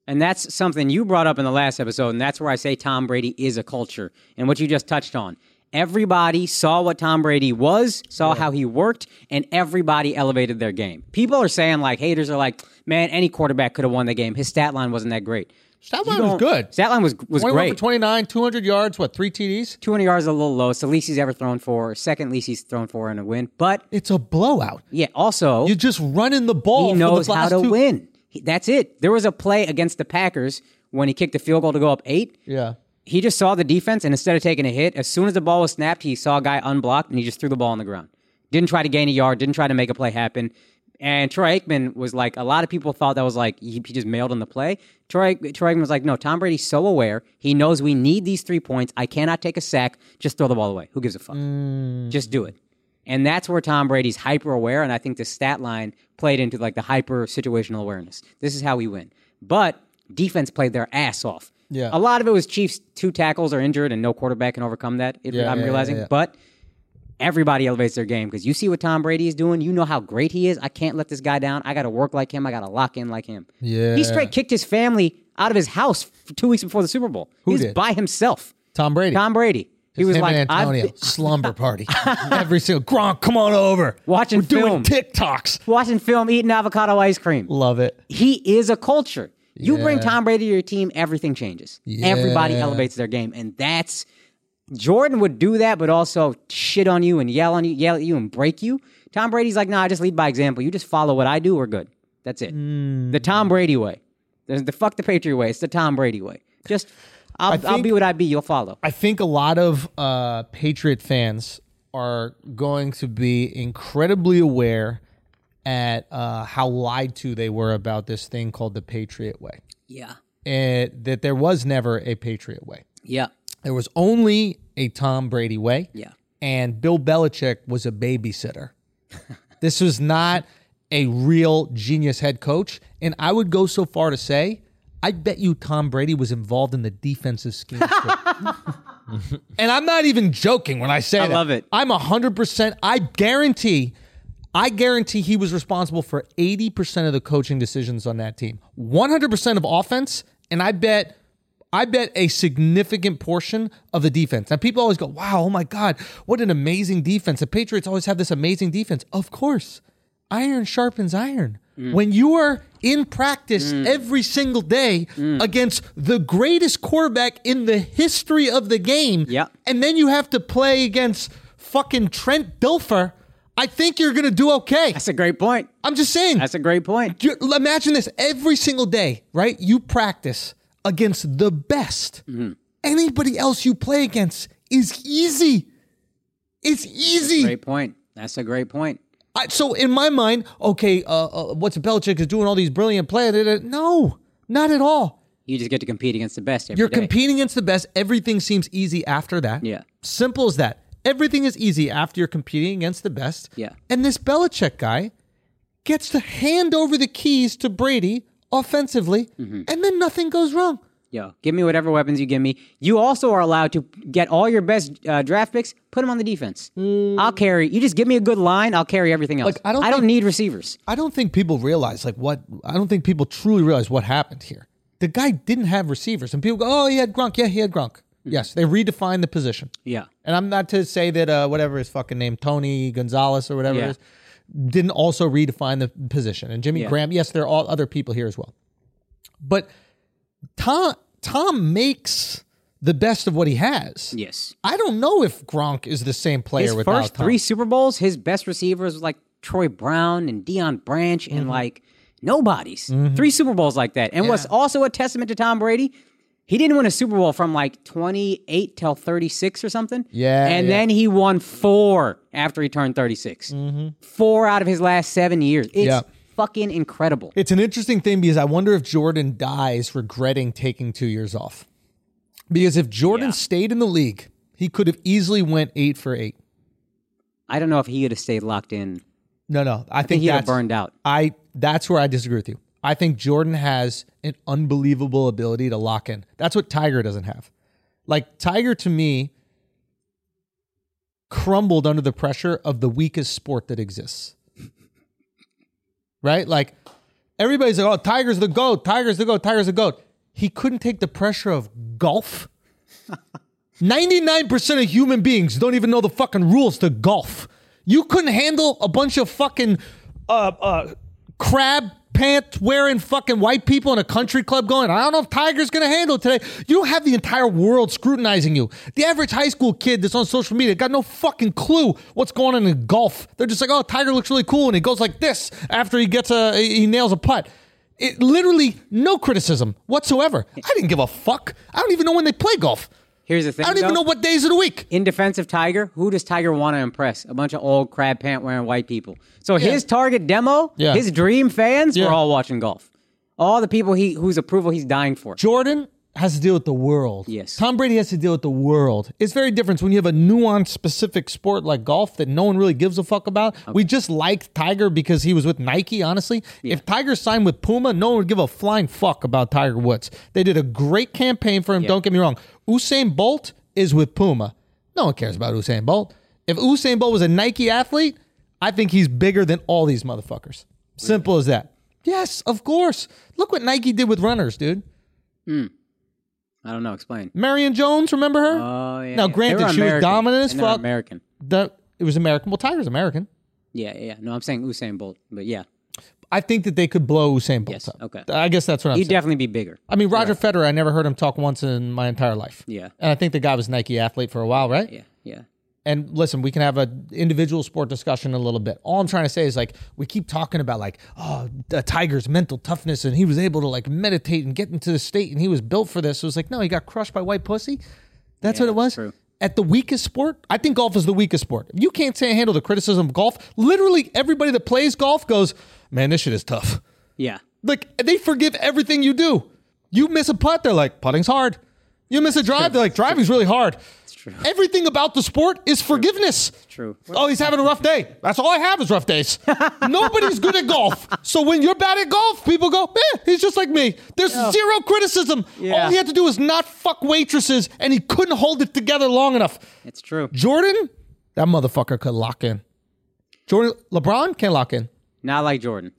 Speaker 2: And that's something you brought up in the last episode, and that's where I say Tom Brady is a culture and what you just touched on. Everybody saw what Tom Brady was, saw how he worked, and everybody elevated their game. People are saying, like, haters are like, man, any quarterback could have won the game. His stat line wasn't that great.
Speaker 1: Stat
Speaker 2: You
Speaker 1: line was
Speaker 2: don't-
Speaker 1: good.
Speaker 2: Stat line was, was
Speaker 1: 21
Speaker 2: great.
Speaker 1: for 29 200 yards what three td's
Speaker 2: 200 yards is a little low. It's the least he's ever thrown for, second least he's thrown for in a win. But
Speaker 1: It's a blowout.
Speaker 2: yeah, also,
Speaker 1: You're just running the ball.
Speaker 2: he
Speaker 1: for
Speaker 2: knows
Speaker 1: the
Speaker 2: how
Speaker 1: last
Speaker 2: to
Speaker 1: two-
Speaker 2: win. He- that's it. There was a play against the Packers when he kicked the field goal to go up eight.
Speaker 1: Yeah.
Speaker 2: He just saw the defense, and instead of taking a hit, as soon as the ball was snapped, he saw a guy unblocked and he just threw the ball on the ground. Didn't try to gain a yard, didn't try to make a play happen. And Troy Aikman was like, a lot of people thought that was like, he, he just mailed on the play. Troy, Troy Aikman was like, no, Tom Brady's so aware. He knows we need these three points. I cannot take a sack. Just throw the ball away. Who gives a fuck? Just do it. And that's where Tom Brady's hyper aware. And I think the stat line played into like the hyper situational awareness. This is how we win. But defense played their ass off.
Speaker 1: Yeah.
Speaker 2: A lot of it was Chiefs two tackles are injured and no quarterback can overcome that. it-
Speaker 1: Yeah,
Speaker 2: I'm
Speaker 1: yeah,
Speaker 2: realizing.
Speaker 1: yeah, yeah.
Speaker 2: But everybody elevates their game because you see what Tom Brady is doing. You know how great he is. I can't let this guy down. I got to work like him. I got to lock in like him.
Speaker 1: Yeah.
Speaker 2: He straight kicked his family out of his house f- two weeks before the Super Bowl. Who he was
Speaker 1: did?
Speaker 2: by himself.
Speaker 1: Tom Brady.
Speaker 2: Tom Brady. He was
Speaker 1: him
Speaker 2: like,
Speaker 1: and
Speaker 2: I've
Speaker 1: Antonio
Speaker 2: been-
Speaker 1: slumber party every single Gronk. Come on over.
Speaker 2: Watching
Speaker 1: We're doing
Speaker 2: film.
Speaker 1: TikToks.
Speaker 2: watching film, eating avocado ice cream.
Speaker 1: Love it.
Speaker 2: He is a culture. You bring
Speaker 1: Yeah.
Speaker 2: Tom Brady to your team, everything changes. Everybody
Speaker 1: Yeah.
Speaker 2: elevates their game, and that's Jordan would do that, but also shit on you and yell on you, yell at you and break you. Tom Brady's like, nah, I just lead by example. You just follow what I do, we're good. That's it.
Speaker 1: Hmm.
Speaker 2: The Tom Brady way. There's the fuck the Patriot way. It's the Tom Brady way. Just I'll, I'll
Speaker 1: think-
Speaker 2: be what I be. You'll follow.
Speaker 1: I think a lot of uh, Patriot fans are going to be incredibly aware at uh, how lied to they were about this thing called the Patriot Way.
Speaker 2: Yeah.
Speaker 1: And that there was never a Patriot Way.
Speaker 2: Yeah.
Speaker 1: There was only a Tom Brady way.
Speaker 2: Yeah.
Speaker 1: And Bill Belichick was a babysitter. this was not a real genius head coach. And I would go so far to say, I bet you Tom Brady was involved in the defensive scheme. too. and I'm not even joking when I say
Speaker 2: I
Speaker 1: that.
Speaker 2: love it.
Speaker 1: I'm 100%. I guarantee. I guarantee he was responsible for 80% of the coaching decisions on that team. 100% of offense and I bet I bet a significant portion of the defense. Now people always go, "Wow, oh my god, what an amazing defense. The Patriots always have this amazing defense." Of course. Iron sharpens iron. When you are in practice every single day against the greatest quarterback in the history of the game,
Speaker 2: Yeah.
Speaker 1: and then you have to play against fucking Trent Dilfer, I think you're going to do okay.
Speaker 2: That's a great point.
Speaker 1: I'm just saying.
Speaker 2: That's a great point.
Speaker 1: You- imagine this every single day, right? You practice against the best.
Speaker 2: Mm-hmm.
Speaker 1: Anybody else you play against is easy. It's easy.
Speaker 2: Great point. That's a great point.
Speaker 1: I, so in my mind, okay, uh, uh, what's Belichick is doing all these brilliant plays? da- da- da. No, not at all.
Speaker 2: You just get to compete against the best. every
Speaker 1: You're
Speaker 2: day.
Speaker 1: competing against the best. Everything seems easy after that.
Speaker 2: Yeah.
Speaker 1: Simple as that. Everything is easy after you're competing against the best.
Speaker 2: Yeah.
Speaker 1: And this Belichick guy gets to hand over the keys to Brady offensively,
Speaker 2: Mm-hmm.
Speaker 1: and then nothing goes wrong.
Speaker 2: Yo, give me whatever weapons you give me. You also are allowed to get all your best uh, draft picks, put them on the defense. I'll carry. You just give me a good line, I'll carry everything else.
Speaker 1: Hmm. Like, I don't think-
Speaker 2: need receivers.
Speaker 1: I don't think people realize like what I don't think people truly realize what happened here. The guy didn't have receivers, and people go, "Oh, he had Gronk. Yeah, he had Gronk."
Speaker 2: Mm-hmm.
Speaker 1: Yes, they redefined the position.
Speaker 2: Yeah.
Speaker 1: And I'm not to say that uh, whatever his fucking name, Tony Gonzalez or whatever
Speaker 2: Yeah.
Speaker 1: it is, didn't also redefine the position. And Jimmy
Speaker 2: Yeah.
Speaker 1: Graham, yes, there are all other people here as well. But Tom Tom makes the best of what he has.
Speaker 2: Yes.
Speaker 1: I don't know if Gronk is the same player
Speaker 2: His
Speaker 1: without
Speaker 2: first
Speaker 1: Tom.
Speaker 2: three Super Bowls, his best receivers was like Troy Brown and Dion Branch and
Speaker 1: Mm-hmm.
Speaker 2: like nobody's. Three Super Bowls like that. And what's also a testament to Tom Brady, he didn't win a Super Bowl from like 28 till 36 or something.
Speaker 1: Yeah,
Speaker 2: And
Speaker 1: yeah.
Speaker 2: then he won four after he turned 36. Four out of his last seven years. It's
Speaker 1: Mm-hmm. Yeah.
Speaker 2: fucking incredible.
Speaker 1: It's an interesting thing because I wonder if Jordan dies regretting taking two years off. Because if Jordan
Speaker 2: Yeah.
Speaker 1: stayed in the league, he could have easily went eight for eight.
Speaker 2: I don't know if he would have stayed locked in.
Speaker 1: No, no, I,
Speaker 2: I think
Speaker 1: think,
Speaker 2: he'd
Speaker 1: that's
Speaker 2: have burned out.
Speaker 1: I that's where I disagree with you. I think Jordan has an unbelievable ability to lock in. That's what Tiger doesn't have. Like Tiger to me crumbled under the pressure of the weakest sport that exists. right? Like everybody's like, "Oh, Tiger's the goat. Tiger's the goat. Tiger's the goat." He couldn't take the pressure of golf. 99% of human beings don't even know the fucking rules to golf. You couldn't handle a bunch of fucking uh, uh, crab pants wearing fucking white people in a country club going, I don't know if Tiger's going to handle it today. You don't have the entire world scrutinizing you. The average high school kid that's on social media got no fucking clue what's going on in golf. They're just like, oh, Tiger looks really cool and he goes like this after he gets a, he nails a putt. It literally no criticism whatsoever. I didn't give a fuck. I don't even know when they play golf.
Speaker 2: Here's the thing.
Speaker 1: I don't even
Speaker 2: though.
Speaker 1: know what days of the week.
Speaker 2: in defense of Tiger, who does Tiger want to impress? A bunch of old crab pant wearing white people. So his target demo,
Speaker 1: Yeah.
Speaker 2: his dream fans,
Speaker 1: Yeah.
Speaker 2: were all watching golf. All the people he whose approval he's dying for.
Speaker 1: Jordan has to deal with the world.
Speaker 2: Yes.
Speaker 1: Tom Brady has to deal with the world. It's very different when you have a nuanced, specific sport like golf that no one really gives a fuck about. We just liked Tiger because he was with Nike, honestly. If Tiger signed with Puma, no one would give a flying fuck about Tiger Woods. They did a great campaign for him, don't get me wrong. Usain Bolt is with Puma. No one cares about Usain Bolt. If Usain Bolt was a Nike athlete, I think he's bigger than all these motherfuckers. Simple as that. Yes, of course. Look what Nike did with runners, dude.
Speaker 2: I don't know. Explain.
Speaker 1: Marion Jones, remember her?
Speaker 2: Oh yeah.
Speaker 1: Now,
Speaker 2: yeah.
Speaker 1: granted,
Speaker 2: They were
Speaker 1: she was
Speaker 2: American,
Speaker 1: dominant as
Speaker 2: and they were
Speaker 1: fuck.
Speaker 2: American.
Speaker 1: The- it was American. Well, Tiger's American.
Speaker 2: Yeah, yeah. yeah. No, I'm saying Usain Bolt, but yeah,
Speaker 1: I think that they could blow Usain Bolt
Speaker 2: Yes,
Speaker 1: up.
Speaker 2: okay.
Speaker 1: I guess that's what I'm
Speaker 2: he'd
Speaker 1: saying.
Speaker 2: definitely be bigger.
Speaker 1: I mean, Roger Federer, I never heard him talk once in my entire life.
Speaker 2: Yeah.
Speaker 1: And I think the guy was Nike athlete for a while, right?
Speaker 2: Yeah, yeah.
Speaker 1: and listen, we can have a individual sport discussion in a little bit. All I'm trying to say is like we keep talking about like oh the Tiger's mental toughness and he was able to like meditate and get into the state and he was built for this. It was like no, he got crushed by white pussy. That's what it was.
Speaker 2: true.
Speaker 1: At the weakest sport, I think golf is the weakest sport. If you can't say handle the criticism of golf, literally everybody that plays golf goes, man, this shit is tough.
Speaker 2: Yeah.
Speaker 1: Like they forgive everything you do. You miss a putt, they're like, putting's hard. You miss a drive, they're like, driving's really hard.
Speaker 2: true.
Speaker 1: Everything about the sport is forgiveness.
Speaker 2: true.
Speaker 1: Oh, he's having a rough day. That's all I have is rough days. Nobody's good at golf. So when you're bad at golf, people go, eh, he's just like me. There's zero criticism. All he had to do was not fuck waitresses, and he couldn't hold it together long enough.
Speaker 2: It's true.
Speaker 1: Jordan, that motherfucker could lock in. Jordan, LeBron can't lock in.
Speaker 2: Not like Jordan.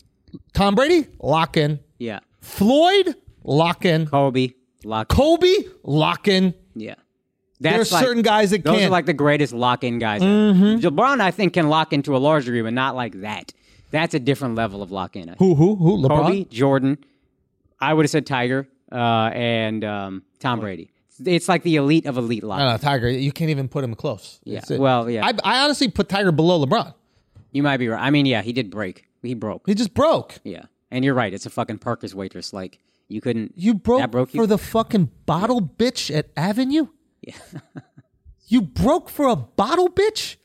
Speaker 1: Tom Brady, lock in.
Speaker 2: Yeah.
Speaker 1: Floyd Locken,
Speaker 2: Kobe. Lock.
Speaker 1: Kobe Locken.
Speaker 2: yeah. That's
Speaker 1: There's
Speaker 2: like-
Speaker 1: certain guys that
Speaker 2: Those
Speaker 1: can't. Mm-hmm.
Speaker 2: are like the greatest lock in guys. ever. LeBron, I think, can lock in to a large degree, but not like that. That's a different level of lock in.
Speaker 1: who, who, who? LeBron.
Speaker 2: Kobe, Jordan. I would have said Tiger uh, and um, Tom Brady. It's, it's like the elite of elite lock.
Speaker 1: No, no, Tiger. You can't even put him close.
Speaker 2: Yeah,
Speaker 1: That's it.
Speaker 2: well, yeah.
Speaker 1: I, I honestly put Tiger below LeBron.
Speaker 2: You might be right. I mean, yeah, he did break. He broke.
Speaker 1: He just broke.
Speaker 2: Yeah, and you're right. It's a fucking Parker's waitress. Like you couldn't.
Speaker 1: You broke,
Speaker 2: That broke you?
Speaker 1: for the fucking bottle bitch at Avenue. you broke for a bottle bitch.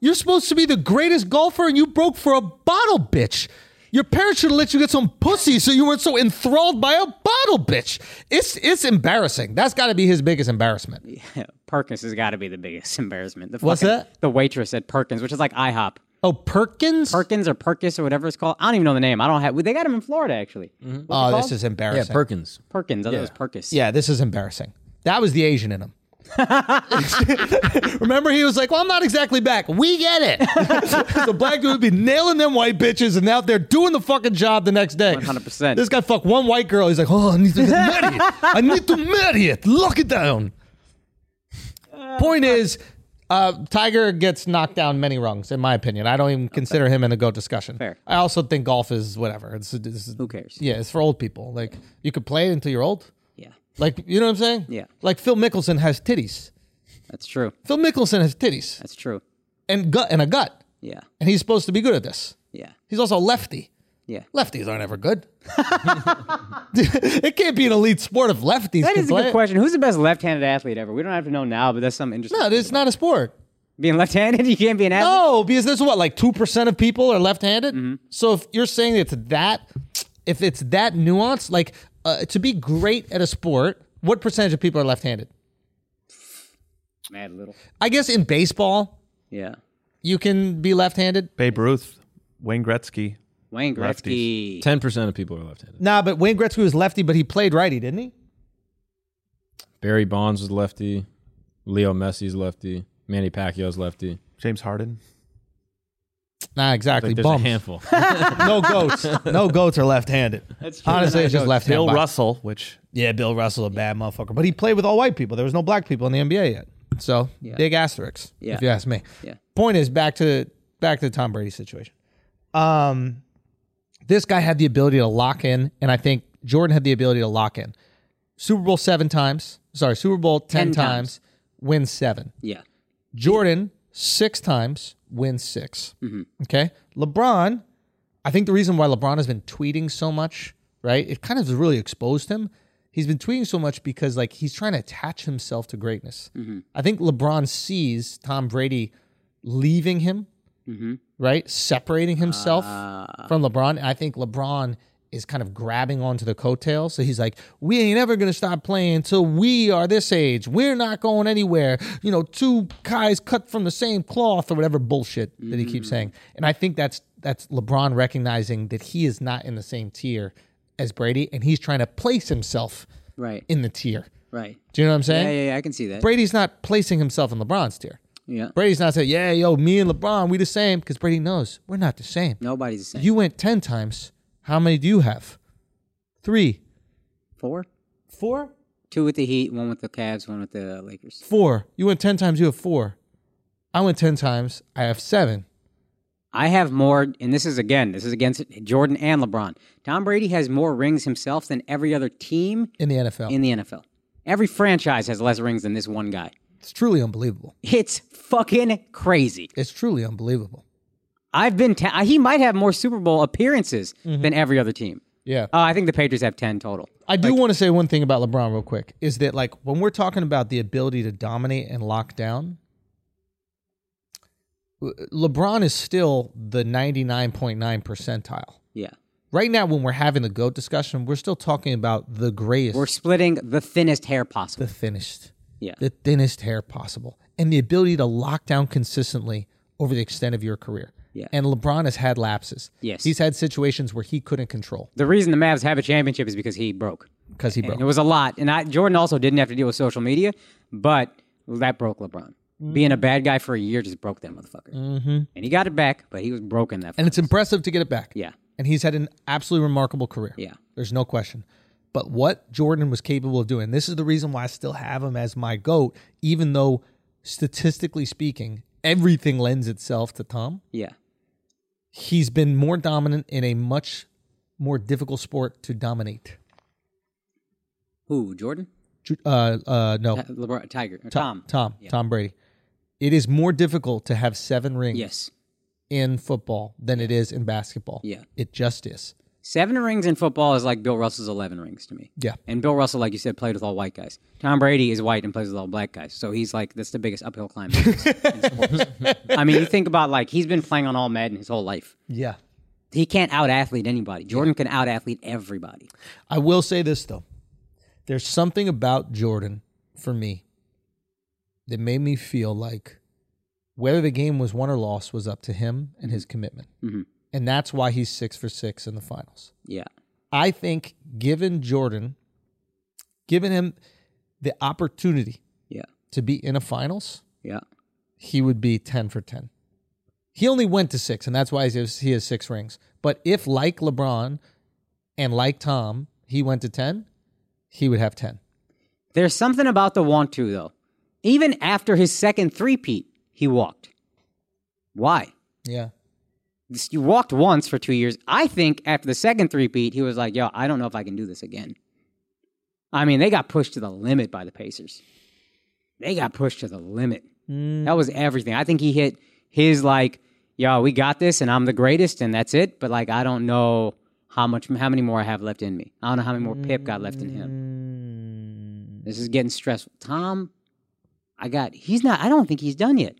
Speaker 1: You're supposed to be the greatest golfer, and you broke for a bottle bitch. Your parents should have let you get some pussy so you weren't so enthralled by a bottle bitch. It's it's embarrassing. That's got to be his biggest embarrassment.
Speaker 2: Perkins has got to be the biggest embarrassment. The
Speaker 1: What's
Speaker 2: fucking-
Speaker 1: that?
Speaker 2: The waitress at Perkins, which is like IHOP.
Speaker 1: Oh, Perkins?
Speaker 2: Perkins or Perkins or whatever it's called. I don't even know the name. I don't have. They got him in Florida actually.
Speaker 1: oh, this is
Speaker 5: Yeah,
Speaker 1: embarrassing. Yeah,
Speaker 5: Perkins.
Speaker 2: Perkins. I thought it was Perkins.
Speaker 1: this is embarrassing. That was the Asian in him. Remember, he was like, "Well, I'm not exactly back. We get it." the black dude would be nailing them white bitches, and out there doing the fucking job the next day.
Speaker 2: 100%.
Speaker 1: This guy fucked one white girl. He's like, "Oh, I need to get married. I need to marry it. Lock it down." Point is, uh, Tiger gets knocked down many rungs, in my opinion. I don't even consider him in the goat discussion.
Speaker 2: Fair.
Speaker 1: I also think golf is whatever. It's, it's
Speaker 2: Who cares?
Speaker 1: yeah, it's for old people. Like you could play it until you're old.
Speaker 2: Yeah.
Speaker 1: Like you know what I'm saying?
Speaker 2: Yeah.
Speaker 1: Like Phil Mickelson has titties.
Speaker 2: That's true.
Speaker 1: Phil Mickelson has titties
Speaker 2: That's true.
Speaker 1: and gut and a gut,
Speaker 2: Yeah.
Speaker 1: and he's supposed to be good at this.
Speaker 2: Yeah.
Speaker 1: He's also a lefty.
Speaker 2: Yeah.
Speaker 1: Lefties aren't ever good. it can't be an elite sport if lefties.
Speaker 2: That
Speaker 1: can
Speaker 2: is a
Speaker 1: play
Speaker 2: good
Speaker 1: it.
Speaker 2: question. Who's the best left-handed athlete ever? We don't have to know now, but that's something interesting.
Speaker 1: No, it's not a sport.
Speaker 2: Being left-handed, you can't be an athlete.
Speaker 1: No, because there's what like two percent of people are left-handed.
Speaker 2: Mm-hmm.
Speaker 1: So if you're saying it's that, if it's that nuanced, like uh, to be great at a sport, what percentage of people are left-handed?
Speaker 2: Mad little.
Speaker 1: I guess in baseball,
Speaker 2: Yeah.
Speaker 1: you can be left-handed.
Speaker 9: Babe Ruth, Wayne Gretzky.
Speaker 2: Wayne Gretzky.
Speaker 5: Ten percent of people are left-handed.
Speaker 1: Nah, but Wayne Gretzky was lefty, but he played righty, didn't he?
Speaker 5: Barry Bonds was lefty. Leo Messi's lefty. Manny Pacquiao's lefty.
Speaker 9: James Harden.
Speaker 1: Nah, exactly.
Speaker 5: Like there's
Speaker 1: Bums.
Speaker 5: a handful.
Speaker 1: no goats. No goats are left-handed. Honestly, it's just left-handed.
Speaker 9: Bill
Speaker 1: box.
Speaker 9: Russell, which
Speaker 1: Yeah, Bill Russell, a bad motherfucker, but he played with all white people. There was no black people in the NBA yet, so big asterisks.
Speaker 2: Yeah.
Speaker 1: If you ask me.
Speaker 2: Yeah.
Speaker 1: Point is back to back to the Tom Brady situation. Um, this guy had the ability to lock in, and I think Jordan had the ability to lock in. Super Bowl seven times. Sorry, Super Bowl ten,
Speaker 2: Ten
Speaker 1: times.
Speaker 2: times.
Speaker 1: Win seven.
Speaker 2: Yeah.
Speaker 1: Jordan six times wins 6 Okay, LeBron. I think the reason why LeBron has been tweeting so much, right? It kind of has really exposed him. He's been tweeting so much because like he's trying to attach himself to greatness. I think LeBron sees Tom Brady
Speaker 2: Ah.
Speaker 1: leaving him, right, separating himself from LeBron. And I think LeBron is kind of grabbing onto the coattails. So he's like, "We ain't ever gonna stop playing until we are this age. We're not going anywhere." You know, two guys cut from the same cloth or whatever bullshit that he
Speaker 2: Mm.
Speaker 1: keeps saying. And I think that's that's LeBron recognizing that he is not in the same tier as Brady, and he's trying to place himself
Speaker 2: Right.
Speaker 1: in the tier.
Speaker 2: right.
Speaker 1: Do you know what I'm saying?
Speaker 2: Yeah, yeah, yeah. I can see that.
Speaker 1: Brady's not placing himself in LeBron's tier.
Speaker 2: yeah.
Speaker 1: Brady's not saying, "Yeah, yo, me and LeBron, we the same," because Brady knows we're not the same.
Speaker 2: Nobody's the same.
Speaker 1: You went ten times. How many do you have? Three,
Speaker 2: four?
Speaker 1: four,
Speaker 2: Two with the Heat, one with the Cavs, one with the Lakers.
Speaker 1: four. You went ten times. You have four. I went ten times. I have seven.
Speaker 2: I have more, and this is again, this is against Jordan and LeBron. Tom Brady has more rings himself than every other team
Speaker 1: in the NFL.
Speaker 2: in the NFL. Every franchise has less rings than this one guy.
Speaker 1: it's truly unbelievable.
Speaker 2: It's fucking crazy.
Speaker 1: It's truly unbelievable.
Speaker 2: I've been. Ta- he might have more Super Bowl appearances
Speaker 1: Mm-hmm.
Speaker 2: than every other team.
Speaker 1: Yeah.
Speaker 2: Uh, I think the Patriots have ten total.
Speaker 1: I do want to say one thing about LeBron real quick is that like when we're talking about the ability to dominate and lock down, Le- LeBron is still the 99.9 percentile.
Speaker 2: Yeah,
Speaker 1: Right now, when we're having the GOAT discussion, we're still talking about the greatest,
Speaker 2: we're splitting the thinnest hair possible.
Speaker 1: the thinnest,
Speaker 2: yeah,
Speaker 1: the thinnest hair possible, and the ability to lock down consistently over the extent of your career.
Speaker 2: Yeah.
Speaker 1: And LeBron has had lapses.
Speaker 2: Yes.
Speaker 1: He's had situations where he couldn't control
Speaker 2: the reason the Mavs have a championship is because he broke.
Speaker 1: because he broke.
Speaker 2: And it was a lot, and I, Jordan also didn't have to deal with social media, but that broke LeBron. Being a
Speaker 1: Mm.
Speaker 2: bad guy for a year just broke that motherfucker, mm-hmm. and he got it back, but he was broken that.
Speaker 1: and it's impressive to get it back.
Speaker 2: yeah,
Speaker 1: And he's had an absolutely remarkable career.
Speaker 2: Yeah.
Speaker 1: There's no question. But what Jordan was capable of doing, this is the reason why I still have him as my GOAT, even though statistically speaking, everything lends itself to Tom.
Speaker 2: yeah,
Speaker 1: He's been more dominant in a much more difficult sport to dominate.
Speaker 2: who Jordan,
Speaker 1: Ju- Uh, uh, no,
Speaker 2: Ti- LeBron, Tiger, or Tom.
Speaker 1: Tom, Tom Brady. It is more difficult to have seven rings
Speaker 2: Yes,
Speaker 1: in football than it is in basketball.
Speaker 2: Yeah.
Speaker 1: It just is.
Speaker 2: seven rings in football is like Bill Russell's eleven rings to me.
Speaker 1: Yeah.
Speaker 2: And Bill Russell, like you said, played with all white guys. Tom Brady is white and plays with all black guys. So he's like, that's the biggest uphill climb. in sports. I mean, you think about like, he's been playing on all Madden his whole life.
Speaker 1: Yeah.
Speaker 2: He can't out athlete anybody. Jordan can out athlete everybody.
Speaker 1: I will say this though. There's something about Jordan for me that made me feel like whether the game was won or lost was up to him and
Speaker 2: Mm-hmm.
Speaker 1: his commitment. And that's why he's six for six in the finals.
Speaker 2: Yeah.
Speaker 1: I think given Jordan, given him the opportunity
Speaker 2: Yeah.
Speaker 1: to be in a finals,
Speaker 2: Yeah.
Speaker 1: he would be 10 for 10. He only went to six, and that's why he has, he has six rings. But if, like LeBron and like Tom, he went to 10, he would have 10.
Speaker 2: There's something about the want to, though. Even after his second three-peat, he walked. Why?
Speaker 1: Yeah.
Speaker 2: This- You walked once for two years. I think after the second three-peat, he was like, yo, I don't know if I can do this again. I mean, they got pushed to the limit by the Pacers. They got pushed to the limit. That was everything. I think he hit his, like, yo, we got this and I'm the greatest and that's it. But, like, I don't know how much, how many more I have left in me. I don't know how many more Pip got left in him. This is getting stressful. Tom, I got, he's not, I don't think he's done yet.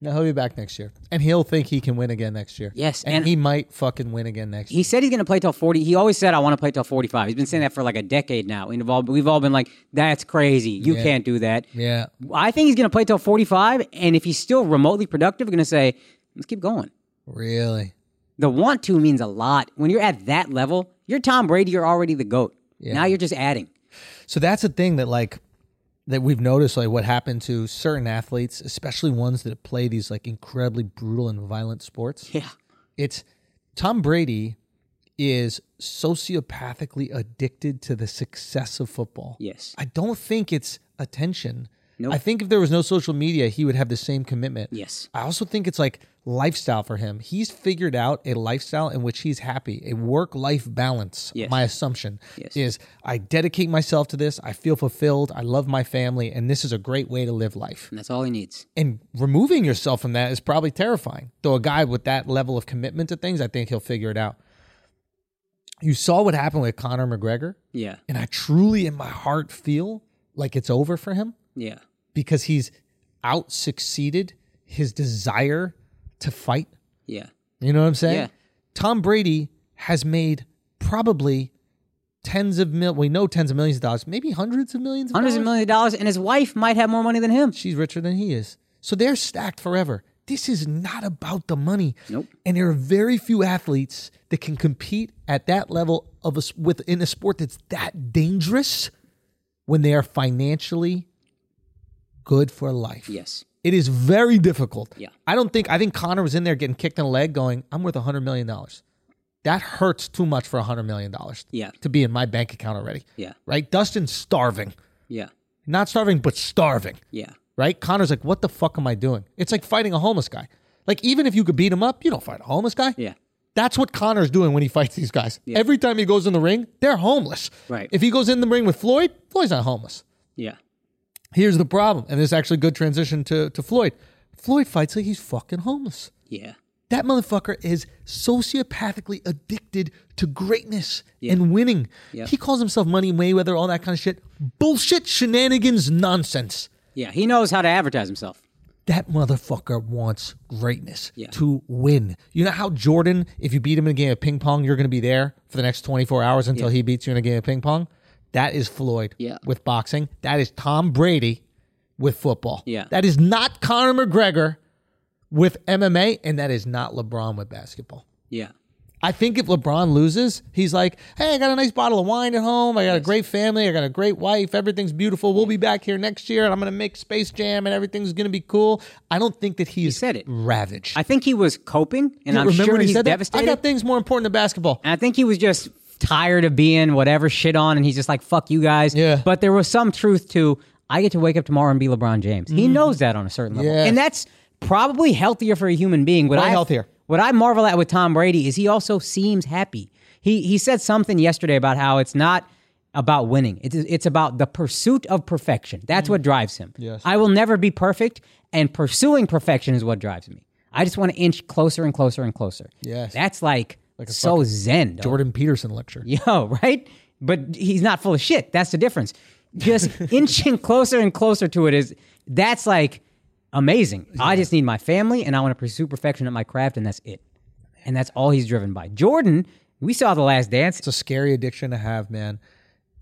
Speaker 1: Now he'll be back next year, and he'll think he can win again next year.
Speaker 2: Yes,
Speaker 1: and,
Speaker 2: and-
Speaker 1: he might fucking win again next year.
Speaker 2: He said he's going to play till 40. He always said, I want to play till 45. He's been saying that for like a decade now. And we've all, we've all been like, that's crazy. You can't do that.
Speaker 1: Yeah,
Speaker 2: I think he's going to play till 45. And if he's still remotely productive, we're going to say, let's keep going.
Speaker 1: really.
Speaker 2: The want to means a lot. When you're at that level, you're Tom Brady, you're already the GOAT. Now you're just adding.
Speaker 1: So that's a thing that like that we've noticed like what happened to certain athletes, especially ones that play these like incredibly brutal and violent sports.
Speaker 2: Yeah.
Speaker 1: It's Tom Brady is sociopathically addicted to the success of football.
Speaker 2: Yes.
Speaker 1: I don't think it's attention.
Speaker 2: Nope.
Speaker 1: I think if there was no social media, he would have the same commitment.
Speaker 2: Yes.
Speaker 1: I also think it's like lifestyle for him. He's figured out a lifestyle in which he's happy, a work life balance.
Speaker 2: Yes.
Speaker 1: My assumption
Speaker 2: Yes.
Speaker 1: is I dedicate myself to this. I feel fulfilled. I love my family. And this is a great way to live life.
Speaker 2: And that's all he needs.
Speaker 1: And removing yourself from that is probably terrifying. Though a guy with that level of commitment to things, I think he'll figure it out. You saw what happened with Conor McGregor.
Speaker 2: Yeah.
Speaker 1: And I truly, in my heart, feel like it's over for him
Speaker 2: Yeah.
Speaker 1: because he's out succeeded his desire to fight.
Speaker 2: Yeah.
Speaker 1: You know what I'm saying?
Speaker 2: Yeah.
Speaker 1: Tom Brady has made probably tens of mil. We know tens of millions of dollars, maybe hundreds of millions. Of
Speaker 2: Hundreds of
Speaker 1: dollars.
Speaker 2: millions of dollars, and his wife might have more money than him.
Speaker 1: She's richer than he is, so they're stacked forever. This is not about the money. Nope. And there are very few athletes that can compete at that level of a, s- within a sport that's that dangerous when they are financially good for life.
Speaker 2: Yes.
Speaker 1: It is very difficult.
Speaker 2: Yeah.
Speaker 1: I don't think I think Connor was in there getting kicked in the leg going, I'm worth hundred million dollars. That hurts too much for hundred million dollars.
Speaker 2: Yeah.
Speaker 1: To be in my bank account already.
Speaker 2: Yeah.
Speaker 1: Right? Dustin's starving.
Speaker 2: Yeah.
Speaker 1: Not starving, but starving.
Speaker 2: Yeah.
Speaker 1: Right? Connor's like, what the fuck am I doing? It's like fighting a homeless guy. Like, even if you could beat him up, you don't fight a homeless guy.
Speaker 2: Yeah.
Speaker 1: That's what Connor's doing when he fights these guys. Every time he goes in the ring, they're homeless.
Speaker 2: Right.
Speaker 1: If he goes in the ring with Floyd, Floyd's not homeless.
Speaker 2: Yeah.
Speaker 1: Here's the problem, and this is actually a good transition to, to Floyd. Floyd fights like he's fucking homeless.
Speaker 2: Yeah.
Speaker 1: That motherfucker is sociopathically addicted to greatness and winning. He calls himself Money Mayweather, all that kind of shit. Bullshit, shenanigans, nonsense.
Speaker 2: Yeah. He knows how to advertise himself.
Speaker 1: That motherfucker wants greatness
Speaker 2: Yeah.
Speaker 1: to win. You know how Jordan, if you beat him in a game of ping pong, you're going to be there for the next 24 hours until he beats you in a game of ping pong? That is Floyd
Speaker 2: Yeah.
Speaker 1: with boxing. That is Tom Brady with football.
Speaker 2: Yeah.
Speaker 1: That is not Conor McGregor with MMA, and that is not LeBron with basketball.
Speaker 2: Yeah.
Speaker 1: I think if LeBron loses, he's like, hey, I got a nice bottle of wine at home. I got a great family. I got a great wife. Everything's beautiful.
Speaker 2: Mm.
Speaker 1: We'll be back here next year and I'm going to make Space Jam and everything's going to be cool. I don't think that he's
Speaker 2: said it.
Speaker 1: ravaged.
Speaker 2: I think he was coping, and I'm
Speaker 1: Remember
Speaker 2: sure
Speaker 1: when he
Speaker 2: he's
Speaker 1: said that?
Speaker 2: devastated.
Speaker 1: I got things more important than basketball.
Speaker 2: And I think he was just tired of being whatever shit on, and he's just like, fuck you guys.
Speaker 1: Yeah.
Speaker 2: But there was some truth to, I get to wake up tomorrow and be LeBron James. He knows that on a certain level.
Speaker 1: Mm-hmm. Yeah.
Speaker 2: And that's probably healthier for a human being. What
Speaker 1: Way
Speaker 2: I,
Speaker 1: healthier.
Speaker 2: What I marvel at with Tom Brady is he also seems happy. He, he said something yesterday about how it's not about winning. It's, it's about the pursuit of perfection. That's
Speaker 1: Mm.
Speaker 2: what drives him. Yes. I will never be perfect, and pursuing perfection is what drives me. I just want to inch closer and closer and closer.
Speaker 1: Yes.
Speaker 2: That's like, so zen. dog.
Speaker 1: Jordan Peterson lecture.
Speaker 2: Yo, right? But he's not full of shit. That's the difference. Just inching closer and closer to it is that's like amazing. I just need my family and I want to pursue perfection at my craft, and that's it. And that's all he's driven by. Jordan, we saw the last dance
Speaker 1: It's a scary addiction to have, man,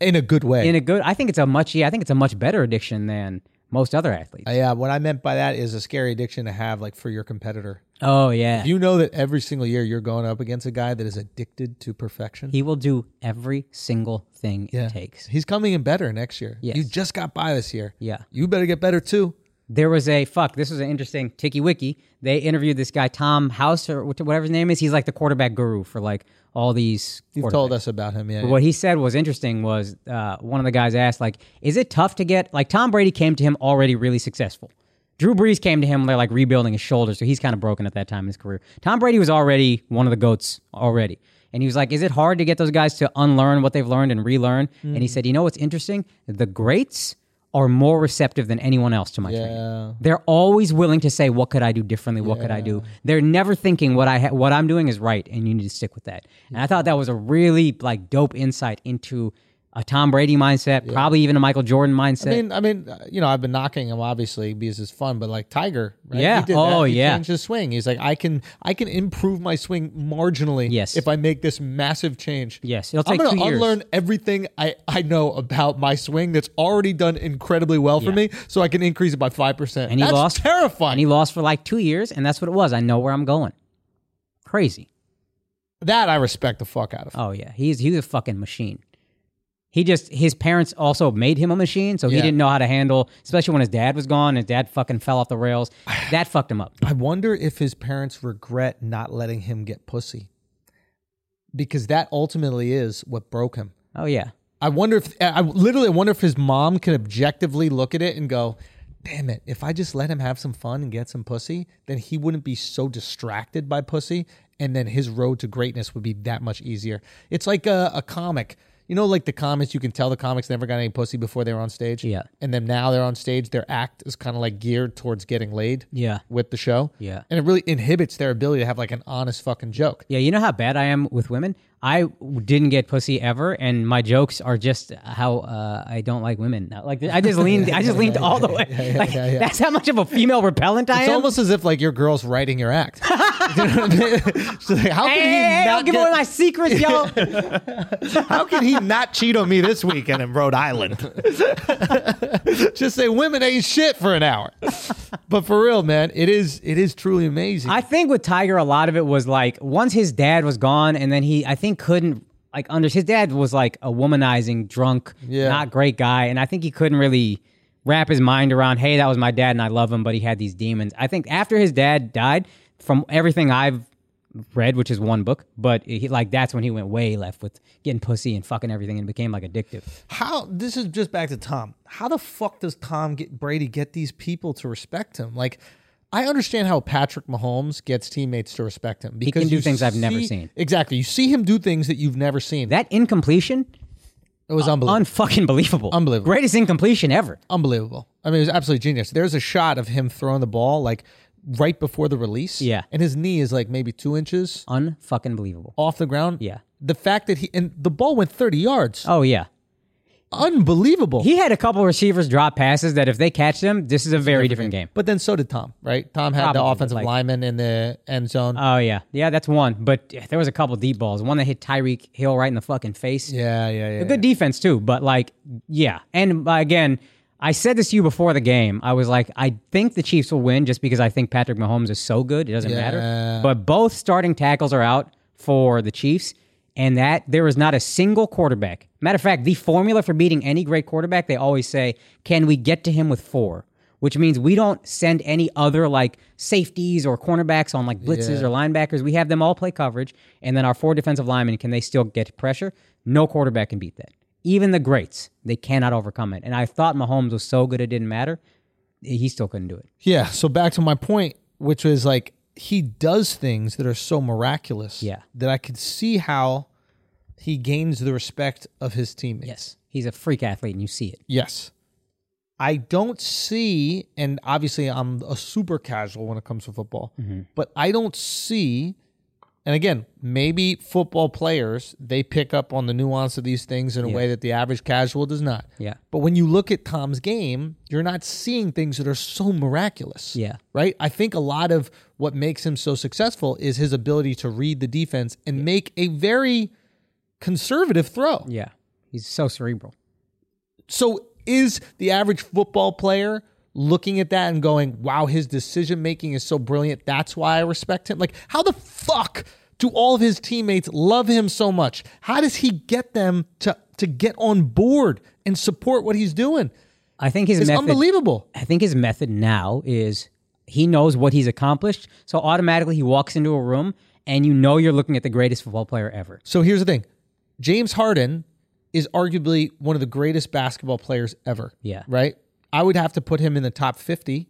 Speaker 1: in a good way.
Speaker 2: in a good I think it's a much yeah, I think it's a much better addiction than most other athletes.
Speaker 1: Uh, yeah, what I meant by that is a scary addiction to have, like for your competitor.
Speaker 2: oh yeah.
Speaker 1: You know that every single year you're going up against a guy that is addicted to perfection.
Speaker 2: he will do every single thing
Speaker 1: Yeah.
Speaker 2: it takes.
Speaker 1: He's coming in better next year.
Speaker 2: Yes.
Speaker 1: You just got by this year.
Speaker 2: Yeah.
Speaker 1: You better get better too.
Speaker 2: there was a fuck. This was an interesting ticky wiki. They interviewed this guy Tom House or what- whatever his name is. He's like the quarterback guru for like all these.
Speaker 1: You've
Speaker 2: quarterbacks.
Speaker 1: told us about him. Yeah.
Speaker 2: But What he said was interesting. Was uh, one of the guys asked like, "Is it tough to get like Tom Brady came to him already really successful? Drew Brees came to him. They're like rebuilding his shoulder, so he's kind of broken at that time in his career. Tom Brady was already one of the goats already." And he was like, "Is it hard to get those guys to unlearn what they've learned and relearn?" And he said, "You know what's interesting? The greats are more receptive than anyone else to my training. They're always willing to say, "What could I do differently? What could I do?" They're never thinking what I ha- what I'm doing is right, and you need to stick with that. And I thought that was a really like dope insight into a Tom Brady mindset, probably even a Michael Jordan mindset.
Speaker 1: I mean, I mean, uh, you know, I've been knocking him obviously because it's fun, but like Tiger, right?
Speaker 2: Yeah.
Speaker 1: He did
Speaker 2: Oh,
Speaker 1: that. He
Speaker 2: yeah.
Speaker 1: Changed his swing. He's like, I can, I can improve my swing marginally.
Speaker 2: Yes.
Speaker 1: If I make this massive change.
Speaker 2: Yes, it'll
Speaker 1: I'm
Speaker 2: take
Speaker 1: gonna
Speaker 2: two years.
Speaker 1: unlearn everything I I know about my swing that's already done incredibly well for
Speaker 2: Yeah.
Speaker 1: me, so I can increase it by five percent.
Speaker 2: and he
Speaker 1: that's
Speaker 2: lost
Speaker 1: Terrifying.
Speaker 2: And he lost for like two years, and that's what it was. I know where I'm going. Crazy.
Speaker 1: that I respect the fuck out of.
Speaker 2: Oh yeah, he's he was a fucking machine. He just his parents also made him a machine, so he
Speaker 1: Yeah.
Speaker 2: didn't know how to handle, especially when his dad was gone. His dad fucking fell off the rails. That fucked him up.
Speaker 1: I wonder if his parents regret not letting him get pussy because that ultimately is what broke him.
Speaker 2: Oh yeah,
Speaker 1: I wonder if I I literally wonder if his mom can objectively look at it and go, "Damn it, if I just let him have some fun and get some pussy, then he wouldn't be so distracted by pussy and then his road to greatness would be that much easier." It's like a, a comic you know, like the comics, you can tell the comics never got any pussy before they were on stage.
Speaker 2: Yeah.
Speaker 1: And then now they're on stage, their act is kind of like geared towards getting laid.
Speaker 2: Yeah.
Speaker 1: With the show.
Speaker 2: Yeah.
Speaker 1: And it really inhibits their ability to have like an honest fucking joke.
Speaker 2: yeah. You know how bad I am with women. I didn't get pussy ever, and my jokes are just how uh, I don't like women. Now, Like I just leaned, I just leaned all the way. Like, That's how much of a female repellent I
Speaker 1: It's
Speaker 2: am.
Speaker 1: almost as if like your girl's writing your act. You know what I mean? So, like, how can
Speaker 2: Hey,
Speaker 1: he
Speaker 2: hey, hey,
Speaker 1: not
Speaker 2: don't give
Speaker 1: get-
Speaker 2: away my secrets, yo.
Speaker 1: How can he not cheat on me this weekend in Rhode Island? Just say women ain't shit for an hour. But for real, man, it is it is truly amazing.
Speaker 2: I think with Tiger, a lot of it was like once his dad was gone, and then he, I think, couldn't like under his dad was like a womanizing, drunk,
Speaker 1: Yeah.
Speaker 2: not great guy, and I think he couldn't really wrap his mind around, hey, that was my dad, and I love him, but he had these demons. I think after his dad died, from everything I've read, which is one book, but he like that's when he went way left with getting pussy and fucking everything and became like addictive.
Speaker 1: How this is just back to Tom. How the fuck does Tom get Brady get these people to respect him? Like I understand how Patrick Mahomes gets teammates to respect him because
Speaker 2: do
Speaker 1: you
Speaker 2: things I've never
Speaker 1: see-
Speaker 2: seen.
Speaker 1: Exactly, you see him do things that you've never seen.
Speaker 2: That incompletion,
Speaker 1: it was unbelievable.
Speaker 2: unfucking believable,
Speaker 1: Unbelievable.
Speaker 2: greatest incompletion ever.
Speaker 1: unbelievable. I mean, it was absolutely genius. There's a shot of him throwing the ball like right before the release.
Speaker 2: Yeah.
Speaker 1: and his knee is like maybe two inches
Speaker 2: Unfucking believable.
Speaker 1: off the ground.
Speaker 2: Yeah.
Speaker 1: the fact that he and the ball went 30 yards,
Speaker 2: Oh yeah.
Speaker 1: unbelievable.
Speaker 2: He had a couple receivers drop passes that if they catch them, this is a very different game.
Speaker 1: but then so did Tom, right? Tom had the
Speaker 2: Probably,
Speaker 1: offensive
Speaker 2: like-
Speaker 1: lineman in the end zone.
Speaker 2: Oh yeah, yeah, that's one. But yeah, there was a couple deep balls. One that hit Tyreek Hill right in the fucking face.
Speaker 1: yeah, yeah, yeah.
Speaker 2: A good defense too, but like, yeah. And uh, again, I said this to you before the game. I was like, I think the Chiefs will win just because I think Patrick Mahomes is so good. It doesn't matter. But both starting tackles are out for the Chiefs, and that there is not a single quarterback. Matter of fact, the formula for beating any great quarterback, they always say, can we get to him with four? Which means we don't send any other like safeties or cornerbacks on like blitzes or linebackers. We have them all play coverage, and then our four defensive linemen can they still get pressure? No quarterback can beat that. Even the greats, they cannot overcome it. And I thought Mahomes was so good it didn't matter. He still couldn't do it.
Speaker 1: Yeah. So back to my point, which was like he does things that are so miraculous.
Speaker 2: Yeah.
Speaker 1: That I could see how he gains the respect of his teammates.
Speaker 2: Yes, he's a freak athlete, and you see it.
Speaker 1: Yes. I don't see, and obviously I'm a super casual when it comes to football,
Speaker 2: Mm-hmm.
Speaker 1: but I don't see, and again, maybe football players, they pick up on the nuance of these things in a way that the average casual does not.
Speaker 2: Yeah.
Speaker 1: But when you look at Tom's game, you're not seeing things that are so miraculous.
Speaker 2: Yeah.
Speaker 1: Right? I think a lot of what makes him so successful is his ability to read the defense and make a very conservative throw.
Speaker 2: Yeah, he's so cerebral.
Speaker 1: So is the average football player looking at that and going, "Wow, his decision making is so brilliant. That's why I respect him." Like, how the fuck do all of his teammates love him so much? How does he get them to to get on board and support what he's doing?
Speaker 2: I think his
Speaker 1: It's
Speaker 2: method.
Speaker 1: unbelievable.
Speaker 2: I think his method now is he knows what he's accomplished, so automatically he walks into a room and you know you're looking at the greatest football player ever.
Speaker 1: So here's the thing. James Harden is arguably one of the greatest basketball players ever.
Speaker 2: Yeah.
Speaker 1: Right? I would have to put him in the top 50.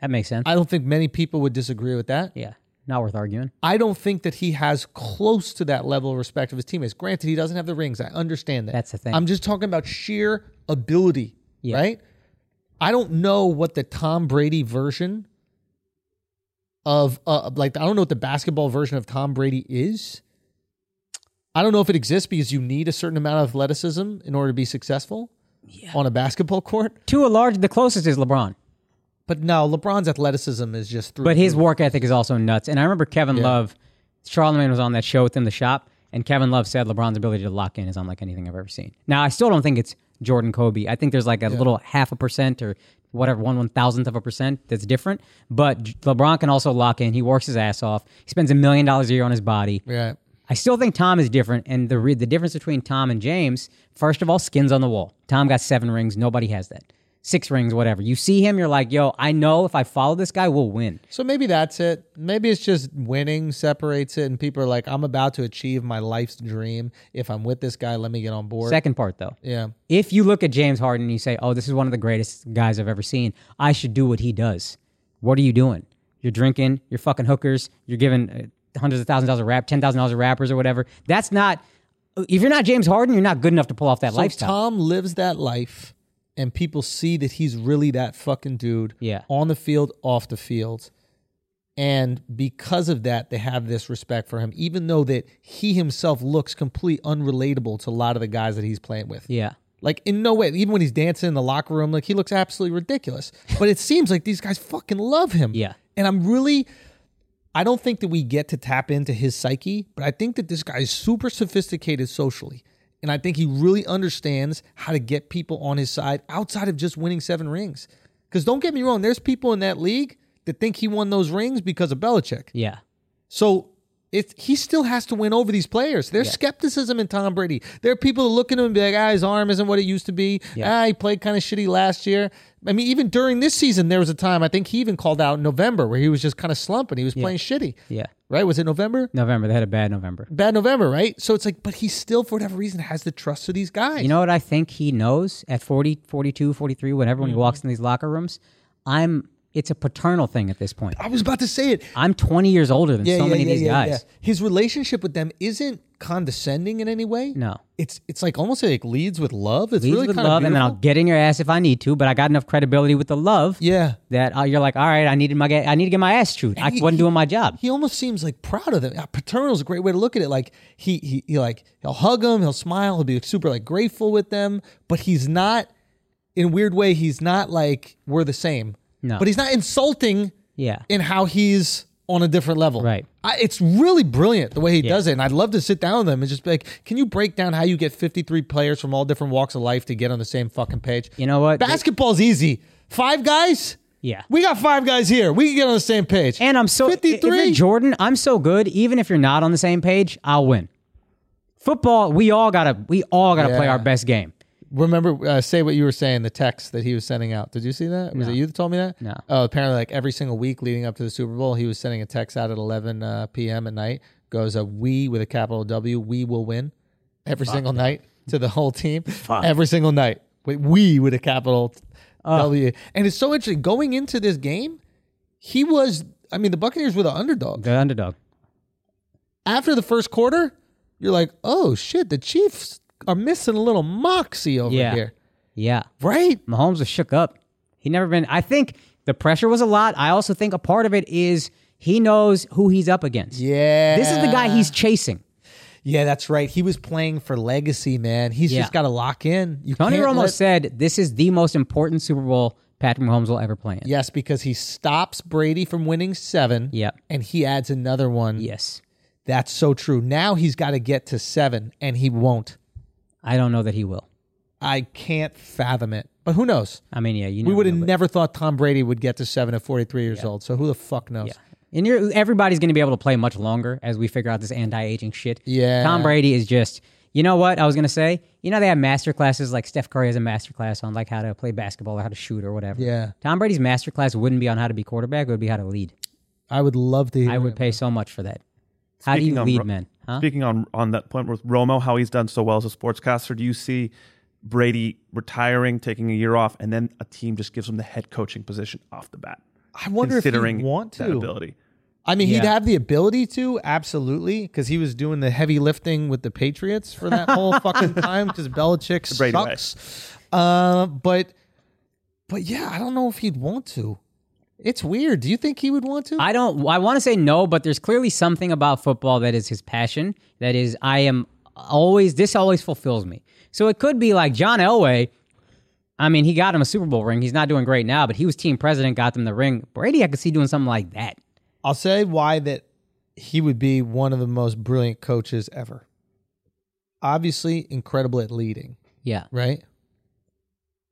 Speaker 2: That makes sense.
Speaker 1: I don't think many people would disagree with that.
Speaker 2: yeah, not worth arguing.
Speaker 1: I don't think that he has close to that level of respect of his teammates. Granted, he doesn't have the rings. I understand that.
Speaker 2: That's the thing.
Speaker 1: I'm just talking about sheer ability,
Speaker 2: Yeah.
Speaker 1: right? I don't know what the Tom Brady version of, uh, like, I don't know what the basketball version of Tom Brady is. I don't know if it exists because you need a certain amount of athleticism in order to be successful on a basketball court.
Speaker 2: To a large, the closest is LeBron,
Speaker 1: But no, LeBron's athleticism is just through.
Speaker 2: but his work ethic is also nuts. And I remember Kevin Love, Charlemagne was on that show with him, the shop, and Kevin Love said LeBron's ability to lock in is unlike anything I've ever seen. Now I still don't think it's Jordan Kobe. I think there's like a little half a percent or whatever one one thousandth of a percent that's different. But J- LeBron can also lock in. He works his ass off. He spends a million dollars a year on his body.
Speaker 1: Yeah.
Speaker 2: I still think Tom is different, and the re- the difference between Tom and James, first of all, skins on the wall. Tom got seven rings. Nobody has that. Six rings, whatever. You see him, you're like, yo, I know if I follow this guy, we'll win.
Speaker 1: So maybe that's it. Maybe it's just winning separates it, and people are like, "I'm about to achieve my life's dream. If I'm with this guy, let me get on board."
Speaker 2: Second part, though,
Speaker 1: yeah,
Speaker 2: if you look at James Harden and you say, oh, this is one of the greatest guys I've ever seen, I should do what he does. What are you doing? You're drinking, you're fucking hookers, you're giving uh, hundreds of thousands of dollars a rap, ten thousand dollars a rappers or whatever. That's not. If you're not James Harden, you're not good enough to pull off that
Speaker 1: so
Speaker 2: lifestyle.
Speaker 1: Tom lives that life, and people see that he's really that fucking dude.
Speaker 2: Yeah.
Speaker 1: on the field, off the field, and because of that, they have this respect for him, even though that he himself looks complete unrelatable to a lot of the guys that he's playing with.
Speaker 2: yeah,
Speaker 1: Like in no way, even when he's dancing in the locker room, like he looks absolutely ridiculous. But it seems like these guys fucking love him.
Speaker 2: Yeah.
Speaker 1: And I'm really I don't think that we get to tap into his psyche, but I think that this guy is super sophisticated socially. And I think he really understands how to get people on his side outside of just winning seven rings. Because don't get me wrong, there's people in that league that think he won those rings because of Belichick.
Speaker 2: Yeah.
Speaker 1: So it, he still has to win over these players. There's skepticism in Tom Brady. There are people that look at him and be like, ah, his arm isn't what it used to be.
Speaker 2: Yeah.
Speaker 1: Ah, he played kind of shitty last year. I mean, even during this season, there was a time, I think he even called out in November where he was just kind of slumping. He was playing shitty.
Speaker 2: Yeah.
Speaker 1: Right? Was it November?
Speaker 2: November. They had a bad November.
Speaker 1: Bad November, right? So it's like, but he still, for whatever reason, has the trust of these guys.
Speaker 2: You know what I think he knows at 40, 42, 43, whenever
Speaker 1: Mm-hmm.
Speaker 2: when he walks in these locker rooms? I'm it's a paternal thing at this point.
Speaker 1: I was about to say it.
Speaker 2: I'm 20 years older than so many of these guys.
Speaker 1: His relationship with them isn't condescending in any way.
Speaker 2: No.
Speaker 1: It's it's like almost like leads with love. It's
Speaker 2: Leads
Speaker 1: really
Speaker 2: with
Speaker 1: kind
Speaker 2: love,
Speaker 1: of
Speaker 2: and then I'll get in your ass if I need to, but I got enough credibility with the love
Speaker 1: Yeah.
Speaker 2: that uh, you're like, all right, I needed my ga- I need to get my ass chewed. I
Speaker 1: he-
Speaker 2: wasn't
Speaker 1: he-
Speaker 2: doing my job.
Speaker 1: he almost seems like proud of them. Uh, Paternal is a great way to look at it. Like he, he, he like he'll hug them, he'll smile, he'll be super like grateful with them, but he's not in a weird way. He's not like we're the same.
Speaker 2: No.
Speaker 1: but he's not insulting
Speaker 2: yeah.
Speaker 1: in how he's on a different level.
Speaker 2: Right.
Speaker 1: I, it's really brilliant the way he does it, and I'd love to sit down with him and just be like, "Can you break down how you get 53 players from all different walks of life to get on the same fucking page?"
Speaker 2: You know what? They-
Speaker 1: Basketball's easy. Five guys.
Speaker 2: Yeah.
Speaker 1: We got five guys here. We can get on the same page.
Speaker 2: And I'm so If
Speaker 1: 53.
Speaker 2: you're Jordan, I'm so good. Even if you're not on the same page, I'll win. Football, we all gotta we all gotta play
Speaker 1: Yeah.
Speaker 2: our best game.
Speaker 1: remember uh, say what you were saying the text that he was sending out did you see that was it you that told me that
Speaker 2: No.
Speaker 1: oh apparently like every single week leading up to the super bowl he was sending a text out at 11 uh, p.m at night goes a we with a capital w we will win every single night to the whole team every single night Wait, we with a capital w and it's so interesting going into this game he was i mean the buccaneers were the underdog
Speaker 2: The underdog.
Speaker 1: after the first quarter, you're like, oh shit, the Chiefs are missing a little moxie over
Speaker 2: Yeah.
Speaker 1: here.
Speaker 2: Yeah.
Speaker 1: Right?
Speaker 2: Mahomes was shook up. He never been. I think the pressure was a lot. I also think a part of it is he knows who he's up against.
Speaker 1: Yeah.
Speaker 2: This is the guy he's chasing.
Speaker 1: Yeah, that's right. He was playing for legacy, man. He's
Speaker 2: Yeah.
Speaker 1: just got to lock in. You
Speaker 2: Tony
Speaker 1: can't
Speaker 2: Romo
Speaker 1: let-
Speaker 2: said this is the most important Super Bowl Patrick Mahomes will ever play in.
Speaker 1: Yes, because he stops Brady from winning seven.
Speaker 2: Yep.
Speaker 1: And he adds another one.
Speaker 2: Yes.
Speaker 1: That's so true. Now he's got to get to seven, and he won't.
Speaker 2: I don't know that he will.
Speaker 1: I can't fathom it. But who knows?
Speaker 2: I mean, yeah, you
Speaker 1: We
Speaker 2: never
Speaker 1: would
Speaker 2: know,
Speaker 1: have
Speaker 2: but-
Speaker 1: never thought Tom Brady would get to seven at 43 years old. So who the fuck knows?
Speaker 2: And you're, everybody's going to be able to play much longer as we figure out this anti-aging shit.
Speaker 1: Yeah.
Speaker 2: Tom Brady is just, you know what I was going to say? You know they have master classes like Steph Curry has a master class on like how to play basketball or how to shoot or whatever.
Speaker 1: Yeah.
Speaker 2: Tom Brady's master class wouldn't be on how to be quarterback; it would be how to lead.
Speaker 1: I would love to hear
Speaker 2: I would
Speaker 1: him.
Speaker 2: pay so much for that. How do
Speaker 9: Speaking
Speaker 2: you
Speaker 9: on
Speaker 2: lead
Speaker 9: Ro-
Speaker 2: men? Huh?
Speaker 9: Speaking on on that point with Romo, how he's done so well as a sportscaster, do you see Brady retiring, taking a year off, and then a team just gives him the head coaching position off the bat?
Speaker 1: I wonder if
Speaker 9: considering
Speaker 1: he'd want
Speaker 9: that
Speaker 1: to.
Speaker 9: ability.
Speaker 1: I mean, he'd
Speaker 2: Yeah.
Speaker 1: have the ability to absolutely because he was doing the heavy lifting with the Patriots for that whole fucking time because Belichick
Speaker 9: Brady way.
Speaker 1: sucks. Uh, but but yeah, I don't know if he'd want to. It's weird. Do you think he would want to?
Speaker 2: I don't. I want to say no, but there's clearly something about football that is his passion. That is, I am always. This always fulfills me. So it could be like John Elway. I mean, he got him a Super Bowl ring. He's not doing great now, but he was team president, got them the ring. Brady, I could see doing something like that.
Speaker 1: I'll say why that he would be one of the most brilliant coaches ever. Obviously, incredible at leading.
Speaker 2: Yeah,
Speaker 1: right?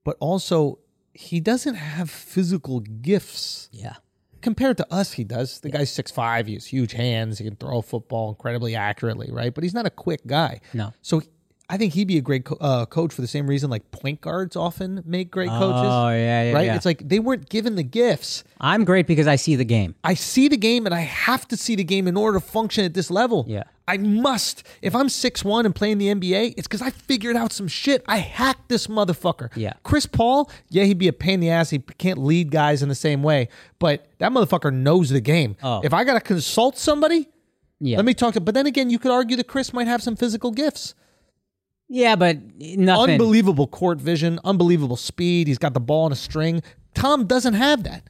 Speaker 1: But also, he doesn't have physical gifts
Speaker 2: yeah,
Speaker 1: compared to us. He does. The guy's six five. He has huge hands. He can throw a football incredibly accurately, right? But he's not a quick guy.
Speaker 2: No.
Speaker 1: So I think he'd be a great co- uh, coach for the same reason like point guards often make great coaches.
Speaker 2: Oh, yeah, yeah,
Speaker 1: Right?
Speaker 2: yeah.
Speaker 1: It's like they weren't given the gifts.
Speaker 2: I'm great because I see the game.
Speaker 1: I see the game and I have to see the game in order to function at this level.
Speaker 2: Yeah.
Speaker 1: I must. If I'm 6'1 and playing the NBA, it's because I figured out some shit. I hacked this motherfucker.
Speaker 2: Yeah.
Speaker 1: Chris Paul, yeah, he'd be a pain in the ass. He can't lead guys in the same way, but that motherfucker knows the game.
Speaker 2: Oh.
Speaker 1: If I got to consult somebody,
Speaker 2: Yeah,
Speaker 1: let me talk to. But then again, you could argue that Chris might have some physical gifts.
Speaker 2: yeah, but nothing.
Speaker 1: Unbelievable court vision, unbelievable speed. He's got the ball on a string. Tom doesn't have that.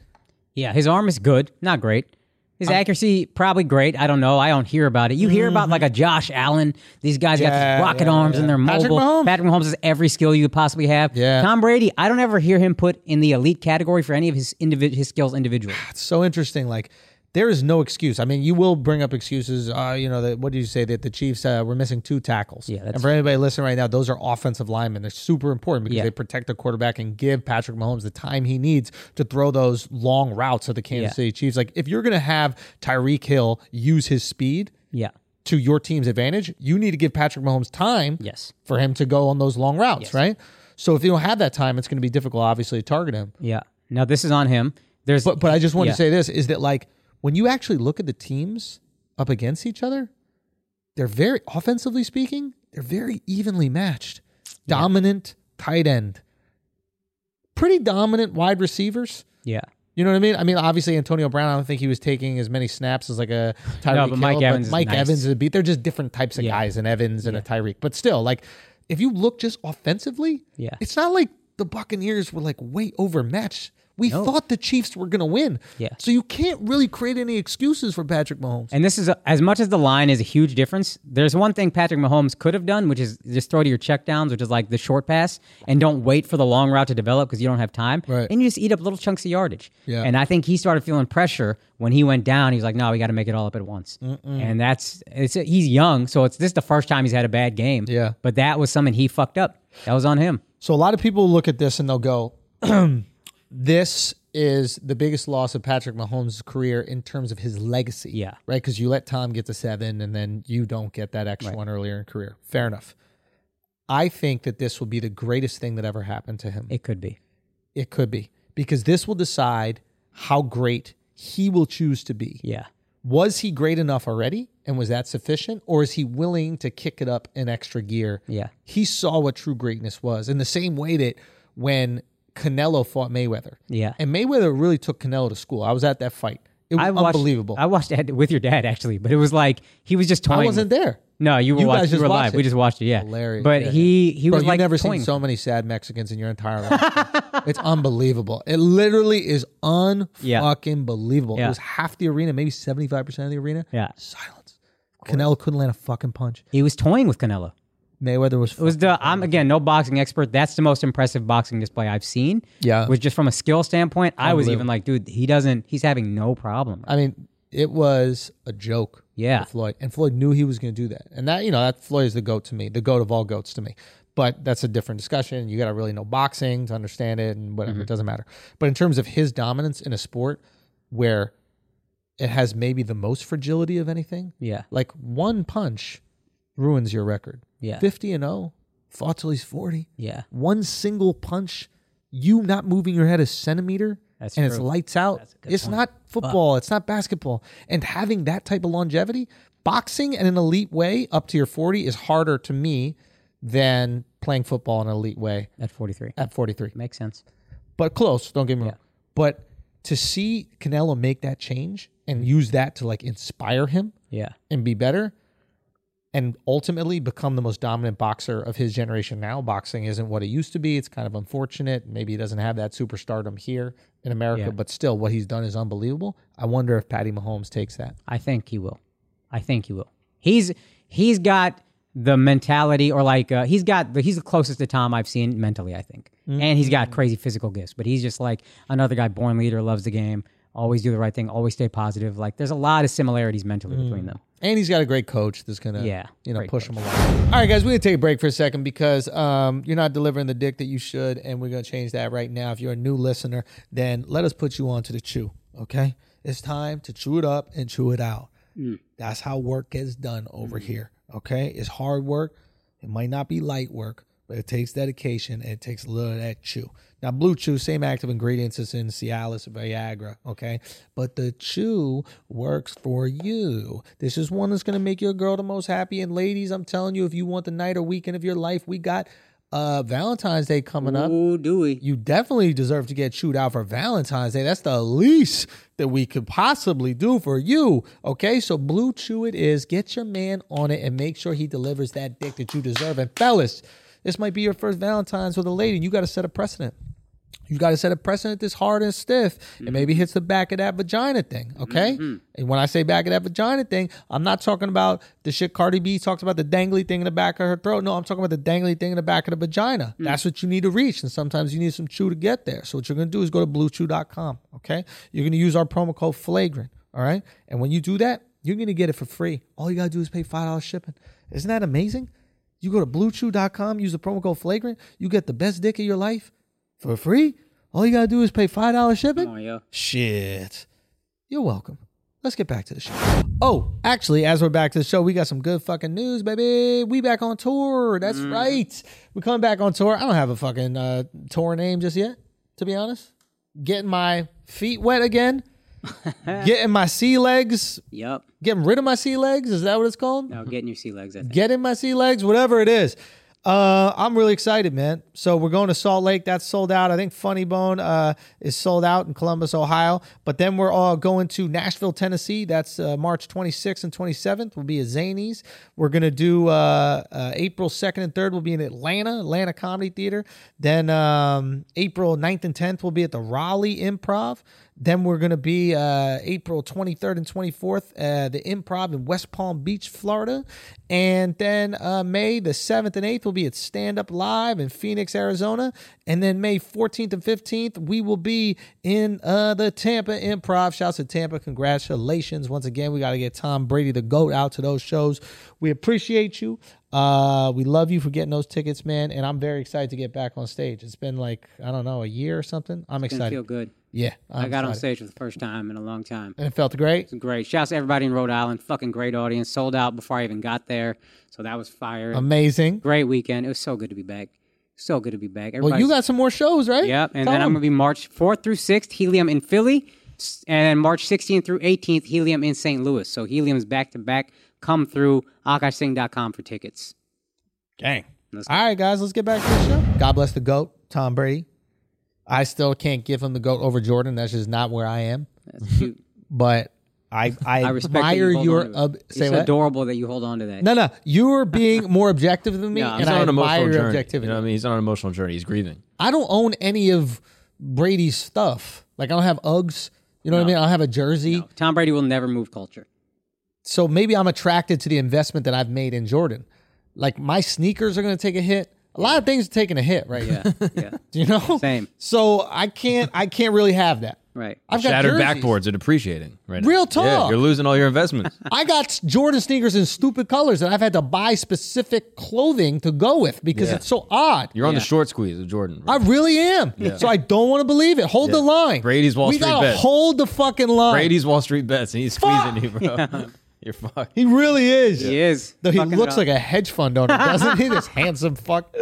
Speaker 2: Yeah, his arm is good, not great. His
Speaker 1: Um,
Speaker 2: accuracy probably great. I don't know. I don't hear about it. You hear about like a Josh Allen. These guys got
Speaker 1: Mm-hmm. Yeah,
Speaker 2: these rocket
Speaker 1: yeah,
Speaker 2: arms and they're
Speaker 1: Patrick
Speaker 2: mobile.
Speaker 1: Mahomes.
Speaker 2: Patrick Mahomes has every skill you could possibly have.
Speaker 1: Yeah.
Speaker 2: Tom Brady. I don't ever hear him put in the elite category for any of his individ- his skills individually.
Speaker 1: so interesting. Like There is no excuse. I mean, you will bring up excuses. Uh, you know, that, what did you say that the Chiefs uh, were missing two tackles?
Speaker 2: Yeah, that's-
Speaker 1: and for anybody listening right now, those are offensive linemen. They're super important because
Speaker 2: Yeah.
Speaker 1: they protect the quarterback and give Patrick Mahomes the time he needs to throw those long routes at the Kansas
Speaker 2: Yeah.
Speaker 1: City Chiefs. Like, if you're going to have Tyreek Hill use his speed
Speaker 2: Yeah.
Speaker 1: to your team's advantage, you need to give Patrick Mahomes time
Speaker 2: Yes.
Speaker 1: for him to go on those long routes, right? So if you don't have that time, it's going to be difficult, obviously, to target him.
Speaker 2: Yeah. No, this is on him. There's
Speaker 1: But but I just wanted
Speaker 2: Yeah.
Speaker 1: to say this is that like when you actually look at the teams up against each other, they're very offensively speaking, they're very evenly matched. Dominant tight end. Pretty dominant wide receivers.
Speaker 2: yeah.
Speaker 1: You know what I mean? I mean, obviously Antonio Brown. I don't think he was taking as many snaps as like a Tyreek
Speaker 2: No, but
Speaker 1: Hill,
Speaker 2: Mike Evans is
Speaker 1: Mike
Speaker 2: nice.
Speaker 1: Evans is a beat. They're just different types of
Speaker 2: Yeah.
Speaker 1: guys, an Evans and a Tyreek. But still, like if you look just offensively,
Speaker 2: Yeah.
Speaker 1: it's not like the Buccaneers were like way overmatched. We thought the Chiefs were going to win.
Speaker 2: Yeah.
Speaker 1: So you can't really create any excuses for Patrick Mahomes.
Speaker 2: And this is a, as much as the line is a huge difference. There's one thing Patrick Mahomes could have done, which is just throw to your checkdowns, which is like the short pass, and don't wait for the long route to develop because you don't have time,
Speaker 1: Right.
Speaker 2: and you just eat up little chunks of yardage.
Speaker 1: Yeah.
Speaker 2: And I think he started feeling pressure when he went down. He was like, "No, we got to make it all up at once." And that's it's he's young, so it's this is the first time he's had a bad game.
Speaker 1: Yeah.
Speaker 2: But that was something he fucked up. That was on him.
Speaker 1: So a lot of people look at this and they'll go, "This is the biggest loss of Patrick Mahomes' career in terms of his legacy."
Speaker 2: Yeah.
Speaker 1: right. Because you let Tom get to seven, and then you don't get that extra one earlier in career. Fair enough. I think that this will be the greatest thing that ever happened to him. It,
Speaker 2: It could be.
Speaker 1: could be because this will decide how great he will choose to be.
Speaker 2: Yeah.
Speaker 1: Was he great enough already, and was that sufficient, or is he willing to kick it up an extra gear?
Speaker 2: Yeah.
Speaker 1: he saw what true greatness was in the same way that when Canelo fought Mayweather.
Speaker 2: Yeah.
Speaker 1: And Mayweather really took Canelo to school. I was at that fight. It was
Speaker 2: I watched,
Speaker 1: unbelievable.
Speaker 2: I watched it with your dad actually, but it was like he was just toying.
Speaker 1: I
Speaker 2: with-
Speaker 1: wasn't there.
Speaker 2: No, you were
Speaker 1: You
Speaker 2: watch-
Speaker 1: guys
Speaker 2: you
Speaker 1: just
Speaker 2: were
Speaker 1: watched
Speaker 2: live.
Speaker 1: it.
Speaker 2: We just watched it. Yeah,
Speaker 1: Hilarious.
Speaker 2: But
Speaker 1: Yeah,
Speaker 2: he he
Speaker 1: Bro,
Speaker 2: was
Speaker 1: you've
Speaker 2: like
Speaker 1: never
Speaker 2: toying.
Speaker 1: seen so many sad Mexicans in your entire life. it's unbelievable. It literally is unfucking believable.
Speaker 2: Yeah.
Speaker 1: It was half the arena, maybe 75% of the arena.
Speaker 2: Yeah.
Speaker 1: Silence. Canelo couldn't land a fucking punch.
Speaker 2: He was toying with Canelo.
Speaker 1: Mayweather was,
Speaker 2: It was the I'm again no boxing expert. That's the most impressive boxing display I've seen.
Speaker 1: Yeah.
Speaker 2: was just from a skill standpoint. I was even like, dude, he doesn't. He's having no problem.
Speaker 1: I mean, it was a joke.
Speaker 2: Yeah.
Speaker 1: for Floyd and Floyd knew he was going to do that, and that you know that Floyd is the goat to me, the goat of all goats to me. But that's a different discussion. You got to really know boxing to understand it, and
Speaker 2: Mm-hmm.
Speaker 1: whatever. It doesn't matter. But in terms of his dominance in a sport where it has maybe the most fragility of anything,
Speaker 2: Yeah.
Speaker 1: like one punch ruins your record.
Speaker 2: Yeah.
Speaker 1: fifty and zero, fought till he's forty.
Speaker 2: Yeah.
Speaker 1: one single punch, you not moving your head a centimeter,
Speaker 2: That's
Speaker 1: and
Speaker 2: true.
Speaker 1: it's lights out. It's not football. It's not basketball. And having that type of longevity, boxing in an elite way up to your 40 is harder to me than playing football in an elite way
Speaker 2: At 43,
Speaker 1: at 43.
Speaker 2: makes sense.
Speaker 1: But close, don't get me wrong. But to see Canelo make that change and use that to like inspire him
Speaker 2: Yeah,
Speaker 1: and be better and ultimately become the most dominant boxer of his generation now. Boxing isn't what it used to be. It's kind of unfortunate. Maybe he doesn't have that superstardom here in America,
Speaker 2: Yeah.
Speaker 1: but still what he's done is unbelievable. I wonder if Patty Mahomes takes that.
Speaker 2: I think he will. I think he will. He's he's got the mentality, or like uh, he's got the, he's the closest to Tom I've seen mentally. I think,
Speaker 1: Mm-hmm.
Speaker 2: and he's got crazy physical gifts. But he's just like another guy, born leader, loves the game, always do the right thing, always stay positive. Like there's a lot of similarities mentally
Speaker 1: Mm.
Speaker 2: between them.
Speaker 1: And he's got a great coach that's gonna
Speaker 2: Yeah,
Speaker 1: you know
Speaker 2: great
Speaker 1: push him along. All right, guys, we're gonna take a break for a second because um, you're not delivering the dick that you should, and we're gonna change that right now. If you're a new listener, then let us put you on to the chew. Okay, it's time to chew it up and chew it out. That's how work gets done over here. Okay, it's hard work. It might not be light work, but it takes dedication and it takes a little of that chew. Now, Blue Chew, same active ingredients as in Cialis or Viagra, okay? But the chew works for you. This is one that's gonna make your girl the most happy. And ladies, I'm telling you, if you want the night or weekend of your life, we got uh Valentine's Day coming up
Speaker 2: Ooh, do we?
Speaker 1: you definitely deserve to get chewed out for Valentine's Day. That's the least that we could possibly do for you. Okay, so Blue Chew it is. Get your man on it and make sure he delivers that dick that you deserve. And fellas, this might be your first Valentine's with a lady, and you got to set a precedent. You got to set a precedent that's hard and stiff, and maybe hits the back of that vagina thing. Okay, and when I say back of that vagina thing, I'm not talking about the shit Cardi B talks about the dangly thing in the back of her throat. No, I'm talking about the dangly thing in the back of the vagina. That's what you need to reach, and sometimes you need some chew to get there. So what you're gonna do is go to BlueChew.com. Okay, you're gonna use our promo code Flagrant. All right. And when you do that, you're going to get it for free. All you got to do is pay $5 shipping. Isn't that amazing? You go to bluechew.com, use the promo code flagrant, you get the best dick of your life for free. All you got to do is pay $5 shipping.
Speaker 2: yeah.
Speaker 1: Shit. You're welcome. Let's get back to the show. Oh, actually, as we're back to the show, we got some good fucking news, baby. We back on tour. That's right. We coming back on tour. I don't have a fucking uh, tour name just yet, to be honest. Getting my feet wet again. getting my sea legs.
Speaker 2: Yep.
Speaker 1: Getting rid of my sea legs. Is that what it's called?
Speaker 2: No, getting your sea legs. I think.
Speaker 1: Getting my sea legs. Whatever it is. Uh, I'm really excited, man. So we're going to Salt Lake. That's sold out. I think Funny Bone uh, is sold out in Columbus, Ohio. But then we're all going to Nashville, Tennessee. That's uh, March 26th and 27th. We'll be at Zanies. We're gonna do uh, uh, April 2nd and 3rd. We'll be in Atlanta, Atlanta Comedy Theater. Then um, April 9th and 10th we'll be at the Raleigh Improv. Then we're gonna be uh, April 23rd and 24th uh, the Improv in West Palm Beach, Florida. And then uh, May the 7th and 8th will be at Stand Up Live in Phoenix, Arizona. And then May 14th and 15th, we will be in uh, the Tampa Improv. Shouts to Tampa. Congratulations. Once again, we got to get Tom Brady, the GOAT, out to those shows. We appreciate you. Uh, we love you for getting those tickets, man. And I'm very excited to get back on stage. It's been like, I don't know, a year or something. I'm
Speaker 2: It's gonna feel
Speaker 1: excited.
Speaker 2: good.
Speaker 1: Yeah. I'm
Speaker 2: I got on
Speaker 1: excited.
Speaker 2: stage for the first time in a long time.
Speaker 1: And it felt great.
Speaker 2: Great. Shouts to everybody in Rhode Island. Fucking great audience. Sold out before I even got there. So that was fire.
Speaker 1: Amazing.
Speaker 2: great weekend. It was so good to be back. So good to be back.
Speaker 1: Well, you
Speaker 2: Everybody's-
Speaker 1: got some more shows, right?
Speaker 2: Yep. And
Speaker 1: Tell
Speaker 2: then I'm
Speaker 1: 'em.
Speaker 2: going to be March 4th through 6th, Helium in Philly. s- And March 16th through 18th, Helium in St. Louis. So Helium's back to back. Come through akashsing.com for tickets.
Speaker 1: All right, guys, let's get back to the show. God bless the GOAT, Tom Brady. I still can't give him the GOAT over Jordan. That's just not where I am.
Speaker 2: That's cute.
Speaker 1: But I, I,
Speaker 2: I respect that
Speaker 1: admire
Speaker 2: you hold
Speaker 1: your.
Speaker 2: on to it.
Speaker 1: Ob- say
Speaker 2: it's
Speaker 1: what?
Speaker 2: adorable that you hold on to that.
Speaker 1: No, no. You're being more objective than me,
Speaker 2: No,
Speaker 1: and
Speaker 5: He's
Speaker 1: I
Speaker 5: on an
Speaker 1: admire
Speaker 5: emotional
Speaker 1: your
Speaker 5: journey.
Speaker 1: objectivity.
Speaker 5: You know what I mean? He's on an emotional journey. He's grieving.
Speaker 1: I don't own any of Brady's stuff. Like, I don't have Uggs. You know what I mean? I don't have a jersey.
Speaker 2: Tom Brady will never move culture.
Speaker 1: So maybe I'm attracted to the investment that I've made in Jordan. Like, my sneakers are going to take a hit. A lot of things are taking a hit right now.
Speaker 2: Yeah. yeah.
Speaker 1: You know,
Speaker 2: Same.
Speaker 1: So I can't, I can't really have that.
Speaker 2: Right.
Speaker 1: I've got
Speaker 5: Shattered
Speaker 1: jerseys.
Speaker 5: backboards are depreciating right now.
Speaker 1: Real
Speaker 5: Yeah,
Speaker 1: talk.
Speaker 5: you're losing all your investments.
Speaker 1: I got Jordan sneakers in stupid colors, and I've had to buy specific clothing to go with because
Speaker 5: Yeah.
Speaker 1: it's so odd.
Speaker 5: You're on
Speaker 2: Yeah.
Speaker 5: the short squeeze of Jordan.
Speaker 1: I
Speaker 5: Right?
Speaker 1: really am. So I don't want to believe it. Hold the line.
Speaker 5: Brady's Wall
Speaker 1: we
Speaker 5: Street
Speaker 1: gotta
Speaker 5: bet.
Speaker 1: hold the fucking line.
Speaker 5: Brady's Wall Street bets, and he's squeezing you, bro. You're fucked.
Speaker 1: He really is.
Speaker 2: He is.
Speaker 1: Though he
Speaker 2: fucking it
Speaker 1: looks
Speaker 2: up.
Speaker 1: like a hedge fund owner, doesn't he? This handsome fuck.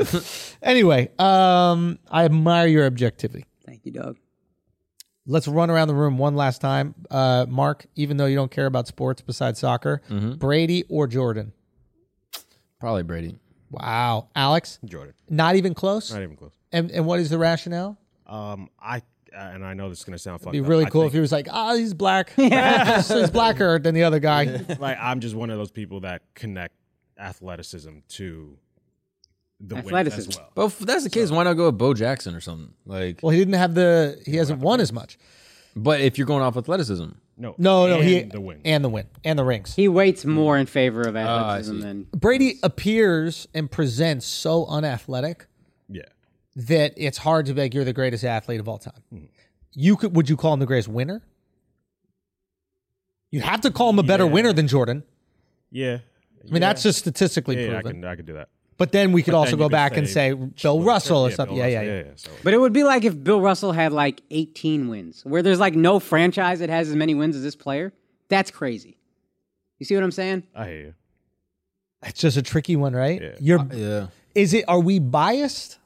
Speaker 1: anyway, um, I admire your objectivity.
Speaker 2: Thank you, dog.
Speaker 1: Let's run around the room one last time. Uh, Mark, even though you don't care about sports besides soccer,
Speaker 7: Mm-hmm.
Speaker 1: Brady or Jordan?
Speaker 5: Probably Brady.
Speaker 1: Wow. Alex,
Speaker 7: Jordan.
Speaker 1: not even close?
Speaker 7: Not even close.
Speaker 1: And, and what is the rationale?
Speaker 7: Um, I and I know this is gonna sound fucked.
Speaker 1: It'd
Speaker 7: up.
Speaker 1: be really
Speaker 7: Uh, I
Speaker 1: cool if
Speaker 7: think-
Speaker 1: he was like, ah, he's black. so he's blacker than the other guy.
Speaker 7: like I'm just one of those people that connect athleticism to the
Speaker 2: Athleticism.
Speaker 7: athleticism. as well.
Speaker 5: But if that's the case, why not go with Bo Jackson or something? Like,
Speaker 1: Well, he didn't have the, he hasn't won as much.
Speaker 5: but if you're going off athleticism,
Speaker 7: No,
Speaker 1: No, no,
Speaker 7: and
Speaker 1: he,
Speaker 7: the wing.
Speaker 1: And the win, and the rings.
Speaker 2: He waits more in favor of
Speaker 5: I
Speaker 2: athleticism
Speaker 5: see.
Speaker 2: than
Speaker 1: Brady appears and presents so unathletic
Speaker 7: yeah,
Speaker 1: that it's hard to be like, you're the greatest athlete of all time.
Speaker 7: Hmm.
Speaker 1: You could, would you call him the greatest winner? You have to call him a better
Speaker 7: Yeah.
Speaker 1: winner than Jordan.
Speaker 7: yeah.
Speaker 1: I mean, that's just statistically
Speaker 7: yeah, I
Speaker 1: proven.
Speaker 7: can I can do that.
Speaker 1: But then we could
Speaker 7: But
Speaker 1: also
Speaker 7: then
Speaker 1: go
Speaker 7: you could
Speaker 1: back and say
Speaker 7: say
Speaker 1: Bill Russell or
Speaker 7: Bill
Speaker 1: something. Yeah, yeah,
Speaker 7: Russell,
Speaker 1: yeah,
Speaker 7: so-
Speaker 2: But it would be like if Bill Russell had like 18 wins, where there's like no franchise that has as many wins as this player. That's crazy. You see what I'm saying?
Speaker 7: I hear you.
Speaker 1: It's just a tricky one, right?
Speaker 7: Yeah.
Speaker 1: You're,
Speaker 5: yeah,
Speaker 1: is it? Are we biased?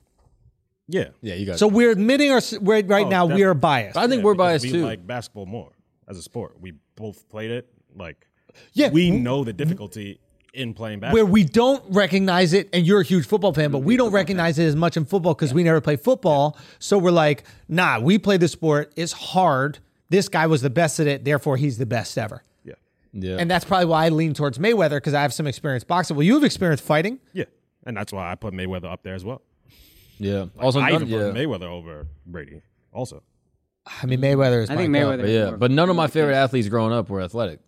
Speaker 7: Yeah,
Speaker 5: yeah, you got.
Speaker 1: So we're admitting our we're, right
Speaker 7: Oh,
Speaker 1: now we
Speaker 7: definitely.
Speaker 1: are biased.
Speaker 5: but I think
Speaker 7: Yeah,
Speaker 5: we're
Speaker 7: because
Speaker 5: biased
Speaker 7: we
Speaker 5: too.
Speaker 7: Like basketball more as a sport. We both played it. Like
Speaker 1: Yeah,
Speaker 7: we know the difficulty in playing
Speaker 1: where
Speaker 7: basketball.
Speaker 1: we don't recognize it, and you're a huge football fan, but we don't recognize it as much in football because we never play football. So we're like, nah, we play the sport. It's hard. This guy was the best at it, therefore he's the best ever.
Speaker 7: yeah,
Speaker 5: yeah,
Speaker 1: And that's probably why I lean towards Mayweather because I have some experience boxing. Well, you have experience fighting.
Speaker 7: yeah, and that's why I put Mayweather up there as well.
Speaker 5: yeah. also,
Speaker 7: I
Speaker 5: none,
Speaker 7: even
Speaker 5: Oh, yeah.
Speaker 7: put Mayweather over Brady. Also,
Speaker 1: I mean, Mayweather is.
Speaker 2: I think
Speaker 1: my guy.
Speaker 2: Mayweather.
Speaker 5: But
Speaker 2: is
Speaker 5: yeah,
Speaker 2: more-
Speaker 5: but none of my favorite athletes growing up were athletic.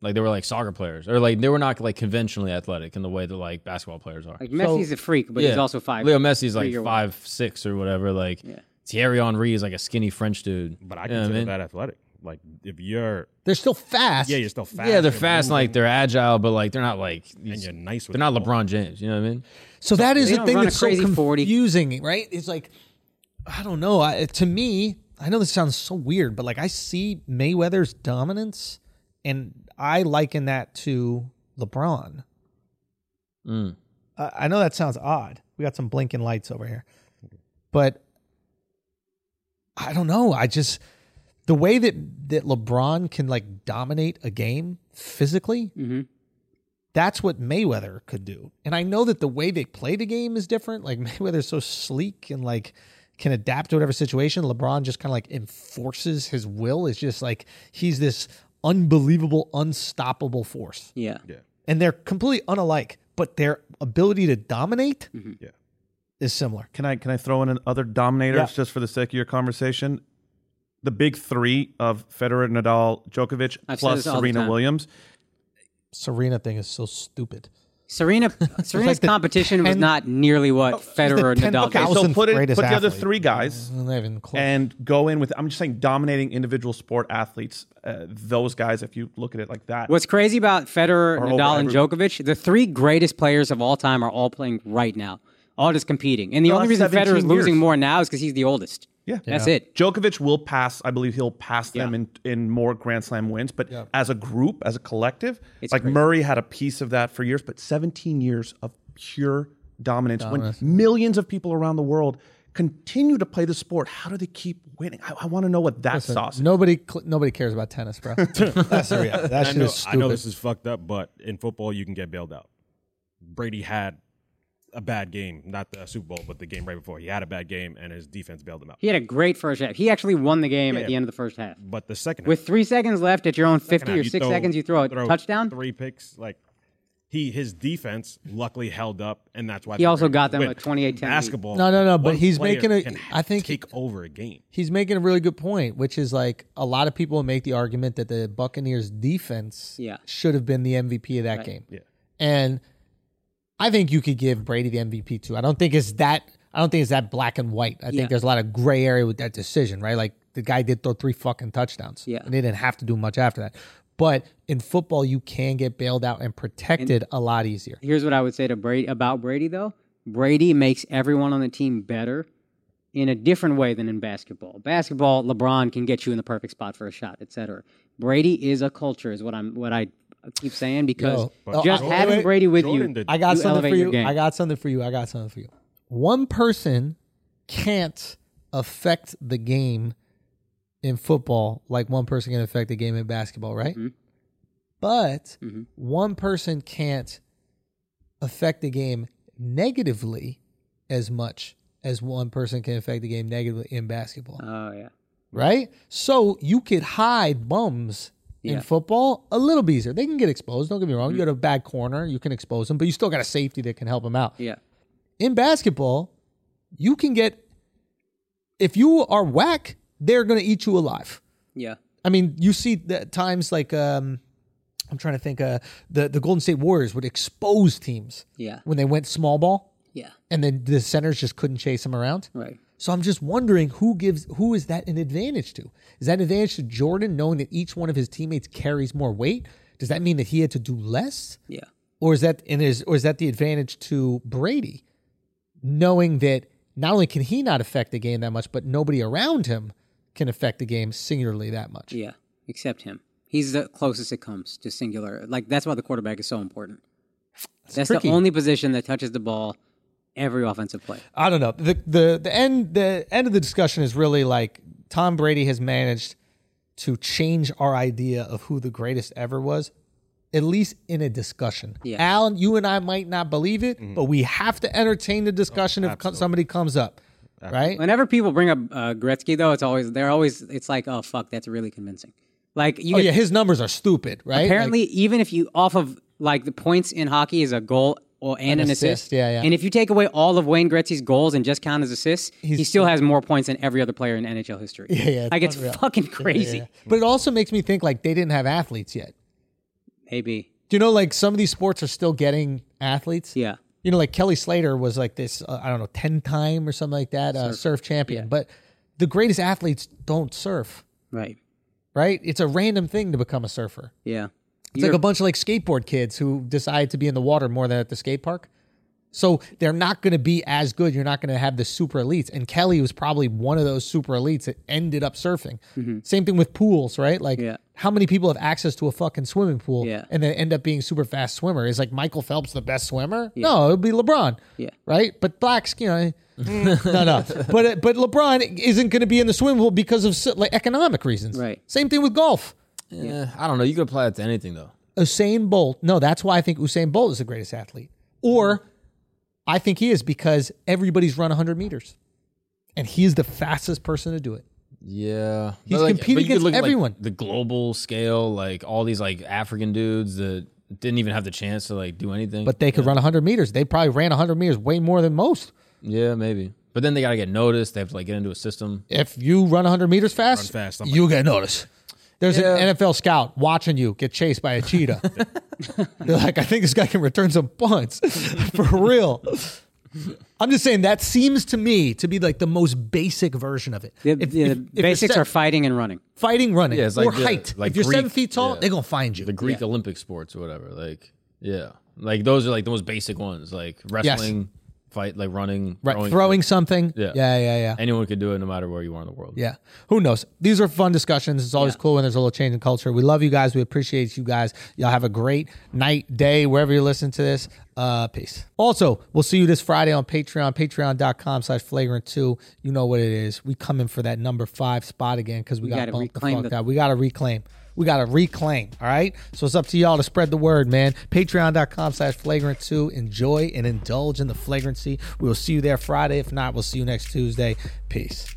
Speaker 5: Like they were like soccer players, or like they were not like conventionally athletic in the way that like basketball players are.
Speaker 2: Like Messi's a freak, but he's also five.
Speaker 5: Leo Messi's like
Speaker 2: three-year-old.
Speaker 5: five six or whatever. Like Thierry Henry is like a skinny French dude.
Speaker 7: but I
Speaker 5: You know what
Speaker 7: consider
Speaker 5: mean?
Speaker 7: that athletic. Like if you're
Speaker 1: They're still fast.
Speaker 7: yeah, you're still fast.
Speaker 5: Yeah, they're
Speaker 7: you're
Speaker 5: fast, and, like they're agile, but like they're not like
Speaker 7: and you're nice with
Speaker 5: they're not
Speaker 7: the ball.
Speaker 5: LeBron James. You know what I mean?
Speaker 1: So that is
Speaker 2: they
Speaker 1: the
Speaker 2: don't
Speaker 1: thing
Speaker 2: run a
Speaker 1: that's so
Speaker 2: crazy 40.
Speaker 1: confusing, right? It's like I don't know. I, to me, I know this sounds so weird, but like I see Mayweather's dominance, and I liken that to LeBron.
Speaker 2: Mm.
Speaker 1: I, I know that sounds odd. We got some blinking lights over here, but I don't know. I just the way that that LeBron can like dominate a game physically that's what Mayweather could do. And I know that the way they play the game is different. Like Mayweather's so sleek and like can adapt to whatever situation. LeBron just kind of like enforces his will. It's just like he's this unbelievable, unstoppable force.
Speaker 2: Yeah.
Speaker 1: And they're completely unalike, but their ability to dominate
Speaker 7: Yeah.
Speaker 1: is similar.
Speaker 9: Can I can I throw in another dominators
Speaker 1: Yeah.
Speaker 9: just for the sake of your conversation? The big three of Federer, Nadal, Djokovic,
Speaker 2: I've said
Speaker 9: plus
Speaker 2: this all the
Speaker 9: Serena
Speaker 2: time.
Speaker 9: Williams.
Speaker 1: Serena thing is so stupid.
Speaker 2: Serena Serena's
Speaker 1: the
Speaker 2: competition was
Speaker 1: 10
Speaker 2: not nearly what Federer or
Speaker 1: the 10
Speaker 2: Nadal.
Speaker 1: okay,
Speaker 2: did.
Speaker 1: I'll-
Speaker 9: So
Speaker 1: Thousandth
Speaker 9: put it, put
Speaker 1: greatest
Speaker 9: the other
Speaker 1: athlete.
Speaker 9: three guys
Speaker 1: Not even close.
Speaker 9: and go in with. I'm just saying, dominating individual sport athletes. Uh, those guys, if you look at it like that,
Speaker 2: What's crazy about Federer,
Speaker 9: over
Speaker 2: Nadal, and
Speaker 9: every-
Speaker 2: Djokovic? The three greatest players of all time are all playing right now, all just competing. And the,
Speaker 9: The
Speaker 2: only
Speaker 9: last
Speaker 2: reason Federer is
Speaker 9: 17
Speaker 2: losing
Speaker 9: years.
Speaker 2: more now is because he's the oldest.
Speaker 9: yeah,
Speaker 2: That's it.
Speaker 9: Djokovic will pass. I believe he'll pass them in, in more Grand Slam wins. But as a group, as a collective, like Murray had a piece of that for years. But 17 years of pure dominance, when millions of people around the world continue to play the sport. How do they keep winning? I, I want to know what that sauce. is.
Speaker 1: nobody cl- nobody cares about tennis, bro. That's the reality. That
Speaker 7: I
Speaker 1: shit
Speaker 7: know,
Speaker 1: is
Speaker 7: I know
Speaker 1: stupid.
Speaker 7: this is fucked up, but in football you can get bailed out. Brady had a bad game, not the Super Bowl, but the game right before. He had a bad game, and his defense bailed him out.
Speaker 2: He had a great first half. He actually won the game at
Speaker 7: Yeah.
Speaker 2: the end of the first half.
Speaker 7: But the second half-
Speaker 2: With three seconds left at your own 50
Speaker 7: second half,
Speaker 2: or
Speaker 7: you
Speaker 2: six
Speaker 7: throw-
Speaker 2: seconds, you throw a touchdown.
Speaker 7: three picks. Like he, his defense luckily held up, and that's why
Speaker 2: He
Speaker 7: the
Speaker 2: also
Speaker 7: Ravens
Speaker 2: got them
Speaker 7: win.
Speaker 2: a 28-10 lead.
Speaker 7: basketball.
Speaker 1: No, no, no,
Speaker 7: one
Speaker 1: but he's
Speaker 7: player
Speaker 1: making a-
Speaker 7: can
Speaker 1: I think-
Speaker 7: take over a game.
Speaker 1: he's making a really good point, which is like a lot of people make the argument that the Buccaneers defense
Speaker 2: Yeah.
Speaker 1: should have been the MVP of that game. Yeah. And I think you could give Brady the MVP too. I don't think it's that I don't think it's that black and white. I
Speaker 2: Yeah.
Speaker 1: think there's a lot of gray area with that decision, right? Like the guy did throw three fucking touchdowns.
Speaker 2: Yeah.
Speaker 1: And they didn't have to do much after that. But in football, you can get bailed out and protected a lot easier.
Speaker 2: Here's what I would say to Brady about Brady though. Brady makes everyone on the team better in a different way than in basketball. Basketball, LeBron can get you in the perfect spot for a shot, etc. Brady is a culture, is what I'm what I keep saying because
Speaker 1: Yo, but
Speaker 2: just
Speaker 1: Jordan-
Speaker 2: having
Speaker 1: wait,
Speaker 2: Brady with
Speaker 7: Jordan
Speaker 2: you,
Speaker 7: did-
Speaker 1: I got
Speaker 2: you
Speaker 1: something
Speaker 2: elevate
Speaker 1: for
Speaker 2: your
Speaker 1: you.
Speaker 2: game.
Speaker 1: I got something for you. I got something for you. One person can't affect the game in football like one person can affect the game in basketball, right?
Speaker 2: Mm-hmm.
Speaker 1: But one person can't affect the game negatively as much as one person can affect the game negatively in basketball
Speaker 2: Oh yeah.
Speaker 1: right? So you could hide bums
Speaker 2: Yeah. Mm.
Speaker 1: in football a little bit easier. They can get exposed. Don't get me wrong. You got a bad corner, you can expose them, but you still got a safety that can help them out.
Speaker 2: Yeah.
Speaker 1: In basketball, you can get if you are whack, they're going to eat you alive.
Speaker 2: Yeah.
Speaker 1: I mean, you see that times like um, I'm trying to think. Uh, the the Golden State Warriors would expose teams
Speaker 2: Yeah.
Speaker 1: when they went small ball,
Speaker 2: Yeah.
Speaker 1: and then the centers just couldn't chase them around.
Speaker 2: Right.
Speaker 1: So I'm just wondering who gives who is that an advantage to? Is that an advantage to Jordan knowing that each one of his teammates carries more weight? Does that mean that he had to do less?
Speaker 2: Yeah.
Speaker 1: Or is that and is or is that the advantage to Brady knowing that not only can he not affect the game that much, but nobody around him can affect the game singularly that much?
Speaker 2: Yeah. Except him. He's the closest it comes to singular. Like that's why the quarterback is so important. That's
Speaker 1: tricky.
Speaker 2: the only position that touches the ball every offensive play.
Speaker 1: I don't know. The the the end the end of the discussion is really like Tom Brady has managed to change our idea of who the greatest ever was, at least in a discussion.
Speaker 2: Yeah.
Speaker 1: Alan, you and I might not believe it, but we have to entertain the discussion if co- somebody comes up, right?
Speaker 2: Whenever people bring up uh, Gretzky, though, it's always they're always it's like, oh fuck, that's really convincing. Like you,
Speaker 1: Oh
Speaker 2: get-
Speaker 1: yeah, his numbers are stupid, right?
Speaker 2: apparently, even if you off of like the points in hockey is a goal or and an, assist.
Speaker 1: assist, yeah, yeah.
Speaker 2: And if you take away all of Wayne Gretzky's goals and just count as assists, he still has more points than every other player in NHL history. Yeah,
Speaker 1: yeah, it's
Speaker 2: like it's
Speaker 1: unreal.
Speaker 2: fucking crazy.
Speaker 1: Like, but it also makes me think like they didn't have athletes yet.
Speaker 2: Maybe,
Speaker 1: Do you know like some of these sports are still getting athletes?
Speaker 2: yeah,
Speaker 1: you know, like Kelly Slater was like this, uh, I don't know, 10 time or something like that, uh, surf champion. But the greatest athletes don't surf,
Speaker 2: right.
Speaker 1: right? It's a random thing to become a surfer.
Speaker 2: Yeah.
Speaker 1: It's like a bunch of like skateboard kids who decide to be in the water more than at the skate park. So they're not going to be as good. You're not going to have the super elites. And Kelly was probably one of those super elites that ended up surfing. Same thing with pools, right? Like,
Speaker 2: Mm-hmm. Yeah.
Speaker 1: how many people have access to a fucking swimming pool
Speaker 2: Yeah.
Speaker 1: and then end up being super fast swimmer? Is like Michael Phelps the best swimmer? No, it would be LeBron.
Speaker 2: Yeah. Mm.
Speaker 1: Right? But blacks, you know, no, no. But but LeBron isn't going to be in the swimming pool because of so- like economic reasons.
Speaker 2: Right.
Speaker 1: Same thing with golf.
Speaker 5: Yeah, I don't know. You could apply that to anything though.
Speaker 1: Usain Bolt. No, that's why I think Usain Bolt is the greatest athlete. Or I think he is because everybody's run 100 meters. And he is the fastest person to do it.
Speaker 5: Yeah,
Speaker 1: He's
Speaker 5: But, like,
Speaker 1: competing
Speaker 5: but you could
Speaker 1: against
Speaker 5: look at, like,
Speaker 1: everyone.
Speaker 5: the global scale, like all these like African dudes that didn't even have the chance to like do anything.
Speaker 1: But they could run 100 meters. They probably ran 100 meters way more than most.
Speaker 5: yeah, maybe. But then they gotta get noticed. They have to like get into a system.
Speaker 1: If you run 100 meters fast,
Speaker 7: Run fast, I'm
Speaker 1: you get noticed. There's an NFL scout watching you get chased by a cheetah. They're like, I think this guy can return some punts for real. I'm just saying that seems to me to be like the most basic version of it.
Speaker 2: The,
Speaker 1: If-
Speaker 2: the
Speaker 1: if- if you're
Speaker 2: basics
Speaker 1: set-
Speaker 2: are fighting and running.
Speaker 1: fighting running
Speaker 5: Yeah, it's like
Speaker 1: or
Speaker 5: the-
Speaker 1: height.
Speaker 5: like
Speaker 1: if you're seven
Speaker 5: Greek-
Speaker 1: feet tall,
Speaker 5: yeah.
Speaker 1: they're gonna find you.
Speaker 5: The Greek Olympic sports or whatever. Like yeah, like those are like the most basic ones. Like wrestling, fight, like running,
Speaker 1: right, throwing, something.
Speaker 5: Yeah.
Speaker 1: yeah, yeah, yeah.
Speaker 5: Anyone could do it, no matter where you are in the world.
Speaker 1: Yeah. Who knows? These are fun discussions. It's always cool when there's a little change in culture. We love you guys. We appreciate you guys. Y'all have a great night, day, wherever you listen to this. Uh, peace. Also, we'll see you this Friday on Patreon, patreon.com slash flagrant two. You know what it is. We come in for that number five spot again because we, got to
Speaker 2: gotta
Speaker 1: bumped the
Speaker 2: reclaim
Speaker 1: fuck
Speaker 2: the-
Speaker 1: out. We got to reclaim. We got to reclaim. All right. So it's up to y'all to spread the word, man. Patreon.com slash flagrant two. Enjoy and indulge in the flagrancy. We will see you there Friday. If not, we'll see you next Tuesday. Peace.